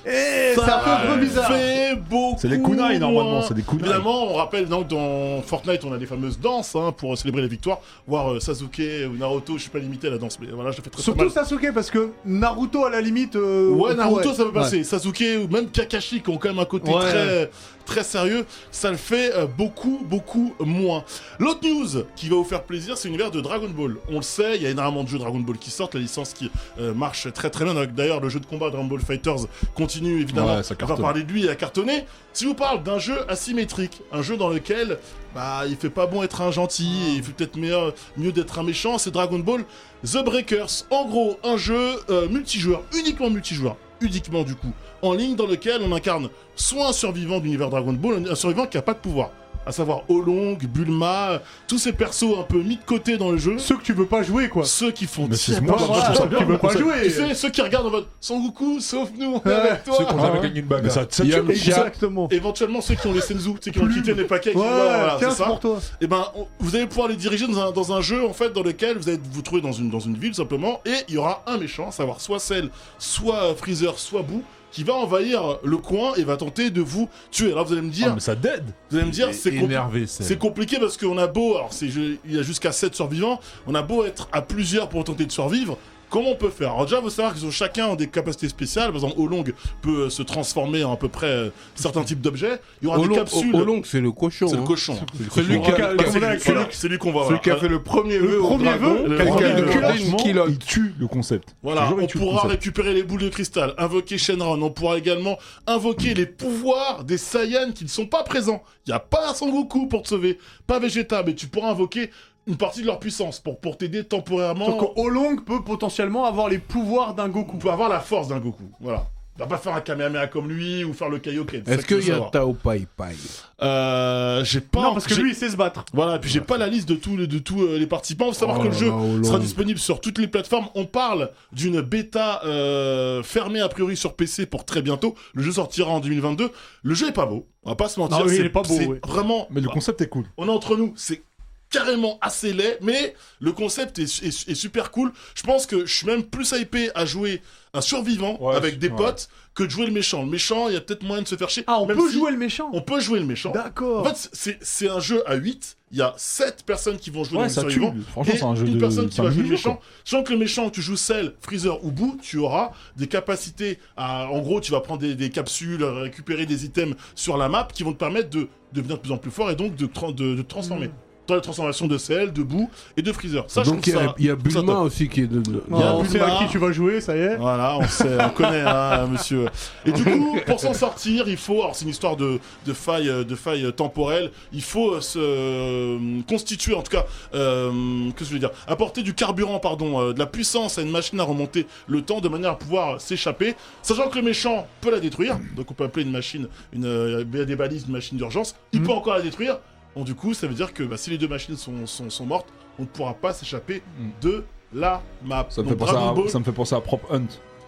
A: Eh, ça fait un peu bizarre.
H: fait beaucoup
B: C'est les kunai, normalement,
H: moins.
B: c'est des kunai.
H: Évidemment, on rappelle donc dans Fortnite, on a les fameuses danses hein, pour célébrer les victoires, voir euh, Sasuke ou Naruto, je suis pas limité à la danse, mais voilà, je la fais très, très
A: Surtout
H: mal.
A: Sasuke, parce que Naruto, à la limite. euh,
H: Ouais, Naruto,
A: ouais.
H: ça peut passer. Sasuke ou même Kakashi qui ont quand même un côté
A: Ouais.
H: très, très sérieux, ça le fait euh, beaucoup, beaucoup moins. L'autre news qui va vous faire plaisir, c'est l'univers de Dragon Ball. On le sait, il y a énormément de jeux Dragon Ball qui sortent, la licence qui euh, marche très très bien. avec D'ailleurs, le jeu de combat Dragon Ball Fighters continue évidemment.
D: Ouais, ça
H: On va
D: cartonne.
H: parler de lui et à cartonner. Si je vous parle d'un jeu asymétrique, un jeu dans lequel bah, il fait pas bon être un gentil et il fait peut-être meilleur- mieux d'être un méchant, c'est Dragon Ball The Breakers. En gros, un jeu euh, multijoueur, uniquement multijoueur, uniquement du coup, en ligne dans lequel on incarne soit un survivant d'univers Dragon Ball, un survivant qui a pas de pouvoir, à savoir Olong, Bulma, euh, tous ces persos un peu mis de côté dans le jeu.
A: Ceux que tu veux pas jouer, quoi.
H: Ceux qui font
B: Mais
H: tirer
B: c'est moi,
H: par-
B: moi, je trouve ça bien,
A: Tu veux pas
B: ça-
A: jouer.
H: Tu sais, ceux qui regardent en mode Sangoku, sauve-nous, on est
A: Ouais. [laughs]
H: avec toi.
D: Ceux qui ont
B: Ah
D: jamais
B: ouais.
D: gagné une
B: Mais
D: bagarre.
B: ça tient
D: Yam-
A: Exactement.
H: Éventuellement ceux qui ont les Senzu, ceux qui ont quitté les paquets, qui disent, voilà,
A: Ouais,
H: voilà,
A: tiens,
H: c'est
A: c'est
H: ça.
A: pour toi.
H: Et ben, on- vous allez pouvoir les diriger dans un, dans un jeu en fait dans lequel vous allez vous trouver dans une dans une ville simplement et il y aura un méchant, à savoir soit Cell, soit euh, Freezer, soit Boo, qui va envahir le coin et va tenter de vous tuer. Alors vous allez me dire,
B: Ah, mais ça dead
H: vous allez me dire, c'est compli-
D: énervé,
H: c'est compliqué parce qu'on a beau, alors c'est je- il y a jusqu'à 7 survivants, on a beau être à plusieurs pour tenter de survivre. Comment on peut faire Alors déjà, il faut savoir qu'ils ont chacun ont des capacités spéciales. Par exemple, Olong peut euh, se transformer en à peu près euh, certains types d'objets. Il y aura
C: Au
H: des
C: long,
H: capsules.
C: au- au long, c'est le cochon.
H: C'est le
C: hein.
H: cochon.
C: Celui qui a-
H: Bah, c'est
C: voilà,
H: lui- c'est lui- c'est lui qu'on va
C: celui
H: voir.
C: qui a fait le premier
A: Le
C: vœu au
A: premier
C: dragon,
A: vœu, le
C: quelqu'un
H: premier
C: a
H: vœu.
C: demandé une
B: Franchement,
C: kilote.
B: il tue le concept.
H: Voilà,
B: Toujours, il
H: on
B: tue le
H: pourra
B: concept.
H: récupérer les boules de cristal, invoquer Shenron, on pourra également invoquer les pouvoirs des Saiyans qui ne sont pas présents. Il n'y a pas Sangoku pour te sauver, pas Vegeta, mais tu pourras invoquer une partie de leur puissance pour, pour t'aider temporairement.
A: Donc Olong peut potentiellement avoir les pouvoirs d'un
H: On
A: Goku.
H: peut avoir la force d'un Goku, voilà. On va pas faire un Kamehameha comme lui ou faire le Kaioken. c'est ça
C: Est-ce
H: qu'il faut
C: qu'il y a
H: savoir.
C: Tao Pai Pai
H: Euh, j'ai pas...
A: Non, parce que
H: j'ai-
A: lui, il sait se battre.
H: Voilà, et puis j'ai pas la liste de tous les, de tous euh, les participants.
C: Oh
H: Faut savoir que le jeu sera disponible sur toutes les plateformes. On parle d'une bêta euh, fermée a priori sur PC pour très bientôt. Le jeu sortira en 2022. Le jeu est pas beau. On va pas se mentir.
A: Ah oui, il
H: c'est-
A: est pas beau,
H: c'est
A: ouais.
H: Vraiment.
B: Mais le concept est cool.
H: On est entre nous. C'est carrément assez laid, mais le concept est, est- est super cool. Je pense que je suis même plus hypé à jouer un survivant
B: Ouais,
H: avec des
B: ouais.
H: potes que de jouer le méchant. Le méchant, il y a peut-être moyen de se faire chier.
A: Ah, on
H: même
A: peut
H: si
A: jouer le méchant
H: On peut jouer le méchant. En
A: D'accord.
H: fait, c'est- c'est un jeu à 8. Il y a 7 personnes qui vont jouer
I: Ouais,
H: dans le
I: ça tue.
H: survivant.
I: Franchement,
H: Et
I: c'est un jeu
H: une
I: de.
H: personne qui
I: c'est un
H: va
I: jeu
H: jouer
I: de
H: le
I: jeu, quoi.
H: méchant. Sachant que le méchant, tu joues Cell, Freezer ou Boo, tu auras des capacités à. En gros, tu vas prendre des, des capsules, récupérer des items sur la map qui vont te permettre de devenir de plus en plus fort et donc de, tra- de, de transformer.
I: Hmm.
H: Dans la transformation de Cell, de Boo et de Freezer. Ça,
C: Donc
H: je
C: il y
H: trouve
I: euh,
C: a-
H: ça.
C: il y a
H: je trouve ça
C: Bulma
H: top.
C: aussi qui est dedans.
A: Ah,
H: il y a
A: on sait
H: Bulma.
A: à qui tu vas jouer, ça y est.
H: Voilà, on sait, on connaît, hein, [laughs] monsieur. Et du coup, pour s'en sortir, il faut, alors c'est une histoire de, de faille, euh, de faille euh, temporelle, il faut euh, se euh, constituer, en tout cas, euh, qu'est-ce que je veux dire, apporter du carburant, pardon, euh, de la puissance à une machine à remonter le temps de manière à pouvoir s'échapper, sachant que le méchant peut la détruire, donc on peut appeler une machine, une, euh, des balises, une machine d'urgence, il peut encore la détruire, donc du coup, ça veut dire que bah, si les deux machines sont, sont, sont mortes, on ne pourra pas s'échapper de la map.
I: Ça me,
H: Donc,
I: fait penser
H: Dragon
I: à,
H: Ball,
I: ça me fait penser à Prop Hunt.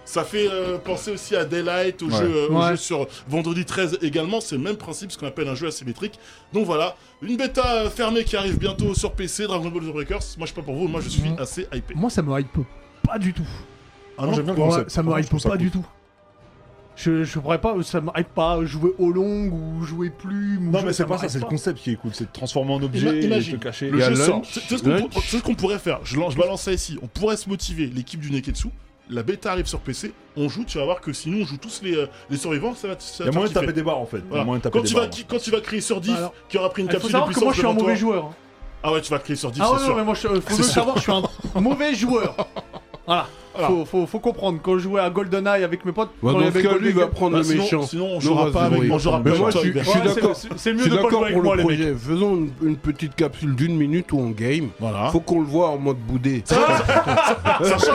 H: ça fait euh, penser aussi à Daylight, au,
I: Ouais.
H: jeu, euh, au
A: Ouais.
H: jeu sur Vendredi 13 également. C'est le même principe, ce qu'on appelle un jeu asymétrique. Donc voilà, une bêta euh, fermée qui arrive bientôt sur PC, Dragon Ball The Breakers. Moi, je sais pas pour vous, moi, je suis
A: Mhm.
H: assez hypé.
A: Moi, ça me hype pas du tout.
H: Ah
B: Ah j'aime bien le
A: Ouais,
B: concept.
A: ça me
B: Franchement,
A: hype
B: je trouve
A: pas
B: ça
A: du tout. Je, je pourrais pas, ça me hype pas jouer au long ou jouer plume. ou
B: Non,
A: jouer-
B: mais c'est
A: me
B: pas ça,
A: hype
B: c'est le
A: pas.
B: concept qui est cool, c'est de transformer en
H: Ima-
B: objet et
H: imagine.
B: de te cacher.
H: Le
B: Et à
H: jeu
B: l'œil,
H: sort. C'est- c'est ce qu'on
C: lunch.
H: pour- c'est ce qu'on pourrait faire. Je, lan- je balance ça ici. On pourrait se motiver, l'équipe du Neketsu. La bêta arrive sur PC. On joue, tu vas voir que sinon on joue tous les, euh, les survivants. Ça va, ça
B: Il
H: va
B: y a
H: te
B: moyen de
H: faire
B: taper des
H: kiffer.
B: barres en fait. Il y a
H: Voilà.
B: moyen de taper
H: Quand,
B: des
H: tu
B: barres,
H: vas,
B: ouais.
H: qui- quand tu vas crier sur 10,
A: Bah Alors,
H: qui aura pris une
A: Il faut
H: capsule de
A: savoir
H: puissance
A: que moi, je suis un
H: devant toi.
A: mauvais joueur. hein.
H: Ah ouais, tu vas crier sur 10,
A: Ah ouais,
H: c'est
A: non,
H: sûr.
A: mais moi, je, euh, faut
H: C'est
A: le
H: sûr.
A: savoir, je suis un
C: [laughs]
A: mauvais joueur. Voilà.
H: Voilà.
A: Faut, faut, faut comprendre. Quand je jouais à GoldenEye avec mes potes, quand il
C: Ouais,
A: y
C: dans ce
A: avait
C: cas, lui, il va
A: GoldenEye-
C: prendre
H: Bah,
C: le
H: sinon-
C: méchant.
H: Sinon, on
C: Non,
H: jouera
C: vas-y,
H: pas avec
C: oui.
H: on jouera
C: Mais
H: pas
C: moi,
H: avec
C: je suis-
H: toi,
C: je
H: Hubert.
A: Ouais,
C: suis
A: c'est-
C: d'accord.
A: c'est- C'est
C: Je
A: mieux
C: suis
A: de pas jouer
C: d'accord
A: avec
C: pour
A: moi,
C: le
A: les mecs.
C: projet. Faisons une, une petite capsule d'une minute ou en game.
H: Voilà.
C: [laughs] Faut qu'on le voit en mode boudé.
H: [laughs] Sachant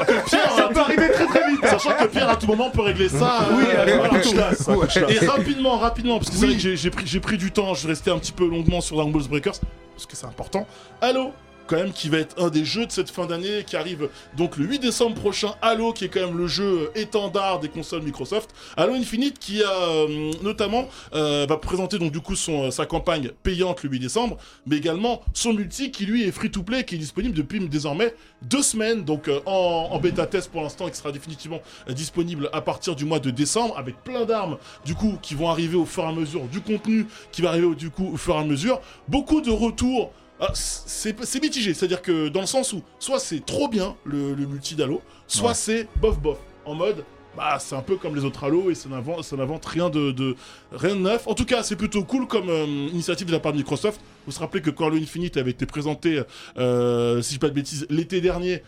H: que Pierre,
A: Ça peut arriver très très vite.
H: sachant que Pierre, à tout moment peut régler ça. euh,
C: Oui,
H: voilà,
C: avec
H: voilà,
C: tout.
H: je lasse.
C: Ouais.
I: [laughs]
H: Et rapidement, rapidement, parce que c'est
C: Oui.
H: vrai que j'ai- j'ai pris, j'ai pris du temps, je restais un petit peu longuement sur Dragon Ball Z Breakers, parce que c'est important. Halo quand même qui va être un des jeux de cette fin d'année qui arrive donc le 8 décembre prochain Halo qui est quand même le jeu étendard des consoles Microsoft Halo Infinite qui a euh, notamment euh, va présenter donc du coup son, euh, sa campagne payante le 8 décembre mais également son multi qui lui est free to play qui est disponible depuis désormais deux semaines donc euh, en, en bêta test pour l'instant et qui sera définitivement euh, disponible à partir du mois de décembre avec plein d'armes du coup qui vont arriver au fur et à mesure du contenu qui va arriver au- du coup au fur et à mesure beaucoup de retours ah, c'est c'est mitigé c'est à dire que dans le sens où soit c'est trop bien le, le multi d'Halo soit c'est bof bof en mode bah c'est un peu comme les autres Halo et ça n'invente ça n'invente rien de, de- rien de neuf en tout cas c'est plutôt cool comme euh, initiative de la part de Microsoft vous vous rappelez que quand Halo Infinite avait été présenté euh, si je dis pas de bêtises l'été dernier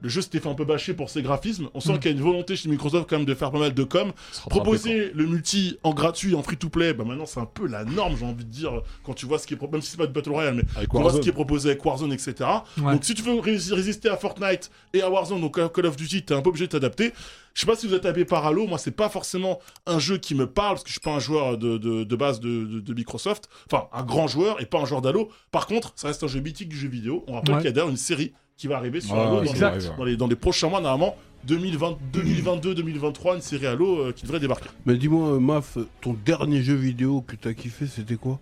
H: le jeu s'était fait un peu bâcher pour ses graphismes. On sent qu'il y a une volonté chez Microsoft quand même de faire pas mal de com. Proposer le multi en gratuit, en free to play, bah maintenant c'est un peu la norme, j'ai envie de dire, quand tu vois ce qui est pro- même si c'est pas de Battle Royale, mais
B: Avec
H: tu vois ce
B: Warzone.
H: qui est proposé avec Warzone, etc.
A: Ouais.
H: Donc si tu veux ré- résister à Fortnite et à Warzone, donc à Call of Duty, t'es un peu obligé de t'adapter. Je sais pas si vous êtes tapé par Halo, moi c'est pas forcément un jeu qui me parle, parce que je suis pas un joueur de, de, de base de, de, de Microsoft, enfin un grand joueur et pas un joueur d'Halo. Par contre, ça reste un jeu mythique du jeu vidéo. On rappelle
A: Ouais.
H: qu'il y a d'ailleurs une série qui va arriver sur
I: Ouais,
H: Halo
I: Ah, ouais,
H: dans,
I: ça
H: les-
I: va arriver, ouais.
H: dans les, dans les prochains mois, normalement 2020, 2022, 2023, une série Halo euh, qui devrait débarquer.
C: Mais dis-moi, euh, Maf, ton dernier jeu vidéo que t'as kiffé, c'était quoi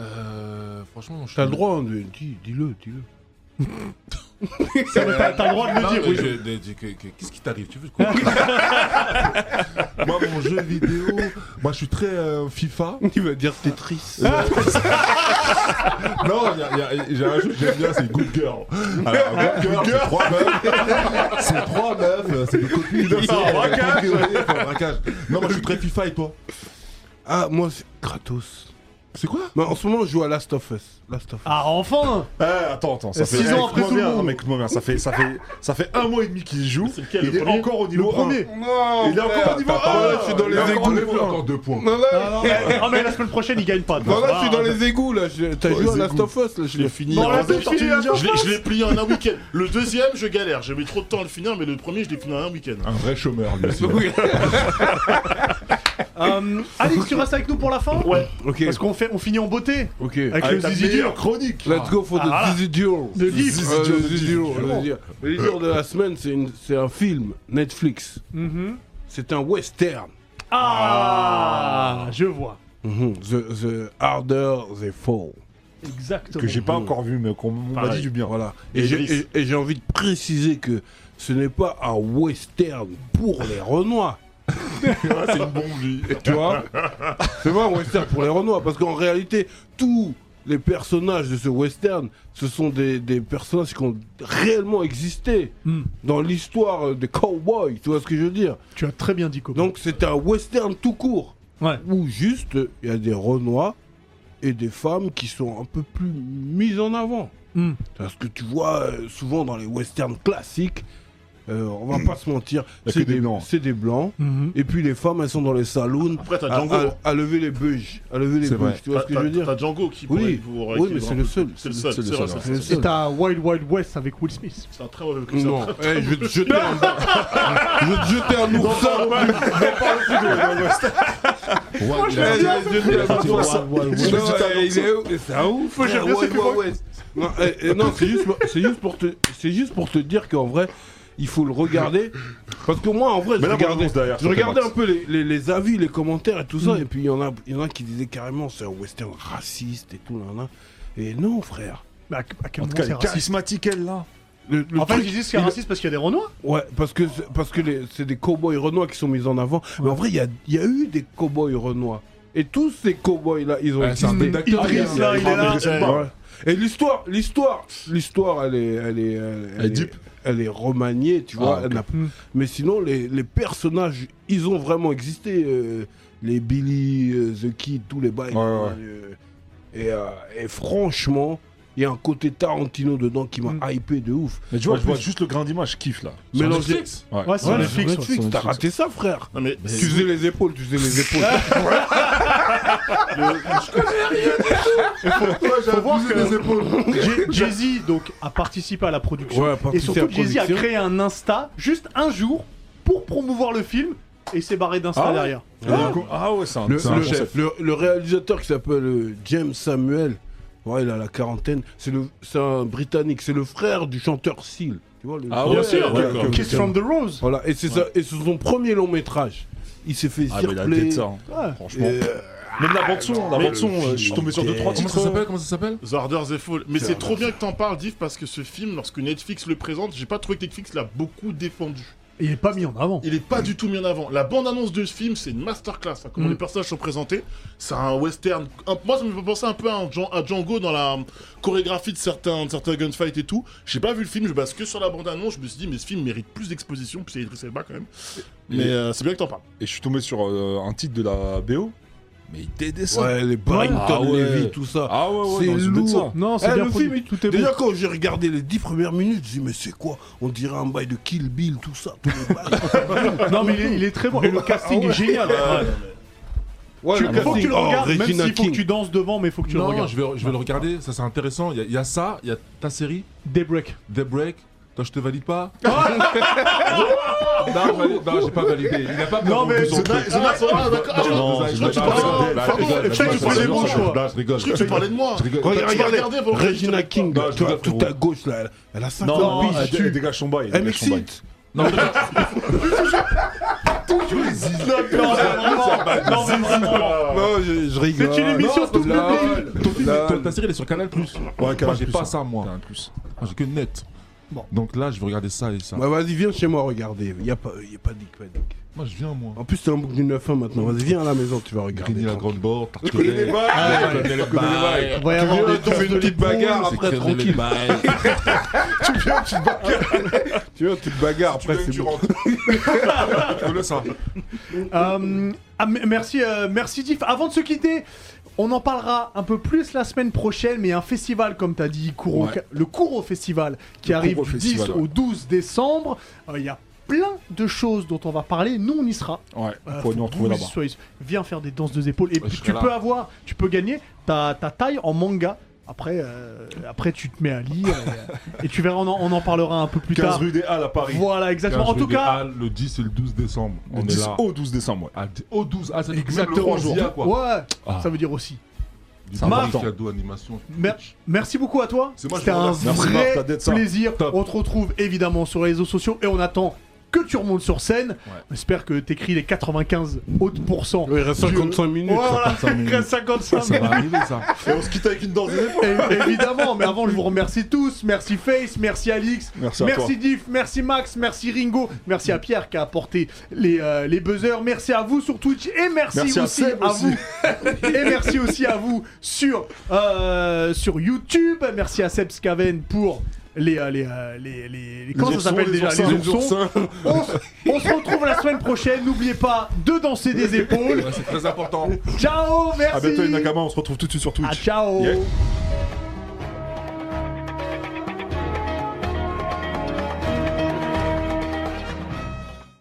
G: Euh, franchement, je
C: T'as le droit, hein, de- dis- dis-le, dis-le.
A: T'as t'as le droit de le
G: Non,
A: dire.
G: mais
A: oui.
G: je- de- de- que- que- Qu'est-ce qui t'arrive Tu veux quoi Moi, mon jeu vidéo, moi, je suis très euh, FIFA.
C: [laughs] Il va dire Tetris.
G: Non, y a- y a- j'ai un jeu que j'aime bien, c'est Good Girl. Alors, Good Girl, c'est trois meufs. C'est trois meufs, euh, c'est des copines. C'est un braquage. un braquage. Non, moi, je suis très FIFA et toi
C: Ah, moi, c'est Kratos.
G: C'est quoi
C: Mais en ce moment, je joue à Last of Us. Last of Us.
A: Ah, enfin
B: Eh, attends, attends, ça fait.
A: Six ans après
B: écoute-moi
A: tout le
B: bien,
A: monde.
B: non, mais écoute-moi bien, ça fait, ça fait, ça fait un mois et demi qu'il joue.
H: C'est lequel,
B: Il
H: le
B: est
H: premier
B: encore au niveau
A: premier.
B: 1. Il est encore au niveau 1.
C: je suis dans les
B: Il est encore au
C: égouts.
B: niveau un.
G: Encore deux points.
C: Non,
A: Ah, non, [laughs] mais- ah, mais la semaine prochaine, il gagne pas. donc
C: Bah là,
A: ça
C: je suis
A: va,
C: dans
A: hein.
C: les égouts, là. Je- T'as
B: les
C: joué à Last
B: égouts.
C: of Us, là. Je
H: Je l'ai
C: l'ai
H: fini.
A: Dans la
H: Je l'ai-
A: bouche, il est à
H: je l'ai- je l'ai plié en un week-end. Le deuxième, je galère. J'ai mis trop de temps à le finir, mais le premier, je l'ai fini en un week-end.
G: Un vrai chômeur, lui aussi.
A: Euh, Alex, tu restes avec nous pour la fin
H: Ouais.
C: [laughs] Ok,
A: Parce qu'on fait, on finit en beauté
C: ok.
A: avec le zizi dur.
G: chronique.
C: Let's go for the
A: Ah, voilà.
C: Zizi Duel.
A: Le livre.
C: Euh, le Zizi Duel, le Zizi Duel. Le Zizi Duel de la semaine, c'est une- c'est un film Netflix.
A: Mhm.
C: C'est un western.
A: Ah, je vois. Mm-hmm.
C: Mhm. The, the harder they fall.
A: Exactement.
B: que j'ai pas encore vu, mais qu'on m'a
H: Pareil.
B: dit du bien.
C: Voilà.
B: Et
C: Et j'ai-
B: Idriss.
C: et- et j'ai envie de préciser que ce n'est pas un western pour les Renois.
B: c'est une bombe, lui.
C: Tu vois [laughs] C'est pas un western pour les Renois, parce qu'en réalité, tous les personnages de ce western, ce sont des, des personnages qui ont réellement existé
A: Hmm.
C: dans l'histoire euh, des cowboys, tu vois ce que je veux dire
A: Tu as très bien dit, Coco.
C: Donc c'est un western tout court,
A: Ouais.
C: où juste euh, il y a des Renois et des femmes qui sont un peu plus mises en avant.
A: Hmm.
C: Parce que tu vois, euh, souvent dans les westerns classiques, euh, on va pas se mentir,
B: Hmm. Y a
C: c'est
B: que des
C: des,
B: blancs.
C: c'est des blancs.
A: Mhm.
C: Et puis les femmes, elles sont dans les saloons
H: Après, t'as
C: à,
H: Django.
C: à- à lever les bûches. À lever les
B: C'est vrai.
C: bûches, tu vois
H: T'as-
C: ce que je veux
H: t'as-
C: dire
H: T'as Django qui
C: Oui,
H: pourrait vous
C: oui, mais c'est le seul.
H: C'est le seul,
B: c'est le
H: c'est vrai,
B: seul,
H: ça,
B: ouais.
H: c'est le seul.
A: Et t'as Wild Wild West avec Will Smith.
H: C'est un très mauvais film.
C: Non, Eh, je vais te jeter un, je vais te jeter un oursin.
G: Moi,
C: Eh, je vais te jeter un oursin.
G: Je
C: Non, eh, il est où C'est un ouf. frère, ouais, ouais, ouais. Non, eh, eh, non, c'est juste, pour- c'est juste pour te, c'est juste pour te dire qu'en vrai, il faut le regarder. Parce que moi, en vrai, je
B: Mais là,
C: regardais,
B: bande-annonce derrière,
C: je
B: ça fait
C: regardais
B: max.
C: un peu les, les- les avis, les commentaires et tout ça. Et puis il y en a, il y en a qui disaient carrément c'est un western raciste et tout, nan, nan. Et non, frère.
A: Mais Bah, à, à quel
B: En
A: moment
B: tout cas, elle
A: c'est
B: est
A: raciste
B: charismatique, elle, là.
C: Le, le
A: En fait,
C: truc,
A: ils disent que c'est
C: il-
A: raciste parce qu'il y a des Renois.
C: Ouais, parce que c'est- parce que les- c'est des cow-boys renois qui sont mis en avant. Mais en vrai, il y a, il y a eu des cow-boys renois. Et tous ces cow-boys là, ils ont
G: Ouais, c'est un
C: existé.
G: peu d'acteur,
C: Idriss,
G: il y
A: a- il est là.
C: Idriss Elba. Et l'histoire, l'histoire, l'histoire, elle est, elle est, elle,
G: Elle est
C: elle
G: deep.
C: elle est remaniée, tu vois.
G: Ah,
C: elle
G: ok.
C: n'a- Mais sinon, les, les personnages, ils ont vraiment existé. euh, les Billy, euh, The Kid, tous les bails.
B: Ouais, ouais.
C: euh, et, euh, et franchement, il y a un côté Tarantino dedans qui m'a hypé de ouf.
B: Mais tu vois, je vois juste le grain d'image, je kiffe, là.
C: Mélanger-
A: Ouais, c'est
C: Ouais,
A: Netflix,
C: sur
A: ouais.
C: Netflix,
B: sur
C: t'as
B: Netflix.
C: raté ça, frère.
H: Non, mais
C: Tu faisais les épaules, tu faisais les épaules. [laughs]
A: Faut voir que
G: les épaules.
C: [laughs]
A: Jay- Jay-Z donc, a participé à la production.
C: Ouais, a participé
A: et
C: à
A: surtout,
C: la
A: Jay-Z a
C: production.
A: créé un Insta juste un jour pour promouvoir le film et s'est barré d'Insta
B: Ah ouais
A: derrière.
B: Ah, ah ouais, c'est un,
C: le,
B: c'est un
C: le-
B: chef.
C: le- le réalisateur qui s'appelle euh, James Samuel, ouais, il a la quarantaine, c'est le- c'est un Britannique, c'est le frère du chanteur Seal. Tu vois, le-
B: Ah
H: Bien
B: ouais,
H: sûr,
B: ouais,
H: d'accord.
B: ok, ok.
A: Kiss from the Rose.
C: Voilà, et c'est ça- et c'est son premier long métrage. Il s'est fait
B: Ah, mais la
C: circuler.
B: tête, ça. hein.
A: Ouais.
B: Franchement. Même la bande-son, la bande-son, euh, je suis tombé sur deux, trois
D: Comment
B: titres.
D: ça s'appelle Comment ça s'appelle
H: The Harder They Fall. Mais c'est trop bien que t'en parles, Div, parce que ce film, lorsque Netflix le présente, j'ai pas trouvé que Netflix l'a beaucoup défendu.
A: Il est pas mis en avant.
H: Il est pas du tout mis en avant. La bande-annonce de ce film, c'est une masterclass. hein, comment
A: Mm.
H: les personnages sont présentés, c'est un western. un- moi, ça me fait penser un peu à, un Djan- à Django dans la hum, chorégraphie de certains, de certains gunfights et tout. J'ai pas vu le film, je base que sur la bande-annonce. Je me suis dit, mais ce film mérite plus d'exposition, puis c'est Idris Elba quand même. Mais
B: Et-
H: euh, c'est bien que t'en parles.
B: Et je suis tombé sur euh, un titre de la BO. Mais il dédescend.
C: Ouais, les Barrington
B: Ah ouais.
C: Levy, tout ça.
B: Ah ouais, ouais,
C: C'est
B: non, je voulais de ça.
C: lourd.
A: Non, c'est
C: Eh,
A: bien
C: le
A: produit.
C: film, il-
A: Tout est
C: Déjà, quand j'ai regardé les dix premières minutes, j'ai dit, mais c'est quoi On dirait un bail de Kill Bill, tout ça, tous les bails.
A: bon. Non, mais il est, il est très
C: [laughs]
A: bon. Et le casting est génial.
C: Ah Ouais,
A: Tu,
C: le
A: faut que
C: casting.
A: tu le
C: Oh,
A: regardes, même
C: Regina
A: s'il faut que
C: King.
A: tu danses devant, mais il faut que tu le
D: Non,
A: regardes.
D: je vais, je vais le regarder, ça c'est intéressant. Il y a- il y, a ça, il y a ta série,
A: Daybreak.
D: The Break. Toi, je te
G: [laughs]
D: valide pas.
G: Non, valide- non, j'ai pas validé. Il a pas
A: Non, mais [laughs]
G: besoin de
H: Ah, c'est bien, ah, d'accord. Ah,
B: Non,
H: je
B: je
H: crois que tu
B: vais pas
H: parlais-
B: regarder.
H: pardon,
B: Je vais
H: je crois que tu
B: pas
H: parlais de
B: regarder.
H: moi,
B: Je
H: toi.
D: Là, je rigole.
H: Je crois que tu parlais de moi.
G: Je rigole.
H: Bah, Tu vas regarder,
C: Regardez,
H: faut-
C: Regina King,
B: Non,
C: là,
B: je
C: tout,
B: regarde,
C: tout
B: frérot.
C: à gauche, là, elle- elle a 50
B: Non,
C: piges.
B: non, elle- elle dégage son bail.
C: Elle
B: dégage son bail.
C: m'excite.
A: Non, mais vraiment.
C: Non, Bah, je, je rigole.
A: C'est une
C: Euh,
A: émission tout public.
D: Ton film,
C: Là,
D: ta- ta série, elle est sur Canal Plus.
B: Ouais,
D: Moi,
B: Canal+,
D: j'ai pas
B: hein.
D: ça, moi. Moi, J'ai que net.
A: Bon.
D: Donc là, je vais regarder ça et ça.
C: Bah vas-y, viens chez moi regarder. Y a pas, y a pas de dick, pas de dick.
D: Moi, je viens, moi.
C: En plus, t'es un bouc du 9-1 maintenant. Vas-y, viens à la maison, tu vas regarder.
D: Grigny la
C: tranquille.
D: grande borne,
B: Je connais les
D: tartelette.
B: bails.
A: Il va y avoir des
C: Tu fais une petite bagarre après, tranquille.
B: Ah, [laughs] Tu viens, tu te bats.
C: Tu vois, tu te bagarres après, c'est
B: tu
C: bon.
B: rentres. [laughs] Je connais ça.
A: Euh, ah, m- merci, euh, merci Diff. Avant de se quitter, on en parlera un peu plus la semaine prochaine, mais un festival, comme t'as dit, Kouro-
B: Ouais.
A: le Kouro Festival, qui
B: Le
A: arrive
B: Kouro
A: du 10
B: Festival, ouais.
A: au 12 décembre. Euh, Il y a plein de choses dont on va parler. Nous, on y sera.
B: Ouais,
A: Euh,
B: pour nous
A: faut
B: retrouver
A: que vous
B: là-bas.
A: y soyez. Viens faire des danses deux épaules. Et
D: Ouais, je
A: tu
D: serai là.
A: peux avoir, tu peux gagner ta, ta taille en manga. Après, euh, après, tu te mets à lire et, et tu verras, on en, on en parlera un peu plus
B: 15
A: tard.
B: rue des Halles à Paris.
A: Voilà, exactement. En tout cas,
D: le 10 et le 12 décembre.
B: Du
D: On est
B: 10
D: là.
B: au 12 décembre, ouais.
D: Ah, d- Au 12, ah, ça fait même le
A: exactement.
D: 3 jours. quoi.
A: Ouais,
D: Ah.
A: ça veut dire aussi.
D: Du
B: Ça marche.
D: Paris Cadeau Animation.
A: Mer- merci beaucoup à toi.
D: C'est moi, je
A: C'était
D: vous
A: un
D: remercie.
B: Merci,
A: vrai
B: Martha, d'être ça.
A: plaisir.
D: Top.
A: On te retrouve évidemment sur les réseaux sociaux et on attend que tu remontes sur scène. J'espère que t'écris les 95 autres pourcents.
C: Il reste 55 minutes.
A: Voilà,
G: 55 minutes.
A: 55
G: Ça va arriver ça.
H: Et on se quitte avec une danse des épaules.
A: [laughs] É- Évidemment, mais avant, je vous remercie tous. Merci Face, merci Alix,
B: Merci à
A: Diff, merci Max, merci Ringo, merci à Pierre qui a apporté les, euh, les buzzers, merci à vous sur Twitch et merci,
B: Merci à
A: aussi
B: Seb
A: à,
B: aussi.
A: vous. et merci aussi à vous sur, euh, sur YouTube. Merci à Seb Scaven pour. Les, euh, les, euh, les, les- les- comment
B: Les
A: ça
B: oursons,
A: s'appelle
B: les
A: déjà
B: oursins, les
A: on, se- on se retrouve la semaine prochaine n'oubliez pas de danser des épaules
D: Ouais, c'est très important.
A: ciao merci
B: Ah, ben À bientôt, les Nakama. On se retrouve tout de suite sur Twitch.
A: Ah, ciao
B: Yeah.